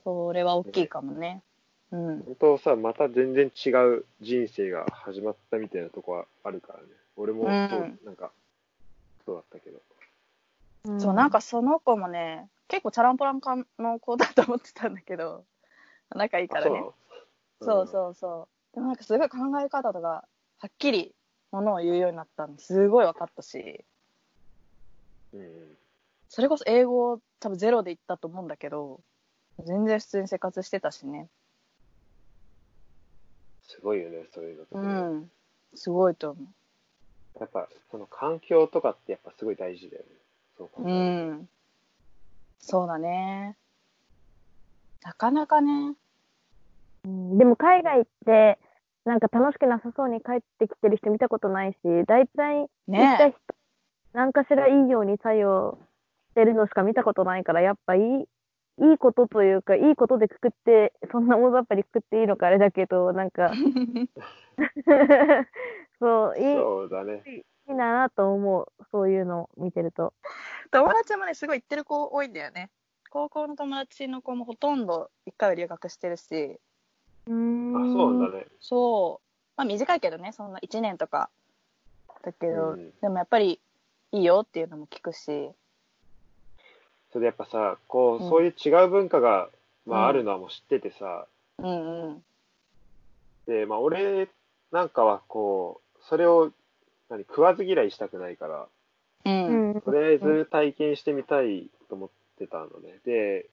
S4: それは大きいかもね。うん。
S2: 本当さ、また全然違う人生が始まったみたいなとこはあるからね。俺もそ
S4: う
S2: う、
S4: ん
S2: なんか、そうだったけど。
S4: そう、なんかその子もね、結構チャランポランかの子だと思ってたんだけど、仲いいか
S2: あ
S4: ら
S2: そう
S4: ね
S2: な。の
S4: そうそうそう。でもなんかすごい考え方とかはっきりものを言うようになったんですごい分かったし
S2: うん
S4: それこそ英語多分ゼロで行ったと思うんだけど全然普通に生活してたしね
S2: すごいよね、そういうのと
S4: う
S2: かね、
S4: んすごいと思
S2: やっぱ、その環境とかってやっぱすごい大事だよね。そう考
S4: うう
S2: える
S4: んそうだねなかなかね
S5: うんでも海外って、なんか楽しくなさそうに帰ってきてる人見たことないし、大体行った
S4: ね
S5: 人、何かしらいいように作用してるのしか見たことないから、やっぱいい、いいことというか、いいことでくくって、そんな大雑把にくくっていいのかあれだけど、なんか、そう、いい、
S2: そうだね。
S5: いいなと思う。そういうのを見てると。
S4: 友達もねすごい行ってる子多いんだよね高校の友達の子もほとんど一回は留学してるし
S5: う
S2: あ、
S5: ん
S2: そうなんだね。
S4: そう。まあ短いけどね、そんな1年とか。だけど、
S2: うん
S4: でもやっぱりいいよっていうのも聞くし。
S2: それでやっぱさ、こう、
S4: うん
S2: そういう違う文化が、ま
S4: うん
S2: あ、あるのはもう知っててさ、
S4: うんうん。
S2: で、まあ、俺なんかはこう、それを、何、食わず嫌いしたくないから、
S4: う。
S5: うんん。
S2: とりあえず体験してみたいと思ってたのね。で、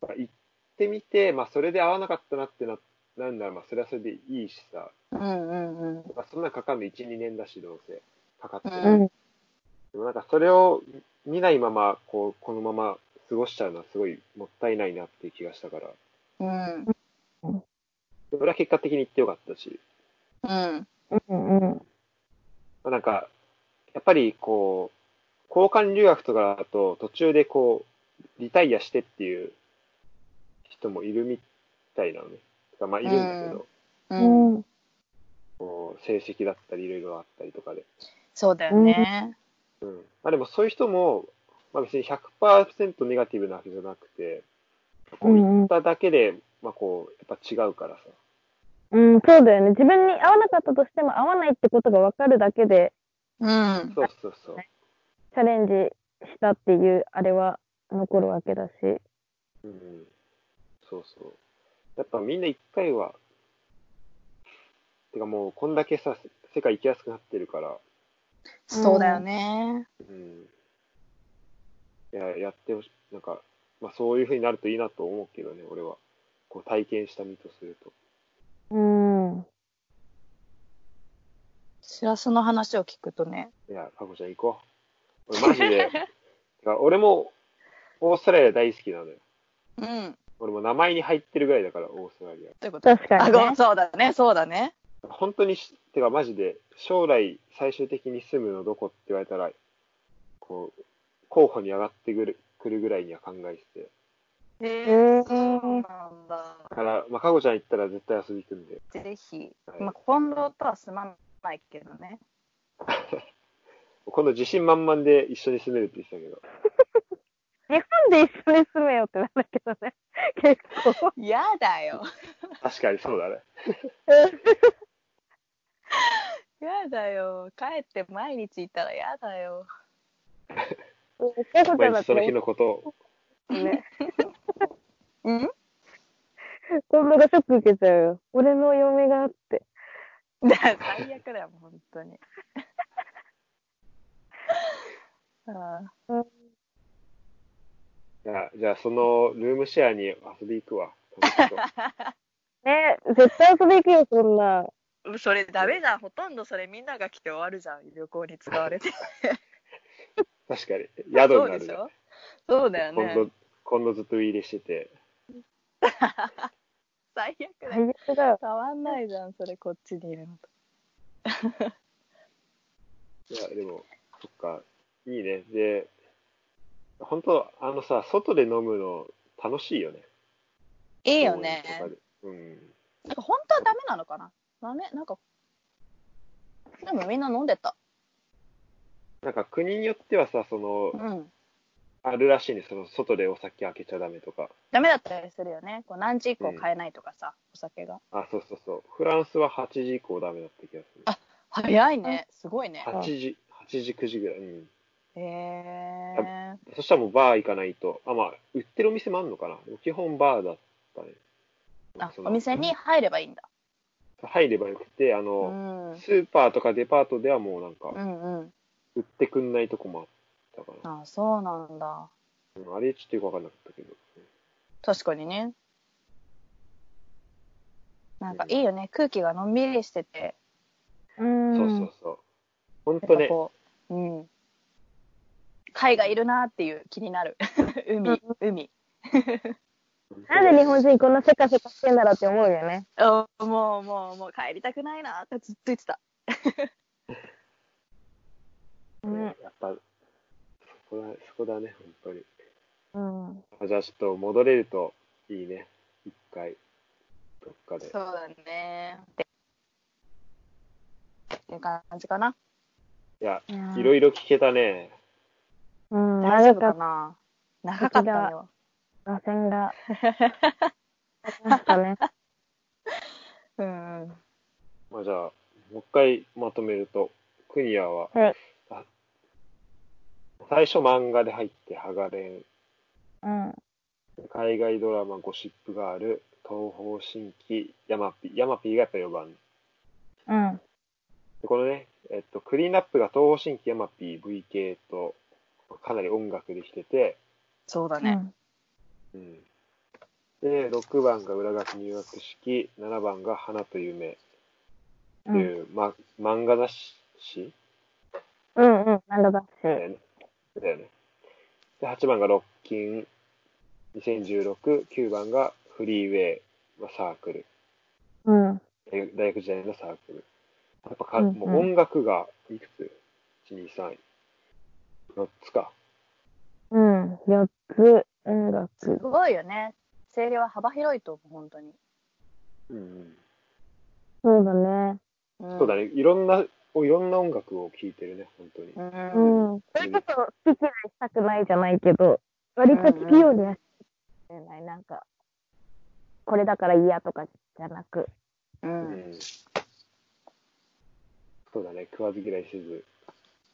S2: まあ行ってみて、まあ、それで合わなかったなってな、なんだろう、まあ、それはそれでいいしさ、
S4: うんうんうん。
S2: まあ、そんなかかんの1、2年だし、どうせ、かかってる。
S5: うん。
S2: でもなんかそれを見ないまま、こう、このまま過ごしちゃうのはすごいもったいないなっていう気がしたから。
S4: うん。
S2: で俺は結果的に行ってよかったし、
S4: うん。
S5: うん。うん。
S2: まあ、なんか、やっぱりこう、交換留学とかだと途中でこう、リタイアしてっていう人もいるみたいなのね。てかまあいるんだけど、
S4: うん。
S5: うん
S2: こう成績だったりいろいろあったりとかで。
S4: そうだよね。
S2: うん。まあでもそういう人も、まあ別に100%ネガティブなわけじゃなくて、こう行っただけで、まあこう、やっぱ違うからさ。
S5: うん、そうだよね。自分に合わなかったとしても合わないってことが分かるだけで
S4: うん。
S2: そうそうそう。
S5: チャレンジしたっていうあれは残るわけだし。
S2: うん。そうそう。やっぱみんな一回は、てかもうこんだけさ、世界行きやすくなってるから、
S4: そうだよね。
S2: うん。いや、やってほしい。なんか、まあそういう風になるといいなと思うけどね、俺は。こう体験した身とすると。
S5: うん。
S4: しらすの話を聞くとね。
S2: いや、かこちゃん行こう。俺マジで。てか俺も、オーストラリア大好きなのよ。
S4: うん。ど
S2: 俺も名前に入ってるぐらいだから、オーストラリア。
S4: ういうこと
S5: 確か
S4: あ、
S5: に
S4: ごめん
S5: ね。
S4: そうだね。そうだね。
S2: 本当にし、てかマジで、将来最終的に住むのどこって言われたら、こう、候補に上がってくるくるぐらいには考えてて。
S4: へ
S5: ー
S4: そうなんだ。
S2: だから、まあ、かごちゃん行ったら絶対遊びに行くんで。
S4: ぜひ。
S2: はい
S4: まあ、近藤とはすまないけどね。
S2: 今度自信満々で一緒に住めるって言ってたけど。
S5: 日本で一緒に住めよってなんだけどね。結構。
S4: やだよ。
S2: 確かにそう だね。
S4: やだよ。帰って毎日いたらやだよ。
S5: 結構ちゃん
S2: 毎
S5: だっ
S2: 日そ
S5: て
S2: の日
S5: ね
S2: のことを。
S4: うん
S5: 近藤がショック受けちゃうよ。俺の嫁があって。
S4: だから最悪だよ、もう本当に。 ああ
S2: じゃあ、じゃあそのルームシェアに遊び行くわ。楽しそう
S5: ね絶対遊び行くよ、そんな。
S4: それダメじゃん。ほとんどそれみんなが来て終わるじゃん。旅行に使われて。
S2: 確かに。
S4: そ
S2: 宿に
S4: う
S2: な
S4: で
S2: る
S4: し
S2: ね。
S4: ょそうだよ
S2: 今
S4: ね。
S2: 度、今度ずっとウイイレしてて。
S4: 最悪だよ。
S5: 最悪だよ。
S4: 変わんないじゃん、それこっちにいるのと。
S2: いや、でも、そっか、いいね。で、本当あのさ、外で飲むの楽しいよね。
S4: い
S2: い
S4: いよね。
S2: うん。
S4: なんか本当はダメなのかなダメなんか。でもみんな飲んでた。
S2: なんか国によってはさ、その、
S4: うん。
S2: あるらしいね。その、外でお酒開けちゃダメとか。
S4: ダメだったりするよね。こう何時以降買えないとかさ、お酒が。
S2: あ、そうそうそう。フランスは8時以降ダメだった気がする。
S4: あ早いね。すごいね。
S2: 8時、8時、9時ぐらい。うん。
S4: へえ。
S2: そしたらもうバー行かないと。あ、まあ、売ってるお店もあんのかな。基本バーだったね。
S4: あ、
S2: その
S4: お店に入ればいいんだ。
S2: 入ればよくて、あ
S4: う
S2: の、
S4: ん。うん
S2: スーパーとかデパートではもうなんか、
S4: うん。
S2: 売ってくんないとこもあったかな。
S4: ああ、そうなんだ。
S2: うんあれちょっとよくわかんなかったけど。
S4: 確かにね。なんかいいよね。空気がのんびりしてて。
S5: うん。
S2: そうそうそう。ほん
S4: や
S2: と
S4: っぱ
S2: ね、
S4: こう、うん。海がいるなっていう気になる。 海、海。
S5: なんで日本人こんなせかせかしてんだろうって思うよね。
S4: あもうもうもう帰りたくないなってずっと言ってた。
S5: うん。
S2: やっぱ、そこだ、そこだね、本当に。
S5: うん。
S2: あじゃあちょっと戻れるといいね。一回、どっかで。
S4: そうだね。っていう感じかな。
S2: いや、
S5: い
S2: いろいろ聞けたね。
S5: うん、
S4: 大丈
S5: 長
S4: 夫
S5: か
S4: か
S5: っ
S4: な長かったよ。
S5: た螺旋が。ありましたね。
S4: うんうん。
S2: まあじゃあ、もう一回まとめると、クニアは、
S5: はい
S2: あ最初漫画で入って、ハガレン、
S5: うん。
S2: 海外ドラマ、ゴシップガール、東方神起、ヤマピー、ヤマピーがやっぱ4番。
S5: うん。
S2: でこのね、えっと、クリーンアップが東方神起、ヤマピー、VK と、かなり音楽できてて、
S4: そうだね。
S2: うんで、6番が裏書き入学式、7番が花と夢って
S5: うん。
S2: いう、ま、漫画雑誌
S5: うんうん。なんだだし。
S2: だよね。だよね。で、8番がロッキン、2016、9番がフリーウェイ、まあ、サークル、
S5: うん。
S2: 大大学時代のサークル。やっぱか、
S5: うんうん
S2: もう音楽がいくつ ?1、2、3、4つか。
S5: うん。4つ。音
S4: す
S5: 楽。
S4: ごいよね。声量は幅広いと思う、本当に。
S2: うんうん。
S5: そうだね。
S4: うん
S2: そうだね。いろんな、いろんな音楽を聴いてるね、本当に。
S5: う
S4: うん
S5: ん。それこそ好き嫌いしたくないじゃないけど、割と聞くようにはしてない。なんか、これだから嫌とかじゃなく。
S4: う。
S2: うんんそうだね、食わず嫌いせず。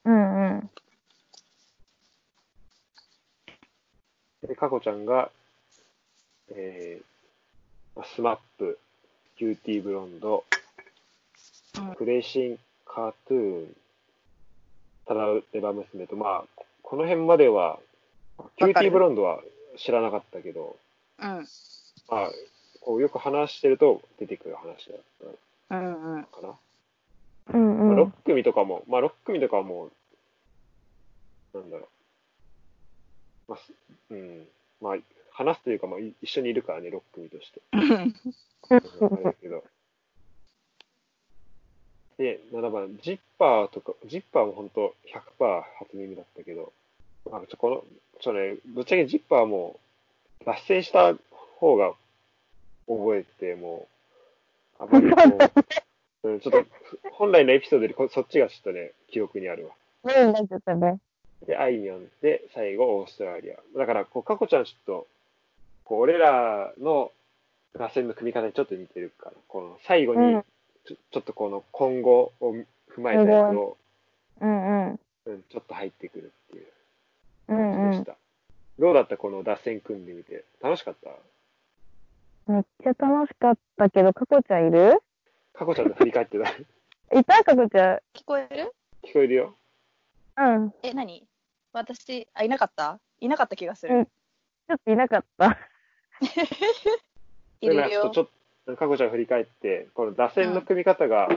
S5: うんうん。
S2: で、かこちゃんが、えー、スマップ、キューティーブロンド、
S4: うん
S2: クレイシン、カートゥーン、タラレバ娘と、まあ、ここの辺までは、キューティーブロンドは知らなかったけど、
S4: うん。
S2: まあ、こうよく話してると出てくる話だっ
S4: うんうん。
S2: たかな。
S5: うん
S2: まあ、
S5: うん。
S2: 6組とかも、まあ、6組とかはもう、なんだろう。まあ、すうん。まあ、話すというか、まあ、い一緒にいるからね、6組として。うんあれだけど。で、7番、ジッパーとか、ジッパーも本当100%初耳だったけど、まあ、ちょ、この、ちょね、ぶっちゃけジッパーも、脱線した方が覚えて、もう、あまりこ う、うん、ちょっと、本来のエピソードよりこそっちがちょっとね、記憶にあるわ。
S5: メインになっちゃったね。
S2: で、あいみょんで、最後、オーストラリア。だから、こう、かこちゃんちょっと、こう、俺らの打線の組み方にちょっと似てるから、この、最後
S5: う
S2: に
S5: ん
S2: ちょ、ちょっとこの、今後を踏まえたやつを、
S5: うんうん。
S2: うん、ちょっと入ってくるっていう
S5: う
S2: 感じ
S5: んう
S2: で
S5: ん
S2: し。た。どうだったこの打線組んでみて。楽しかった
S5: めっちゃ楽しかったけど、かこちゃんいる
S2: かこちゃんの振り返ってた。 聞
S5: いたかこちゃ
S4: 聞こえる
S2: こえるよ。
S5: ん。うん。ち
S4: え、何私、あ、いなかったいなかった気がす
S5: う
S4: る
S5: ん。ょっといなかった。
S4: いる
S2: ちょっと
S4: よ
S2: ち。ょっと、かこちゃん振り返って、この打線の組み方が、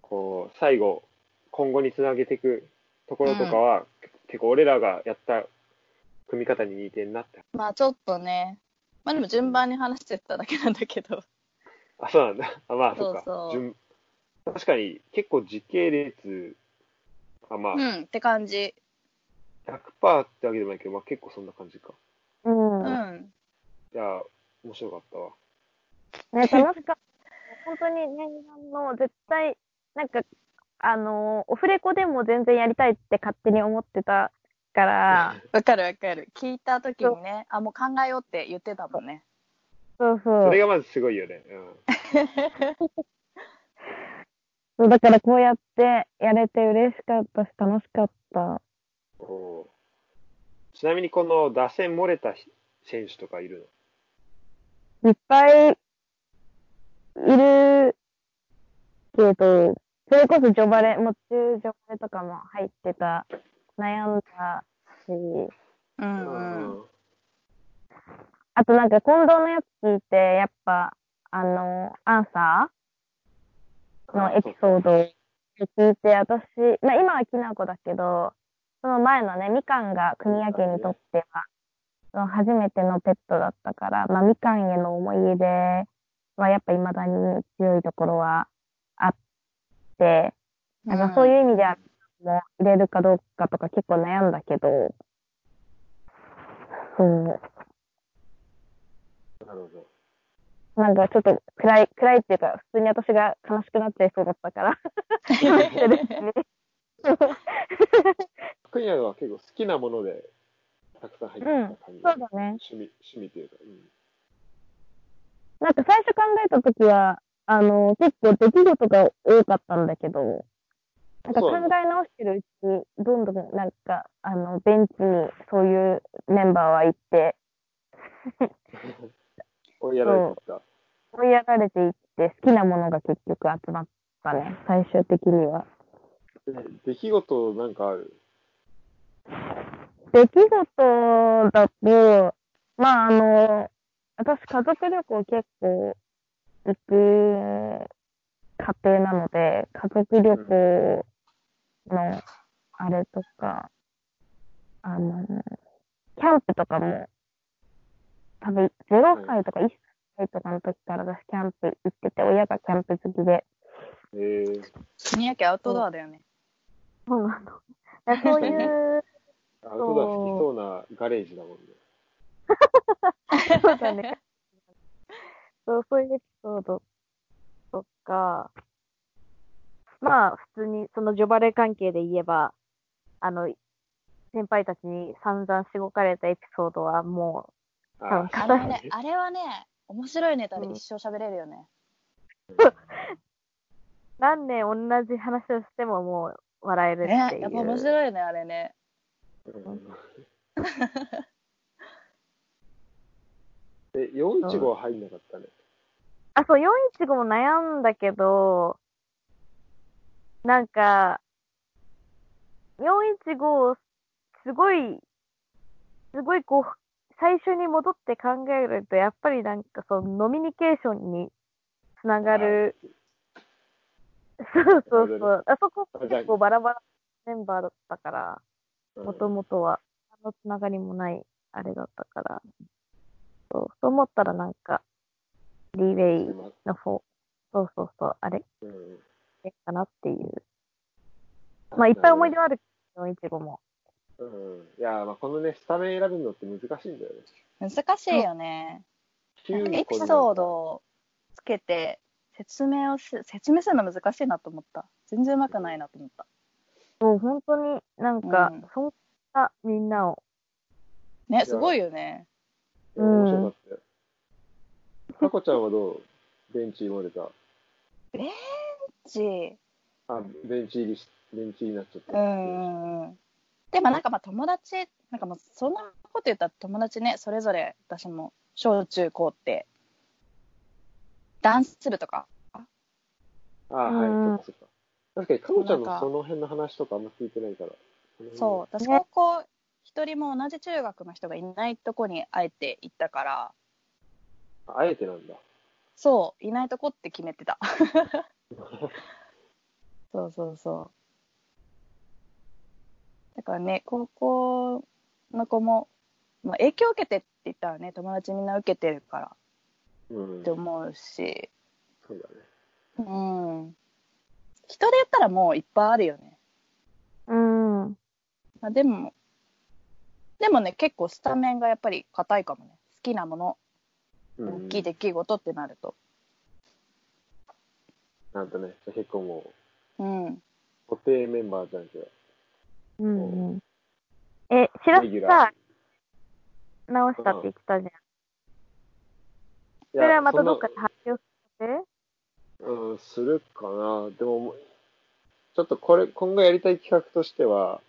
S2: こう、最後、今後につなげていくところとかは、結構俺らがやった組み方に似てんなって。
S4: まあちょっとね。まあでも順番に話してっただけなんだけど。
S2: あ、そうなんだ。あ、まあ、そっか。
S4: そうそう
S2: 順確かに、結構時系列、あ、まあ、
S4: うんって感じ。
S2: 100%ってわけでもないけど、まあ結構そんな感じか。
S5: うん。
S4: う
S5: ね、
S4: ん。
S2: いや、面白かったわ。
S5: 楽しかった。本当に念願の、絶対、なんか、あのーオフレコでも全然やりたいって勝手に思ってたから、
S4: わかるわかる。聞いた時にね、あ、もう考えようって言ってたもんね。
S5: そうそ
S2: そうれ。がまずすごいよね。うん。
S5: そうだからこうやってやれて嬉しかったし、楽しかった。
S2: おーちなみに、この打線漏れたひ選手とかいるの
S5: いっぱいいるえっと、それこそジョバレ、もう中ジョバレとかも入ってた、悩んだし、
S4: う
S2: うん
S4: うん。
S5: あとなんか近藤のやつ聞いて、やっぱ、あの、アンサーのエピソードを聞いて、私、まあ今はきなこだけど、その前のね、みかんが国明にとっては、その初めてのペットだったから、まあみかんへの思い入れはやっぱ未だに強いところはあって、なんかそういう意味では、もう入れるかどうかとか結構悩んだけど、そう。
S2: なるほど。
S5: なんかちょっと暗い、暗いっていうか、普通に私が悲しくなっちゃいそうだったから。
S2: クイアは結構好きなものでたくさん入ってた感じ、
S5: そうだね。
S2: 趣味、趣味というか。うん
S5: なんか最初考えた時は、あの、結構出来事が多かったんだけど、なんか考え直してるうち、どんどんなんか、あの、ベンチにそういうメンバーは行って、
S2: 追いやられてきた。
S5: 追いやられていって、好きなものが結局集まったね、最終的には。
S2: で出来事なんかある
S5: 出来事だと、まあ、あの、私家族旅行結構行く家庭なので、家族旅行のあれとか、あの、キャンプとかも、多分0歳とか1歳とかの時から私キャンプ行ってて、親がキャンプ好きで。
S2: えー、
S4: 国明アウトドアだよね。
S5: そうなの。そういう
S2: アウトドア好きそうなガレージだもんね。
S5: そうだね。そう、そういうエピソードとか、まあ、普通に、そのジョバレ関係で言えば、あの、先輩たちに散々しごかれたエピソードはも
S2: あ
S1: あれはね、あれはね、面白いネタで一生喋れるよね。
S5: う、何年同じ話をしてももう笑えるってい
S4: ね
S5: う。
S4: やっぱ面白いよね、あれね。
S2: え、415は入んなかったね。
S5: あ、そう、415も悩んだけど、なんか、415をすごい、すごいこう、最初に戻って考えると、やっぱりなんかその、ノミニケーションにつながる。そうそうそう。あそこ結構バラバラメンバーだったから、
S2: うん
S5: もともとは。あのつながりもない、あれだったから。そう、そう思ったらなんか、リーウェイの方、そうそうそう、あれ
S2: うん
S5: かなっていう。まあ、いっぱい思い出はあるけど、いちごも。
S2: うん。いやー、まあ、このね、スタメン選ぶのって難しいんだよね。
S4: 難しいよね。
S2: 9
S4: エ
S2: 個
S4: ピ
S2: に
S4: ソードをつけて説明をし説明するの難しいなと思った。全然うまくないなと思った。
S5: もう本当になんか、
S4: うん
S5: そんなみんなを。
S4: ね、すごいよね。
S2: いや面白かったよ。かこちゃんはどうベンチ漏れた。
S4: し、
S2: あ、ベンチ入りし、ベンチ入りになっちゃった。
S4: うんうんうん。でもなんかまあ友達、なんかもうそんなこと言ったら友達ね、それぞれ私も小中高って、ダンス部とか、
S2: あーはい、
S5: う
S2: そ
S5: ん
S2: っかそっか。確かに、かこち
S4: な
S2: ゃん
S4: ん
S2: の
S4: か
S2: その辺の話とかあんま聞いてないから。
S4: そう、私高校一人も同じ中学の人がいないとこにあえて行ったから、
S2: うん。あえてなんだ。
S4: そう、いないとこって決めてた。そうそうそう。だからね、高校の子も、まあ、影響を受けてって言ったらね、友達みんな受けてるから
S2: うん。
S4: って思うし、
S2: そうだね。
S4: うん。人で言ったらもういっぱいあるよね。
S5: うん。
S4: まあ、でも、でもね、結構スタメンがやっぱり硬いかもね。好きなもの、
S2: うん
S4: 大きい出来事ってなると。
S2: なんとね、じゃあ結構も
S4: うん。
S2: う、固定メンバーじゃんけど。
S5: うんうん。え、しらす
S2: レギュラー
S5: さ、直したって言ってたじゃん。
S2: い
S5: そ
S2: や
S5: れはまた
S2: そんな
S5: どっかで発表して
S2: うん、するかな。でも、ちょっとこれ、今後やりたい企画としては、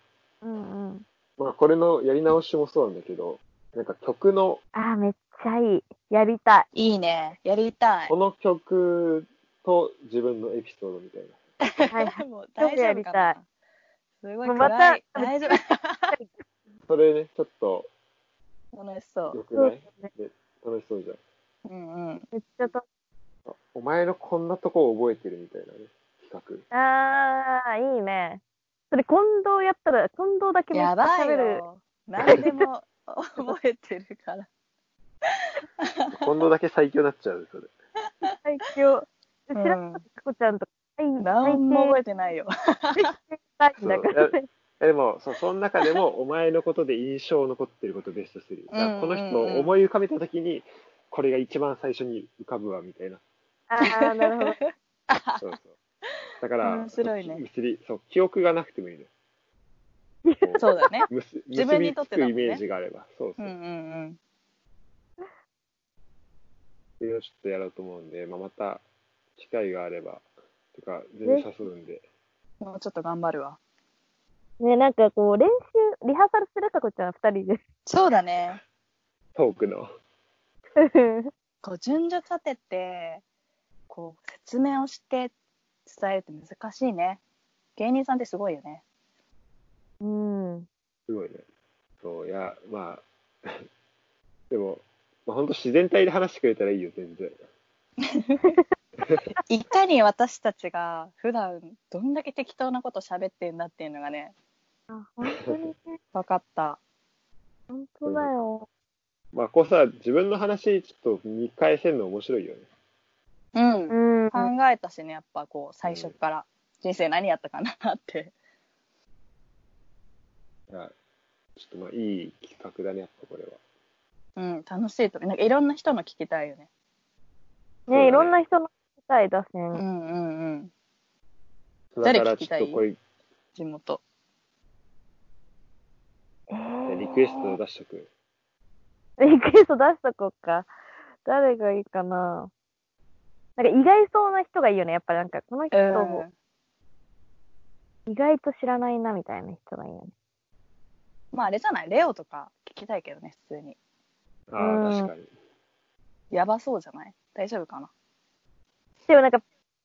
S5: うんうん。
S2: まあこれのやり直しもそうなんだけど、なんか曲の、
S5: あー、めっちゃいい。やりたい。
S4: いいね。やりたい
S2: こ。の曲と自分のエピソードみたいな。
S5: は いはい。
S4: もう
S5: ちょっとやりた
S4: 大丈夫か
S5: い
S4: なすごい
S5: もう
S4: 暗い。
S5: また
S4: 大丈 夫。
S2: それね、ちょっと
S4: 楽しそ
S2: 良
S4: う。
S2: くない
S5: そうで
S2: 楽しそうじゃん。
S4: うんうん。
S5: めっちゃと、
S2: あお前のこんなとこ覚えてるみたいなね、企
S5: あー、いいね。それ、近藤やったら、近藤だけめっち
S4: や
S5: ゃ
S4: ばい
S5: 喋る。
S4: よ。何でも覚えてる から。
S2: 画。今度だけ最強になっちゃう、それ。
S5: 最強。
S4: う
S5: 白
S4: ん
S5: 川きこちゃんとか、最
S4: 何も覚えてないよ。
S5: 最低だからね。
S2: えでもそ、その中で も、お前のことで印象残ってることをベストする。だからこの人を思い浮かべたときに、これが一番最初に浮かぶわ、みたいな。
S5: あー、なるほど。
S2: そうそう。だから、
S4: 面白いね
S2: 結び、そう、記憶がなくてもいいの。。
S4: そううだね。
S2: 結び
S4: 自分にとってだもんね
S2: 結びつくイメージがあれば。そう
S4: う
S2: そ
S4: んう
S2: う。
S4: ん
S2: それをちょっとやろうと思うんで、まあ、また、機会があれば、とか、全然誘うんで。
S4: うん。もうちょっと頑張るわ。
S5: ね、なんかこう、練習、リハーサルするかこちゃん、二人で。
S4: そうだね。
S2: トークの。
S4: こう順序立てて、こう説明をして伝えるって難しいね。芸人さんってすごいよね。
S5: うん。
S2: すごいね。そう、いや、まあ、 でも、まあ、本当自然体で話してくれたらいいよ、全然。
S4: いかに私たちが普段どんだけ適当なこと喋ってんだっていうのがね、
S5: あ、本当にね。
S4: 分かった。
S5: 本当だよ。
S2: まあ、こうさ、自分の話、ちょっと見返せるの面白いよね。
S4: うん。考
S5: うん。
S4: えたしね、やっぱこう最初から。人生何やったかなって。
S2: いやちょっとまあ、いい企画だね、やっぱこれは。
S4: うん、楽しいと思う。なんかいろんな人の聞きたいよね。
S2: そうだ
S5: ね、
S2: ね
S5: いろんな人の聞きたい打
S4: う
S5: 線。
S4: んうんうん。
S2: だ
S4: 誰
S2: から、
S4: 聞
S2: ち
S4: きた
S2: ょ
S4: い
S2: っとこういう
S4: 地元。
S5: えー
S2: リクエストを出しとく。
S5: リクエスト出しとこうか。誰がいいかな。なんか意外そうな人がいいよね。やっぱなんか、この人、
S4: うん。
S5: 意外と知らないなみたいな人がいいよね。
S4: まああれじゃないレオとか聞きたいけどね、普通に。
S2: ああ、
S5: うん
S2: 確かに。
S4: やばそうじゃない大丈夫かな
S5: でもなんか、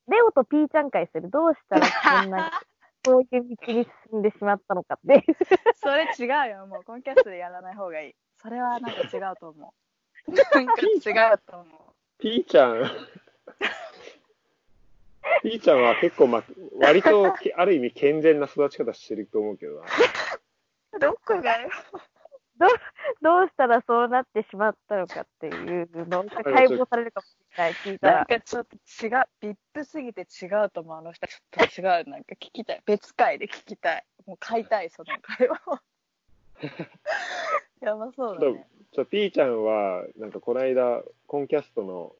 S5: レオとピーちゃん会する。どうしたらこんな に、こういう道に進んでしまったのかっていう。
S4: それ違うよ。もうコンキャストでやらない方がいい。それはなんか違うと思う。 なんか違うと思う。
S2: ピーちゃん。ピーちゃんは結構、まあ、割と、ある意味健全な育ち方してると思うけどな。
S4: どこがよ。
S5: どうしたらそうなってしまったのかっていうのが解剖されるかもしれない。聞いた
S4: なん
S5: ら。
S4: かちょっと違う。ビップすぎて違うと思う。あの人ちょっと違う。なんか聞きたい。別回で聞きたい。もう買いたい、その会話を。やばそうだね。
S2: そう、ピーちゃんは、なんかこの間、コンキャストの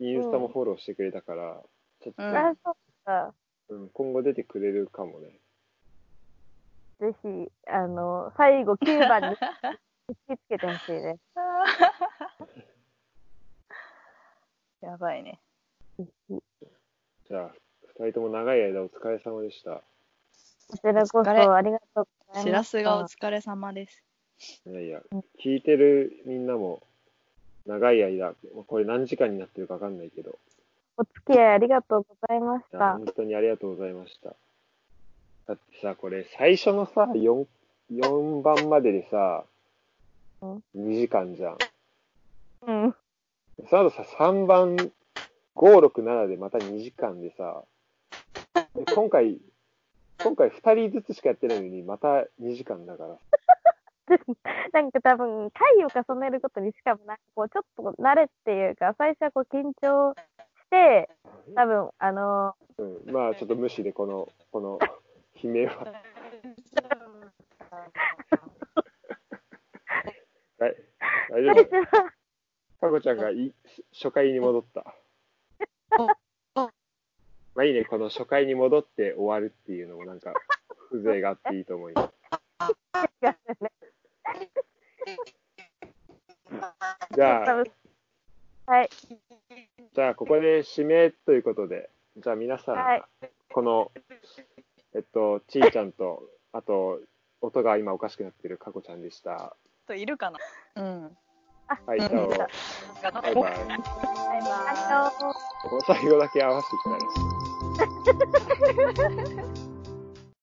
S2: インスタもフォローしてくれたから、ちょっと、
S4: うん
S5: あ、そうか。
S2: うん今後出てくれるかもね。
S5: ぜひ、あの、最後9番に引きつけてほしいね。
S4: やばいね。
S2: じゃあ、二人とも長い間お疲れ様でした。
S5: こちらこ
S4: お疲れ
S5: そありがとうございます。
S4: しらすがお疲れ様 です。
S2: いやいや、聞いてるみんなも、長い間、これ何時間になってるかわかんないけど、
S5: お付き合いありがとうございまし
S2: いや
S5: た
S2: 本。当にありがとうございました。だってさ、これ、最初のさ、4, 4番まででさ、
S5: うん
S2: 2時間じゃん。
S5: うん。
S2: その後さ、3番、5、6、7でまた2時間でさ、で今回、今回2人ずつしかやってないのに、また2時間だから。
S5: なんか多分、回を重ねることにしかもなんかこう、ちょっと慣れっていうか、最初はこう緊張して、多分、あの、
S2: うん、まあ、ちょっと無視で、この、この、悲鳴は。 はい、大丈夫
S5: 最初。は、
S2: かこちゃんがい初回に戻った。まあいいね、この初回に戻って終わるっていうのもなんか、風情があっていいと思います。じ
S5: 多
S2: ゃあ、
S5: 分、はい、
S2: じゃあここで指名ということで、じゃあ皆さん、
S5: はい
S2: この、えっと、ちーちゃんと、あと、音が今おかしくなってるかこちゃんでした。
S4: といるかなうん。
S2: はい、
S4: うん
S2: どうもバイバイ。
S5: バイバイ。
S2: この最後だけ合わせてきたね。